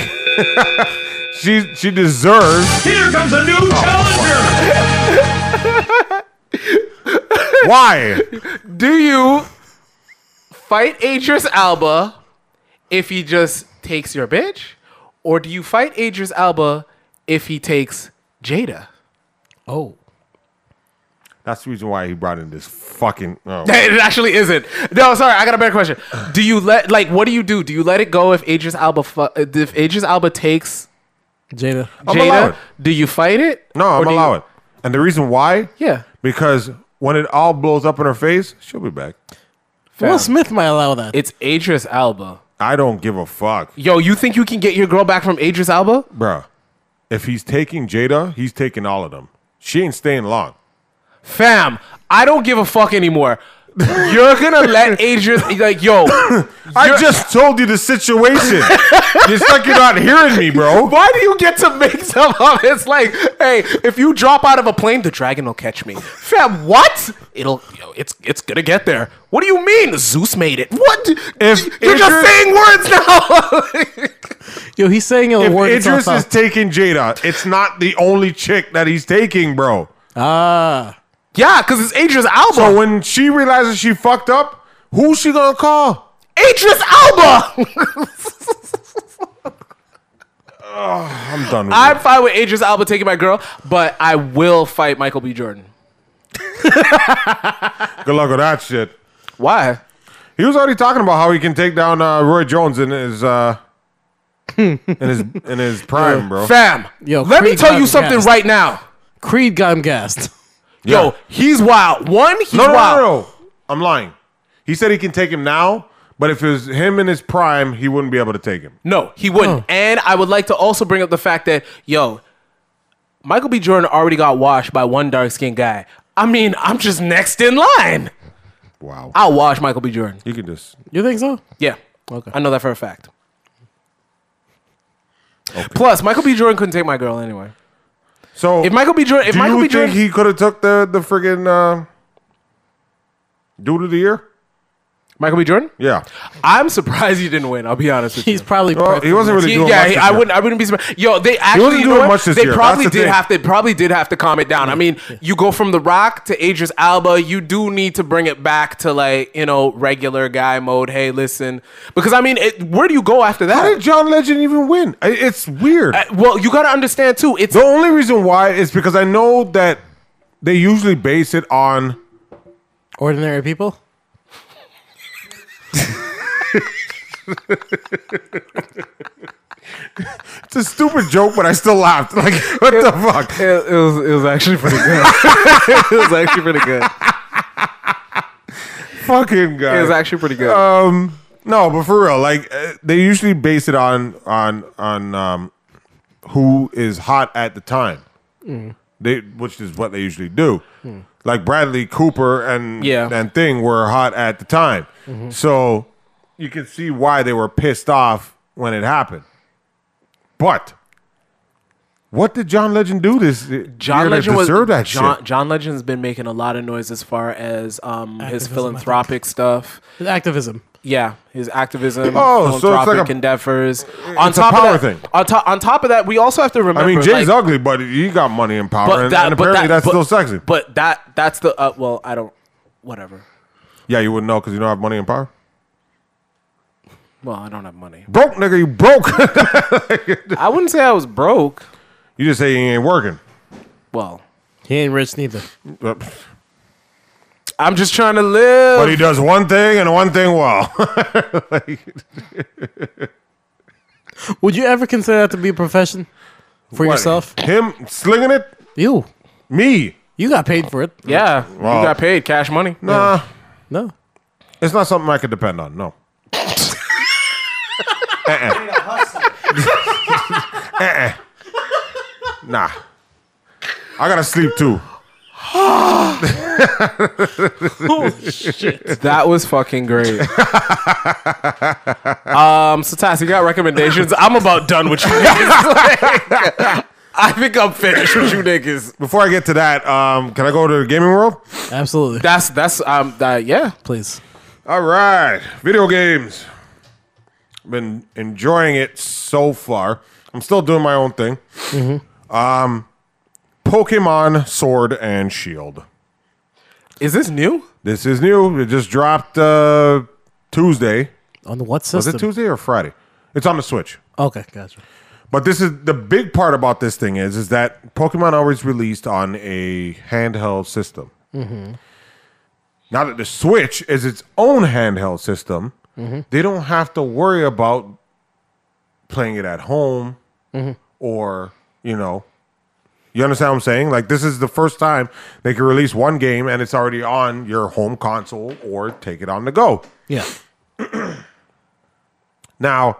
S1: she she deserves. Oh,
S5: Here comes a new challenger.
S1: Why?
S2: do you fight Adris Alba if he just takes your bitch? Or do you fight Adris Alba if he takes Jada?
S3: Oh,
S1: That's the reason why he brought in this fucking. Oh.
S2: It actually isn't. No, sorry, I got a better question. Do you let, like, what do you do? Do you let it go if Adris Alba, fu- if Adris Alba takes
S3: Jada.
S1: I'm
S2: Jada?
S1: allowed.
S2: Do you fight it?
S1: No,
S2: Or
S1: I'm
S2: do you-
S1: allowing. And the reason why?
S2: Yeah.
S1: Because when it all blows up in her face, she'll be back.
S3: Will Smith might allow that.
S2: It's Adris Alba.
S1: I don't give a fuck,
S2: Yo, you think you can get your girl back from Adris Alba?
S1: bruh. If he's taking Jada, he's taking all of them. She ain't staying long.
S2: Fam, I don't give a fuck anymore. You're gonna let Adrian like yo.
S1: I
S2: you're-
S1: just told you the situation. it's like you're not hearing me, bro.
S2: Why do you get to make stuff up? It's like, hey, if you drop out of a plane, the dragon will catch me. Fam, what? It'll, yo, it's, it's gonna get there. What do you mean? Zeus made it. What?
S1: If
S2: You're just
S1: Idris-
S2: saying words now.
S3: Yo, he's saying a
S1: If
S3: word. that's
S1: Idris
S3: all
S1: is
S3: thought-
S1: taking Jada, it's not the only chick that he's taking, bro.
S3: ah,
S2: yeah, because it's Adrian's
S1: So
S2: Alba.
S1: when she realizes she fucked up, who's she gonna call?
S2: Adrian's Alba.
S1: I'm done with
S2: I'm fine with Adrian's Alba taking my girl, but I will fight Michael B. Jordan.
S1: it. Good luck with that shit.
S2: Why?
S1: He was already talking about how he can take down uh, Roy Jones in his uh, in his in his prime, bro.
S2: Fam,
S3: Yo,
S2: let me
S3: Creed
S2: tell you
S3: got
S2: something
S3: gassed.
S2: right now.
S3: Creed got him gassed.
S1: Yeah.
S2: Yo, he's wild. One, he's
S1: No, no,
S2: wild.
S1: no, no. I'm lying. He said he can take him now, but if it was him in his prime, he wouldn't be able to take him.
S2: No, he wouldn't.
S3: Huh.
S2: And I would like to also bring up the fact that, yo, Michael B. Jordan already got washed by one dark skinned guy. I mean, I'm just next in line.
S1: Wow.
S2: I'll wash Michael B. Jordan.
S1: You can just
S3: You think so?
S2: Yeah.
S3: Okay.
S2: I know that for a fact. Plus, Michael B. Jordan couldn't take my girl anyway.
S1: so.
S2: If Michael B. Jordan, if
S1: do
S2: Michael
S1: you
S2: B.
S1: think
S2: Jordan,
S1: he could have took the the friggin' uh, dude of the year?
S2: Michael B. Jordan,
S1: Yeah.
S2: I'm surprised he didn't win. I'll be honest with you.
S3: He's probably.
S1: Well, Oh, he wasn't really
S2: He-
S1: doing
S2: yeah,
S1: much
S2: he-
S1: this
S2: I
S1: year.
S2: wouldn't. I wouldn't be surprised. Yo, they actually
S1: wasn't
S2: you know
S1: doing
S2: what?
S1: much this
S2: They
S1: year.
S2: probably
S1: That's the
S2: did
S1: thing.
S2: have. They probably did have to calm it down. I mean, you go from The Rock to Idris Alba. You do need to bring it back to like you know regular guy mode. Hey, listen, because I mean, it, where do you go after
S1: How
S2: that?
S1: did John Legend even win? I- It's weird.
S2: Uh, well, you got to understand too. It's
S1: the only reason why is because I know that they usually base it on
S3: ordinary people.
S1: it's a stupid joke, but I still laughed. Like what the fuck?
S2: it was it was actually pretty good. it was actually pretty good.
S1: Fucking guy.
S2: It was actually pretty good.
S1: um no but for real like uh, they usually base it on on on um who is hot at the time
S2: Mm.
S1: they which is what they usually do like bradley cooper and
S2: Yeah. Mm-hmm.
S1: and thing were hot at the time so you can see why they were pissed off when it happened but what did John Legend do this?
S2: John Legend was
S1: deserve that
S2: John,
S1: shit.
S2: John Legend's been making a lot of noise as far as um, his
S3: Activism, I
S2: philanthropic stuff.
S3: His activism.
S2: Yeah, his activism,
S1: Oh, so it's
S2: philanthropic
S1: like a-
S2: endeavors. on
S1: it's a
S2: top
S1: power
S2: of that,
S1: thing.
S2: On, to, on top of that, we also have to remember.
S1: I mean,
S2: like,
S1: Jay's ugly, but he got money and power, and, and
S2: but
S1: apparently that's
S2: but-
S1: still sexy.
S2: But that that's the uh, well, I don't. Whatever.
S1: yeah, you wouldn't know because you don't have money and power.
S2: Well, I don't have money.
S1: broke, nigga. You broke.
S2: I wouldn't say I was broke.
S1: you just say you ain't working.
S2: Well,
S3: He ain't rich neither.
S1: But
S2: I'm just trying to live.
S1: he does one thing and one thing well.
S3: Would you ever consider that to be a profession for yourself?
S1: Him slinging it?
S3: You.
S1: Me?
S3: You got paid for it.
S2: yeah,
S1: Wow.
S2: you got paid cash money.
S1: Nah.
S3: No.
S1: Uh, It's not something I could depend on. No. Uh-uh. Uh-uh. Nah. I gotta sleep too.
S2: That was fucking great. um, so Tass, you got recommendations? I'm about done with you. niggas. Like, I think I'm finished with you niggas.
S1: Before I get to that, um, can I go to the gaming world?
S3: Absolutely.
S2: That's that's um that yeah.
S3: Please.
S1: All right, video games. Been enjoying it so far. I'm still doing my own thing. Um, Pokemon Sword and Shield.
S2: Is this new?
S1: This is new. It just dropped uh, Tuesday.
S3: On the what
S1: Is
S3: system?
S1: it Tuesday or Friday? It's on the Switch.
S3: Okay, gotcha.
S1: But this is the big part about this thing is is that Pokemon always released on a handheld system. Mm-hmm. Now that the Switch is its own handheld system, they don't have to worry about playing it at home or you know. You understand what I'm saying? Like this is the first time they can release one game and it's already on your home console or take it on the go.
S3: Yeah.
S1: Now,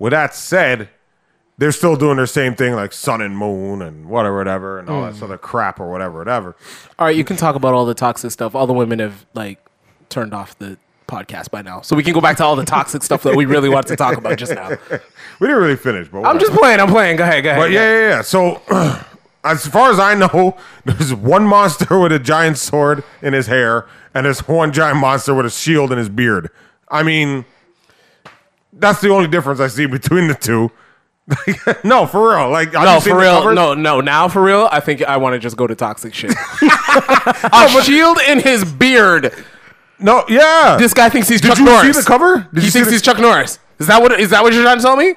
S1: with that said, they're still doing their same thing, like sun and moon and whatever, whatever, and all
S2: Hmm.
S1: that other crap or whatever, whatever.
S2: All right, you can talk about all the toxic stuff. All the women have like turned off the podcast by now, so we can go back to all the toxic stuff that we really wanted to talk about just now.
S1: We didn't really finish, but
S2: I'm
S1: whatever.
S2: just playing. I'm playing. Go ahead. Go ahead.
S1: But yeah, yeah, yeah. So, as far as I know, there's one monster with a giant sword in his hair, and there's one giant monster with a shield in his beard. I mean, that's the only difference I see between the two. no, for real. Like, have
S2: No,
S1: you seen
S2: for
S1: the
S2: real.
S1: covers?
S2: No, no. Now, for real, I think I want to just go to toxic shit. a shield in his beard.
S1: no, yeah.
S2: This guy thinks he's
S1: Did
S2: Chuck
S1: you
S2: Norris.
S1: see the cover? Did
S2: he
S1: you see
S2: thinks
S1: the-
S2: he's Chuck Norris. Is that what? Is that what you're trying to tell me?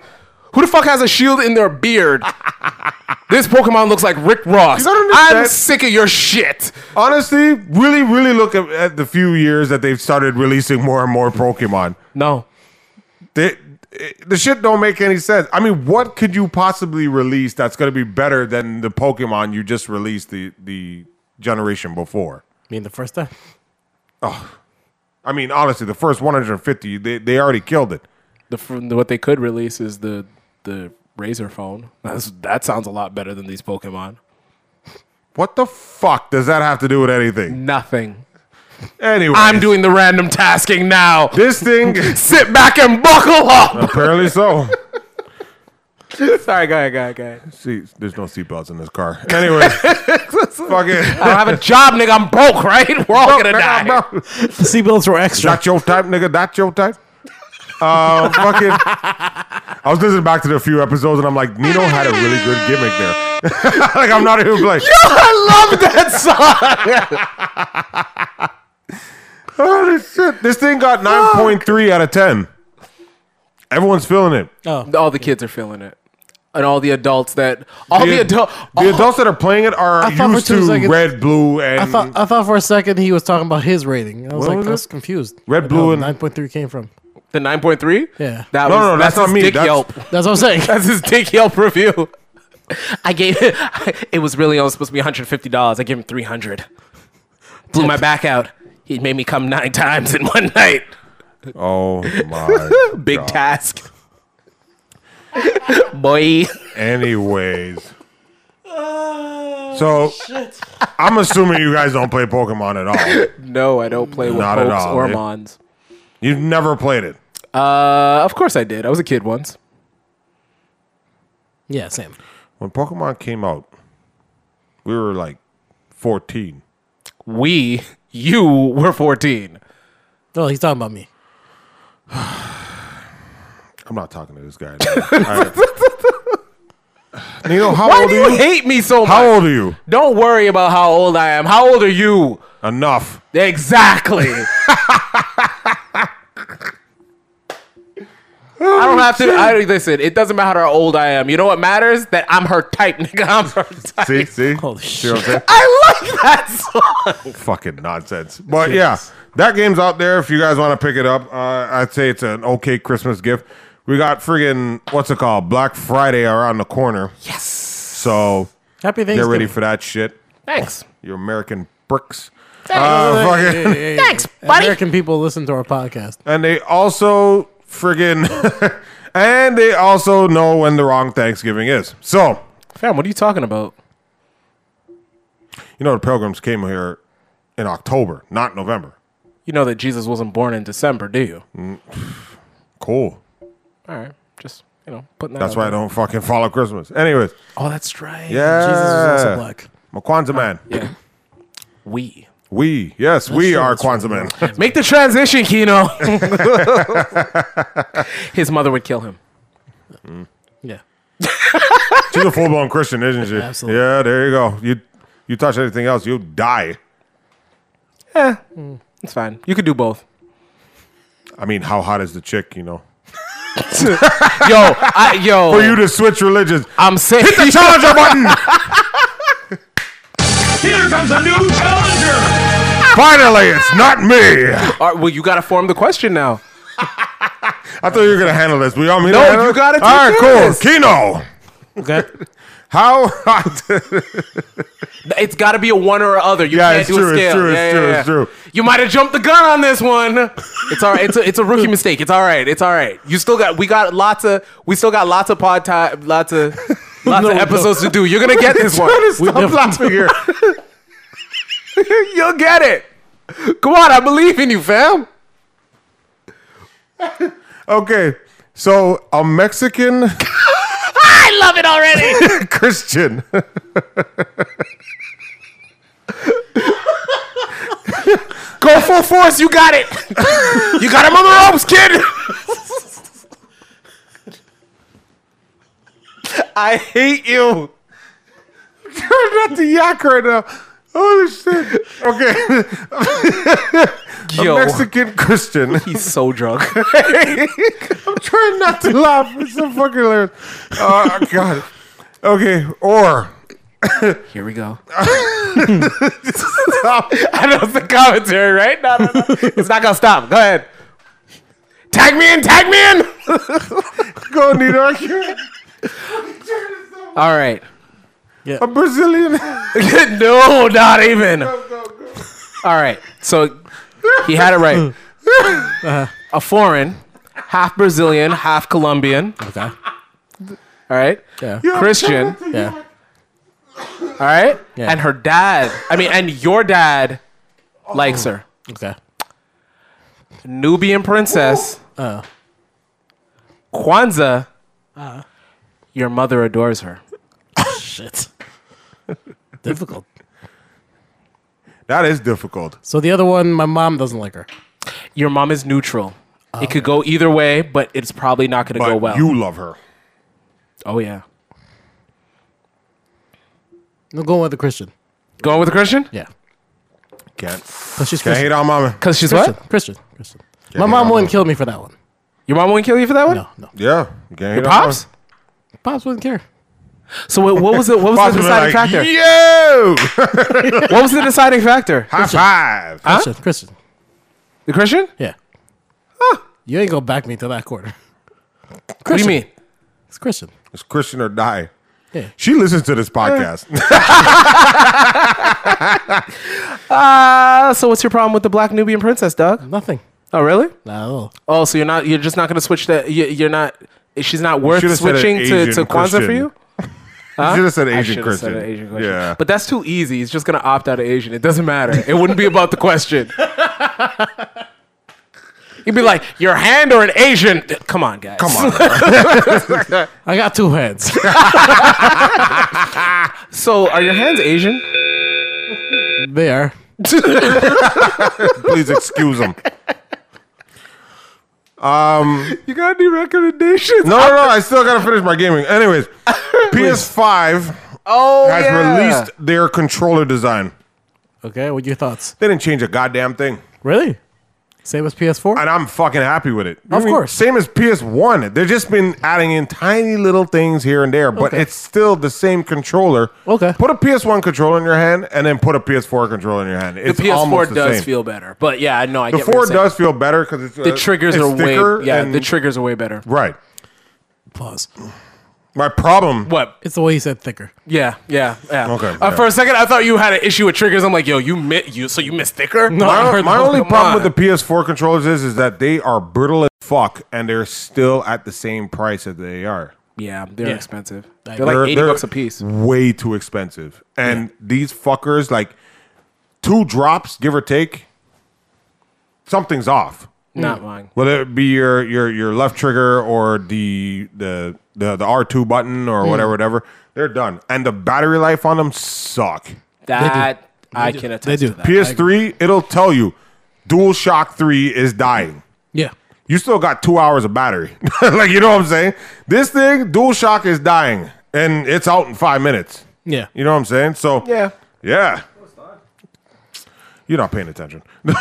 S2: Who the fuck has a shield in their beard? this Pokemon looks like Rick Ross.
S1: don't understand.
S2: I'm sick of your shit.
S1: Honestly, really, really look at, at the few years that they've started releasing more and more Pokemon.
S2: No.
S1: They, the shit don't make any sense. I mean, what could you possibly release that's going to be better than the Pokemon you just released the the generation before?
S3: mean, the first time.
S1: I mean, honestly, the first 150, they, they already killed it.
S2: The, fr- the what they could release is the the Razor phone. That's, that sounds a lot better than these Pokemon.
S1: What the fuck does that have to do with anything?
S2: Nothing.
S1: Anyway,
S2: I'm doing the random tasking now.
S1: this thing.
S2: Sit back and buckle up.
S1: apparently so.
S2: Sorry, go ahead, go ahead, go ahead.
S1: See, there's no seatbelts in this car. Anyway, fuck
S2: I
S1: it.
S2: don't have a job, nigga. I'm broke, right? We're all gonna die.
S3: The seatbelts were extra.
S1: Not your type, nigga. Not your type. Uh, fucking. I was listening back to the few episodes, and I'm like, Nino had a really good gimmick there. like, I'm not even playing.
S2: I love that song.
S1: Holy shit. This thing got 9.3 out of 10. Everyone's feeling it.
S3: Oh,
S2: All the kids are feeling it, and all the adults that all the,
S1: ad-
S2: adult.
S1: the adults that are playing it are
S3: thought for
S1: used
S3: two
S1: to
S3: seconds-
S1: red, blue, and
S3: I thought I thought for a second he was talking about his rating. I was
S1: What
S3: like,
S1: was
S3: I was
S1: it?
S3: confused.
S1: Red, blue, and-
S3: nine point three came from.
S2: the nine point three.
S3: Yeah.
S2: that
S1: No,
S2: was,
S1: no, no, that's
S2: that's,
S1: not
S2: his
S1: me.
S2: Dick
S1: That's-
S2: Yelp.
S3: That's what I'm saying.
S2: That's his Dick Yelp review. I gave it was really only supposed to be one hundred fifty dollars. I gave him three hundred. Blew my back out. He made me come nine times in one night.
S1: oh my.
S2: Big
S1: God.
S2: task. Boy.
S1: Anyways. So, I'm assuming you guys don't play Pokemon at all.
S2: No, I don't play with
S1: Not at
S2: popes
S1: all,
S2: or
S1: eh?
S2: mons.
S1: You've never played it.
S2: Uh, of course I did. I was a kid once.
S3: Yeah, same.
S1: when Pokemon came out, we were like 14.
S2: We, you were 14.
S3: No, he's talking about me.
S1: I'm not talking to this guy. All right. Nino, how
S2: Why
S1: old
S2: do
S1: are
S2: Oh, you
S1: you?
S2: hate me so much?
S1: How old are you?
S2: Don't worry about how old I am. How old are you?
S1: Enough.
S2: Exactly. I don't have to. I listen. It doesn't matter how old I am. You know what matters? That I'm her type, nigga. I'm her type.
S1: See, see,
S3: Holy
S1: see what I'm saying?
S2: I like that song.
S1: Fucking nonsense. But yeah, that game's out there. If you guys want to pick it up, uh, I'd say it's an okay Christmas gift. We got friggin' what's it called? Black Friday around the corner. Yes. So
S3: Happy Thanksgiving.
S1: get ready for that shit.
S2: Thanks.
S1: You American bricks. Uh, fucking.
S3: Thanks, buddy. American people listen to our podcast.
S1: And they also friggin' and they also know when the wrong Thanksgiving is. So,
S2: Fam, what are you talking about?
S1: you know, the pilgrims came here in October, not November.
S2: You know that Jesus wasn't born in December, do you?
S1: Cool.
S2: All right. Just, you know, putting that
S1: That's
S2: out
S1: why I
S2: there.
S1: don't fucking follow Christmas. Anyways,
S2: Oh, that's right.
S1: yeah.
S3: Jesus was also black.
S1: I'm a Kwanzaa man.
S2: Yeah. We.
S1: We, yes, we are Kwanzaa men.
S2: Make the transition, Kino. His mother would kill him.
S3: Yeah.
S1: She's a full blown Christian, isn't she?
S3: Absolutely.
S1: Yeah, there you go. You you touch anything else, you'll die.
S2: It's fine. You could do both.
S1: I mean, how hot is the chick, you know?
S2: Yo, I, yo.
S1: For you to switch religions.
S2: I'm saying.
S1: Hit the challenger button!
S5: Here comes a new challenger.
S1: Finally, it's not me.
S2: All right, well, you got to form the question now.
S1: I thought you were gonna handle this. We all mean
S2: No, you gotta take
S1: All right,
S2: care of
S1: cool. Kino,
S3: Okay.
S1: How?
S2: It's got to be a one or a other. You
S1: Yeah,
S2: can't
S1: it's
S2: do
S1: true,
S2: a
S1: it's
S2: scale.
S1: true, it's
S2: Yeah,
S1: true,
S2: yeah,
S1: it's
S2: yeah.
S1: true.
S2: You might have jumped the gun on this one. It's all right. It's a, it's a rookie mistake. It's all right. It's all right. You still got we got lots of we still got lots of pod time, lots of lots of episodes to do. You're gonna get this one.
S1: we
S3: def-
S1: here.
S2: You'll get it. Come on, I believe in you, fam.
S1: Okay, so a Mexican
S2: I love it already.
S1: Christian.
S2: Go full force. You got it. You got him on the ropes, kid. I hate you.
S1: Try not to yak right now. Oh shit. Okay,
S2: Yo,
S1: Mexican Christian.
S2: he's so drunk.
S1: I'm trying not to laugh. It's so fucking hilarious. Oh god. Okay, or
S2: Here we go. I know it's the commentary, right? No, no, no. It's not gonna stop. Go ahead. Tag me in, tag me in.
S1: go Nino. I can't-
S2: All right.
S1: A Brazilian.
S2: no, not even. All right. So he had it right. A foreign, half Brazilian, half Colombian.
S3: Okay.
S2: All right.
S3: Yeah.
S2: Christian.
S3: Yeah.
S2: All right.
S3: Yeah.
S2: And her dad. I mean, and your dad likes her.
S3: Okay.
S2: Nubian princess.
S3: Oh.
S2: Kwanzaa.
S3: Uh.
S2: Your mother adores her.
S3: Shit. Difficult.
S1: That is difficult.
S3: So the other one, my mom doesn't like her.
S2: Your mom is neutral.
S3: Oh.
S2: it could go either way, but it's probably not going to
S1: But
S2: go well.
S1: you love her.
S2: oh yeah.
S3: No, going with the Christian.
S2: Going with a Christian?
S3: Yeah.
S1: Can't.
S3: Because she's
S1: Can't
S3: Christian.
S1: hate on mama.
S2: Cuz she's
S3: Christian.
S2: what?
S3: Christian. Christian. my
S1: yeah,
S3: mom
S1: I
S3: wouldn't kill me for that one.
S2: Your mom wouldn't kill you for that one?
S3: No, no.
S1: Yeah. you Can't hate on
S2: Pops?
S3: Pops wouldn't care.
S2: So what, what was the what was
S1: mama. Pops would
S2: the
S1: be
S2: deciding
S1: like,
S2: factor?
S1: Yo!
S2: What was the deciding factor?
S1: High five.
S3: Christian. Christian.
S2: The Christian?
S3: Yeah. You ain't gonna back me to that quarter. Christian.
S2: What do you mean?
S3: It's Christian.
S1: It's Christian or die.
S3: Yeah.
S1: She listens to this podcast.
S2: Uh, so what's your problem with the black Nubian princess, dog?
S3: Nothing.
S2: Oh really?
S3: Not at all.
S2: Oh, so you're not you're just not going to switch that you, you're not she's not worth
S1: should've said an
S2: switching to
S1: Asian
S2: to Kwanzaa for
S1: Christian.
S2: you?
S1: You should have said Asian
S2: Should've said
S1: Christian.
S2: an Asian question.
S1: Yeah.
S2: But that's too easy. He's just gonna opt out of Asian. It doesn't matter. It wouldn't be about the question. He'd be like, "Your hand or an Asian?" Come on, guys. Come on.
S3: I got two heads.
S2: so, are your hands Asian?
S3: they are.
S1: Please excuse him.
S2: You got any recommendations?
S1: No, no, no. I still gotta finish my gaming. Anyways, PS5
S2: Oh,
S1: has
S2: yeah.
S1: released their controller design.
S3: Okay, what are your thoughts?
S1: They didn't change a goddamn thing,
S3: Really? Same as PS4?
S1: and I'm fucking happy with it.
S3: Of course.
S1: same as PS1. They've just been adding in tiny little things here and there, but
S3: Okay.
S1: it's still the same controller.
S3: Okay.
S1: Put a PS1 controller in your hand, and then put a PS4 controller in your hand. It's
S2: The PS4
S1: almost the
S2: does
S1: same.
S2: feel better, but yeah, I know. I
S1: the
S2: get what you're
S1: four
S2: saying.
S1: does feel better because it's uh,
S2: The triggers
S1: it's
S2: are
S1: thicker
S2: way. Yeah,
S1: and-
S2: the triggers are way better.
S1: right.
S3: Pause.
S1: My problem.
S2: What?
S3: It's the way you said thicker.
S2: Yeah, yeah, yeah.
S1: Okay,
S2: Uh,
S1: yeah.
S2: For a second, I thought you had an issue with triggers. I'm like, yo, you mi- you so you miss thicker? No,
S1: My, my only problem with the PS4 controllers is, is that they are brittle as fuck, and they're still at the same price that they are.
S2: Yeah, they're
S3: Yeah.
S2: expensive.
S3: Like-
S2: They're like Mm.
S1: They're-
S2: 80
S1: they're
S2: bucks a piece.
S1: Way too expensive. And these fuckers, like two drops, give or take, something's off.
S2: Not mine.
S1: Whether it be your your your left trigger or the the the, the R two button
S2: Mm.
S1: or whatever, whatever, they're done. And the battery life on them suck.
S2: That I
S3: do.
S2: can attest
S3: They do.
S2: to that.
S1: PS3, it'll tell you DualShock 3 is dying.
S3: Yeah.
S1: you still got two hours of battery. like, you know what I'm saying? This thing, DualShock is dying and it's out in five minutes.
S3: Yeah.
S1: You know what I'm saying? So,
S2: Yeah.
S1: Yeah. You're not paying attention. I,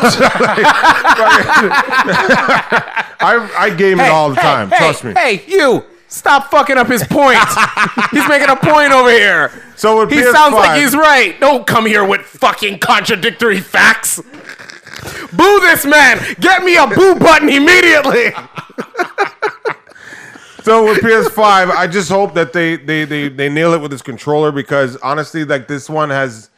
S1: I game it all the time.
S2: Hey,
S1: trust me.
S2: Hey, you. Stop fucking up his point. he's making a point over here.
S1: So with
S2: he
S1: PS5
S2: sounds like he's right. Don't come here with fucking contradictory facts. Boo this man. Get me a boo button immediately.
S1: So with PS5, I just hope that they they they they nail it with this controller because honestly, like this one has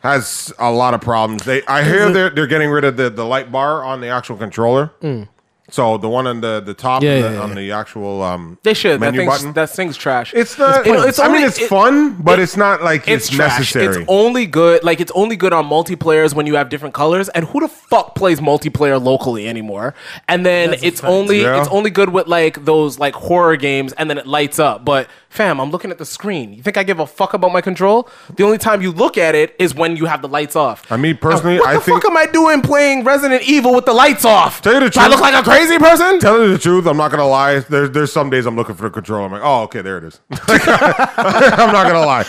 S1: has a lot of problems. They I hear
S2: Mm-hmm.
S1: they're they're getting rid of the the light bar on the actual controller.
S2: Mm.
S1: So the one on the the top
S3: Yeah,
S1: and the-
S3: yeah, yeah.
S1: on the actual um
S2: They should. That
S1: menu
S2: thing's,
S1: button.
S2: that thing's trash.
S1: it's not.
S2: It's- it's
S1: I mean,
S2: only-
S1: it's
S2: it-
S1: fun, but
S2: it-
S1: it's not like it's,
S2: trash.
S1: necessary.
S2: It's only good like it's only good on multiplayers when you have different colors. And who the fuck plays multiplayer locally anymore? And then it's only
S1: Yeah.
S2: it's only good with like those like horror games, and then it lights up. But fam, I'm looking at the screen. You think I give a fuck about my control? The only time you look at it is when you have the lights off.
S1: I mean, personally,
S2: what
S1: I
S2: the
S1: think.
S2: fuck am I doing playing Resident Evil with the lights off?
S1: Tell you the
S2: Do I
S1: truth-
S2: look like a crazy person.
S1: Tell you the truth, I'm not gonna lie. There's there's some days I'm looking for the controller. I'm like, oh, okay, there it is. I'm not gonna lie.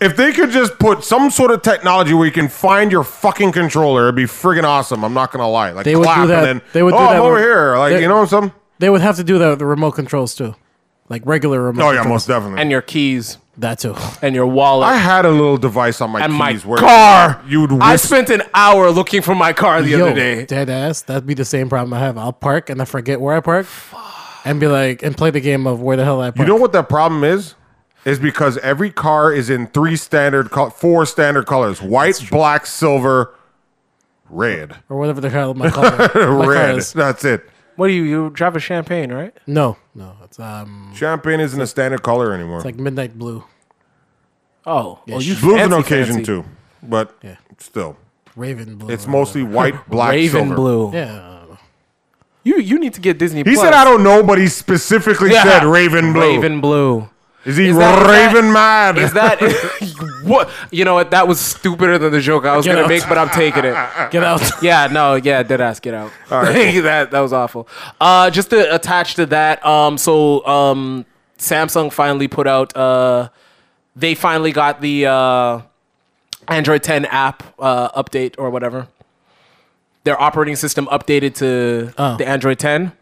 S1: If they could just put some sort of technology where you can find your fucking controller, it'd be friggin' awesome. I'm not gonna lie. Like
S3: They would
S1: clap
S3: do that-
S1: and then
S3: they would
S1: oh,
S3: do that
S1: I'm over
S3: with-
S1: here. Like
S3: they-
S1: you know something?
S3: They would have to do that with the remote controls too, like regular remote.
S1: Oh yeah,
S3: controls.
S1: most definitely.
S2: and your keys
S3: that too.
S2: and your wallet.
S1: I had a little device on my
S2: and my
S1: keys where
S2: car.
S1: you would
S2: I
S1: whisper.
S2: spent an hour looking for my car the
S3: Yo,
S2: other day.
S3: dead ass. That'd be the same problem I have. I'll park and I forget where I park, and be like, and play the game of where the hell I park.
S1: You know what that problem is? Is because every car is in three standard, col- four standard colors: white, black, silver, red,
S3: or whatever the hell my color. my car
S1: red.
S3: is.
S1: That's it.
S2: What do you you drive a champagne, right?
S3: No, no, it's um
S1: Champagne isn't a standard color anymore.
S3: like midnight blue,
S2: Oh, oh, you
S1: Blue's an
S2: fancy,
S1: occasion
S2: fancy.
S1: too, but
S3: Yeah.
S1: still,
S3: raven blue.
S1: it's
S3: or
S1: mostly white, black,
S2: Raven
S1: silver.
S2: blue.
S3: whatever. Yeah, I don't know.
S2: You you need to get Disney.
S1: He said, "I don't know," but he specifically said Raven blue.
S2: Raven blue.
S1: is he
S2: Is that- is that-
S1: Raven mad?
S2: Is that what? You know what? That was stupider than the joke I was
S3: Get
S2: gonna
S3: out.
S2: make, but I'm taking it.
S3: Get out.
S2: Yeah, no, yeah, dead ass, get out. that that was awful. Uh, just to attach to that, um, so um, Samsung finally put out. Uh, they finally got the uh, Android 10 app uh, update or whatever. Their operating system updated to
S1: Oh.
S2: the Android 10.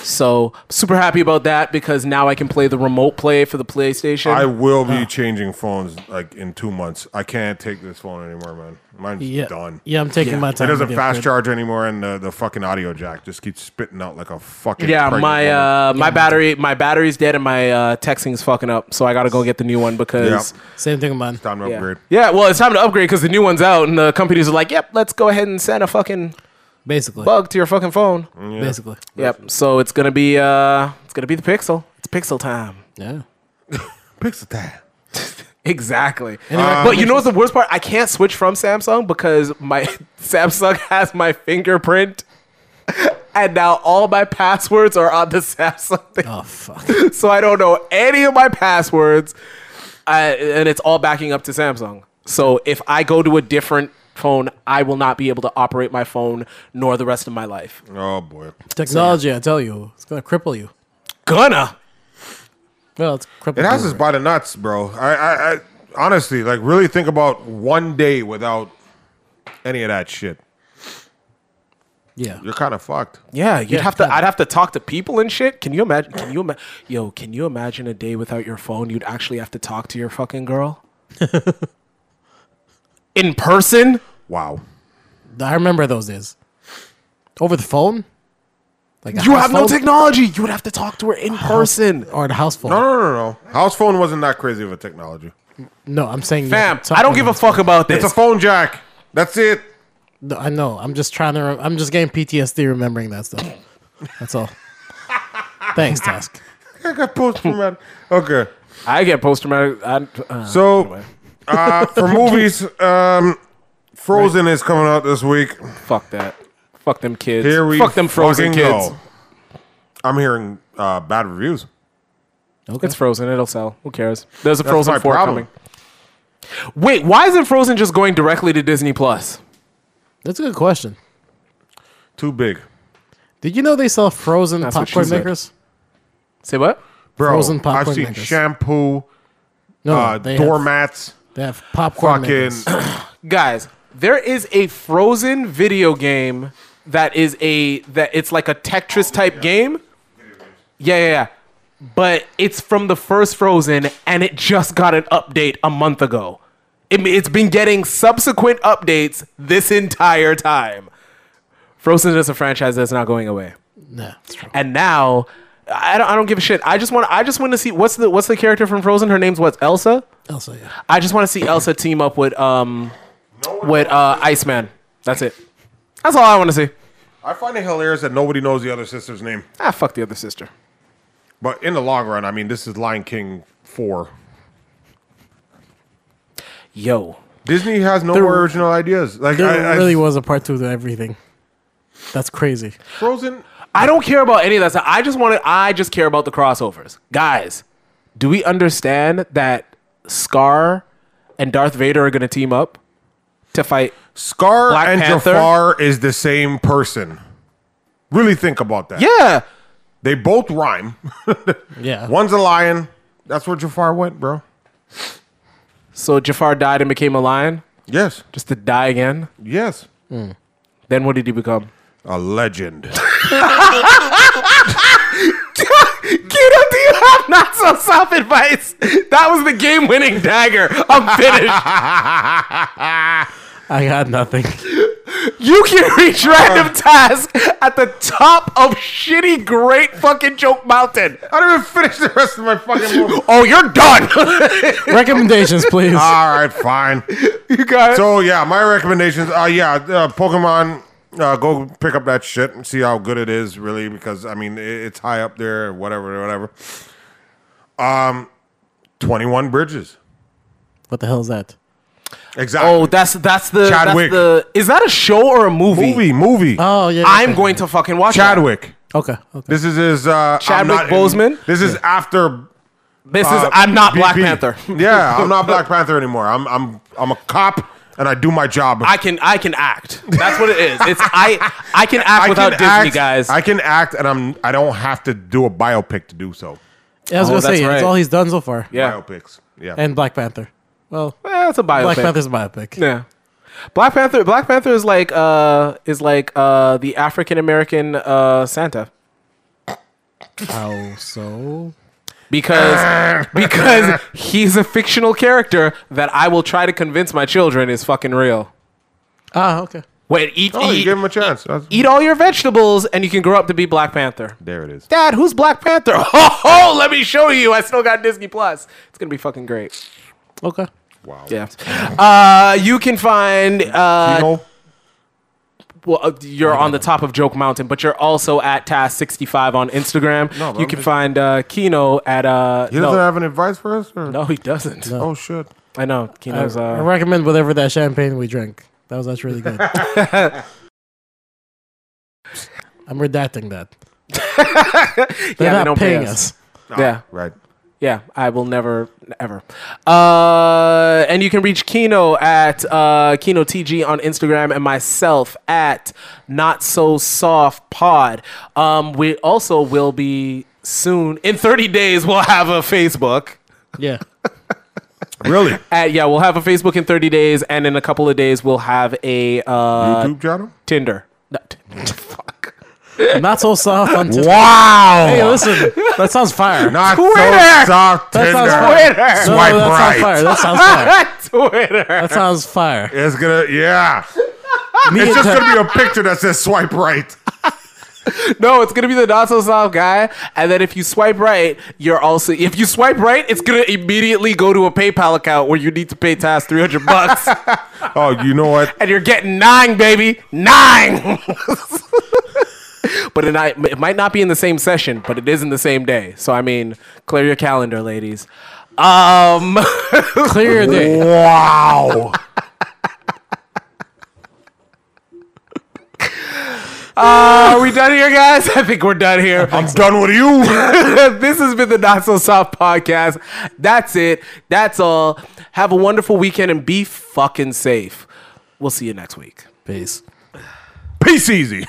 S2: So super happy about that because now I can play the remote play for the PlayStation.
S1: I will be changing phones like in two months. I can't take this phone anymore, man. Mine's
S3: yeah,
S1: done.
S3: yeah. I'm taking
S2: Yeah.
S3: my
S1: It
S3: time.
S1: doesn't
S3: with
S1: fast
S3: upgrade.
S1: charge anymore, and the, the fucking audio jack just keeps spitting out like a fucking
S2: yeah,
S1: pregnant
S2: my
S1: woman.
S2: uh, my battery my battery's dead and my uh, texting's fucking up, so I gotta go get the new one because
S1: Yeah.
S3: Same thing with mine.
S1: time to
S2: Yeah.
S1: upgrade.
S2: Yeah, well, it's time to upgrade because the new one's out, and the companies are like, "Yep, let's go ahead and send a fucking
S3: Basically,
S2: bug to your fucking phone."
S1: Mm-hmm.
S3: basically,
S2: Yep. So it's gonna be uh, it's gonna be the Pixel. It's Pixel time.
S3: yeah.
S1: Pixel time.
S2: Exactly. but you know what's the worst part? I can't switch from Samsung because my Samsung has my fingerprint. And now all my passwords are on the Samsung thing.
S3: Oh fuck.
S2: so I don't know any of my passwords, I, and it's all backing up to Samsung. So if I go to a different phone, I will not be able to operate my phone nor the rest of my life.
S1: Oh boy.
S3: Technology, I tell you, it's gonna cripple you.
S2: Gonna.
S3: Well, it's crippled.
S1: It has
S3: you
S1: us by the nuts, bro. I, I, I honestly like really think about one day without any of that shit.
S3: Yeah.
S1: You're kind of fucked.
S2: Yeah, you'd
S3: Yeah,
S2: have to.
S3: kinda.
S2: I'd have to talk to people and shit. Can you imagine? Can you imagine? Yo, can you imagine a day without your phone? You'd actually have to talk to your fucking girl in person.
S1: Wow.
S3: I remember those days. Over the phone? Like a
S2: You
S3: house
S2: have no
S3: phone?
S2: technology. You would have to talk to her in person.
S3: or the house phone.
S1: No, no, no, no. House phone wasn't that crazy of a technology.
S3: No, I'm saying
S2: Fam, I don't give a fuck about this.
S1: It's a phone jack. That's it.
S3: No, I know. I'm just trying to. Re- I'm just getting PTSD remembering that stuff. That's all. Thanks, Task.
S1: I got post man. Okay.
S2: I get post traumatic. Uh,
S1: So, uh, for movies, um, Frozen is coming out this week.
S2: Fuck that. Fuck them kids.
S1: Here we
S2: Fuck them frozen
S1: fucking
S2: kids.
S1: go. I'm hearing uh, bad reviews.
S3: Okay.
S2: It's frozen. It'll sell. Who cares? There's a
S1: That's
S2: Frozen
S1: my
S2: 4
S1: problem.
S2: coming. Wait, why isn't Frozen just going directly to Disney Plus?
S3: That's a good question.
S1: Too big,
S3: Did you know they sell frozen
S2: That's what she
S3: popcorn
S2: said. Uh,
S3: makers?
S2: Say what?
S1: bro.
S3: Frozen
S1: I've
S3: popcorn
S1: seen
S3: makers.
S1: shampoo,
S3: No,
S1: uh,
S3: they
S1: doormats,
S3: Have, they have popcorn
S1: fucking.
S3: makers.
S2: Guys, there is a Frozen video game that is a that it's like a Tetris type game. Yeah, yeah, yeah. But it's from the first Frozen and it just got an update a month ago. It, it's been getting subsequent updates this entire time. Frozen is a franchise that's not going away.
S3: Nah, that's true.
S2: And now I don't, I don't give a shit. I just want I just want to see what's the what's the character from Frozen? Her name's what's Elsa.
S3: Also, yeah.
S2: I just want to see Elsa team up with um with uh Iceman. That's it. That's all I want to see.
S1: I find it hilarious that nobody knows the other sister's name.
S2: Ah, fuck the other sister.
S1: But in the long run, I mean, this is Lion King 4.
S2: Yo,
S1: Disney has no more original ideas. Like,
S3: There
S1: I, I,
S3: really was a part two to everything. That's crazy.
S1: Frozen.
S2: I don't care about any of that stuff. I just want to. I just care about the crossovers, guys. Do we understand that Scar and Darth Vader are going to team up to fight?
S1: Scar
S2: Black
S1: and
S2: Panther?
S1: Jafar is the same person. Really think about that.
S2: Yeah,
S1: They both rhyme.
S3: Yeah.
S1: One's a lion. That's where Jafar went, bro.
S2: So Jafar died and became a lion,
S1: Yes.
S2: just to die again.
S1: Yes.
S2: Then what did he become?
S1: A legend.
S2: Kiddo, do you have not so soft advice? That was the game-winning dagger. I'm finished.
S3: I got nothing.
S2: you can reach random task at the top of shitty great fucking joke mountain.
S1: I don't even finish the rest of my fucking movie.
S2: Oh, you're done.
S3: Recommendations, please.
S2: Uh,
S1: All right, fine.
S2: you got it.
S1: So yeah, my recommendations. Uh, yeah, uh, Pokemon. Uh, go pick up that shit and see how good it is, really, because I mean it, it's high up there, whatever, whatever. Um, Twenty One Bridges.
S3: What the hell is that?
S1: Exactly.
S2: Oh, that's that's the
S1: Chadwick.
S2: That's the, is that a show or a movie?
S1: movie, movie.
S3: Oh yeah.
S2: I'm going to fucking watch that.
S1: Chadwick.
S3: Okay. Okay.
S1: This is his. Uh, I'm
S2: Chadwick
S1: not in-
S2: Boseman?
S1: this is after.
S2: This
S1: uh,
S2: is I'm not Black
S1: BP.
S2: Panther.
S1: yeah, I'm not Black Panther anymore. I'm I'm I'm a cop and I do my job.
S2: I can I can act. That's what it is. It's I I can act
S1: I
S2: without
S1: can
S2: Disney
S1: act-
S2: guys.
S1: I can act, and I'm I don't have to do a biopic to do so.
S3: Yeah, I was
S2: Oh,
S3: gonna say
S2: that's
S3: yeah, that's
S2: right.
S3: all he's done so far.
S2: yeah,
S1: Biopics, yeah.
S3: And Black Panther. Well,
S2: that's a biopic.
S3: Black Panther's a biopic.
S2: Yeah. Black Panther Black Panther is like uh is like uh the African American uh Santa.
S3: How so?
S2: Because because he's a fictional character that I will try to convince my children is fucking real.
S3: Ah, okay.
S2: Wait, eat
S1: oh, you
S2: eat,
S1: gave him a chance. That's-
S2: eat all your vegetables and you can grow up to be Black Panther.
S1: there it is.
S2: Dad, who's Black Panther? Oh, oh let me show you. I still got Disney Plus. It's gonna be fucking great.
S3: Okay.
S1: Wow.
S2: Yeah. Uh, you can find uh,
S1: You know,
S2: Well, uh, you're on the top of Joke Mountain, but you're also at Taz65 on Instagram.
S1: No, but
S2: you
S1: I'm
S2: can
S1: just-
S2: find uh, Kino at. Uh,
S1: he doesn't
S2: no.
S1: have any advice for us. Or?
S2: no, he doesn't.
S1: Oh shit.
S2: I know. Kino's.
S3: I
S2: Uh,
S3: recommend whatever that champagne we drank. That was that's really good. I'm redacting that. They're
S2: they
S3: not
S2: don't pay
S3: paying
S2: us.
S3: us.
S2: yeah,
S1: Right.
S2: yeah. I will never, ever. Uh, and you can reach Kino at uh, Kino TG on Instagram and myself at Not So Soft Pod. Um, we also will be soon, in 30 days, we'll have a Facebook.
S3: Yeah.
S1: Really?
S2: Uh, yeah, we'll have a Facebook in 30 days, and in a couple of days, we'll have a uh,
S1: YouTube channel.
S2: Tinder. No, t-
S3: Not so soft on Tinder.
S1: Wow.
S3: Hey, listen, that sounds fire.
S1: Not
S2: Twitter!
S1: so soft.
S3: That
S1: Tinder.
S3: sounds fire. No,
S1: Swipe
S3: that
S1: right.
S3: sounds fire. That sounds fire.
S2: Twitter.
S3: That sounds fire.
S1: It's gonna. Yeah.
S3: Me
S1: It's
S3: and
S1: just
S3: Ted-
S1: gonna be a picture that says swipe right.
S2: No, it's gonna be the not so soft guy, and then if you swipe right, you're also if you swipe right, it's gonna immediately go to a PayPal account where you need to pay Taz 300 bucks,
S1: Oh, you know what?
S2: and you're getting nine, baby, nine. But it, not, it might not be in the same session, but it is in the same day. So I mean, clear your calendar, ladies. Um,
S3: clear your day.
S1: Wow.
S2: are we done here, guys? I think we're done here.
S1: I'm done with you.
S2: this has been the Not So Soft podcast. That's it. That's all. Have a wonderful weekend and be fucking safe. We'll see you next week.
S3: Peace.
S1: Peace easy.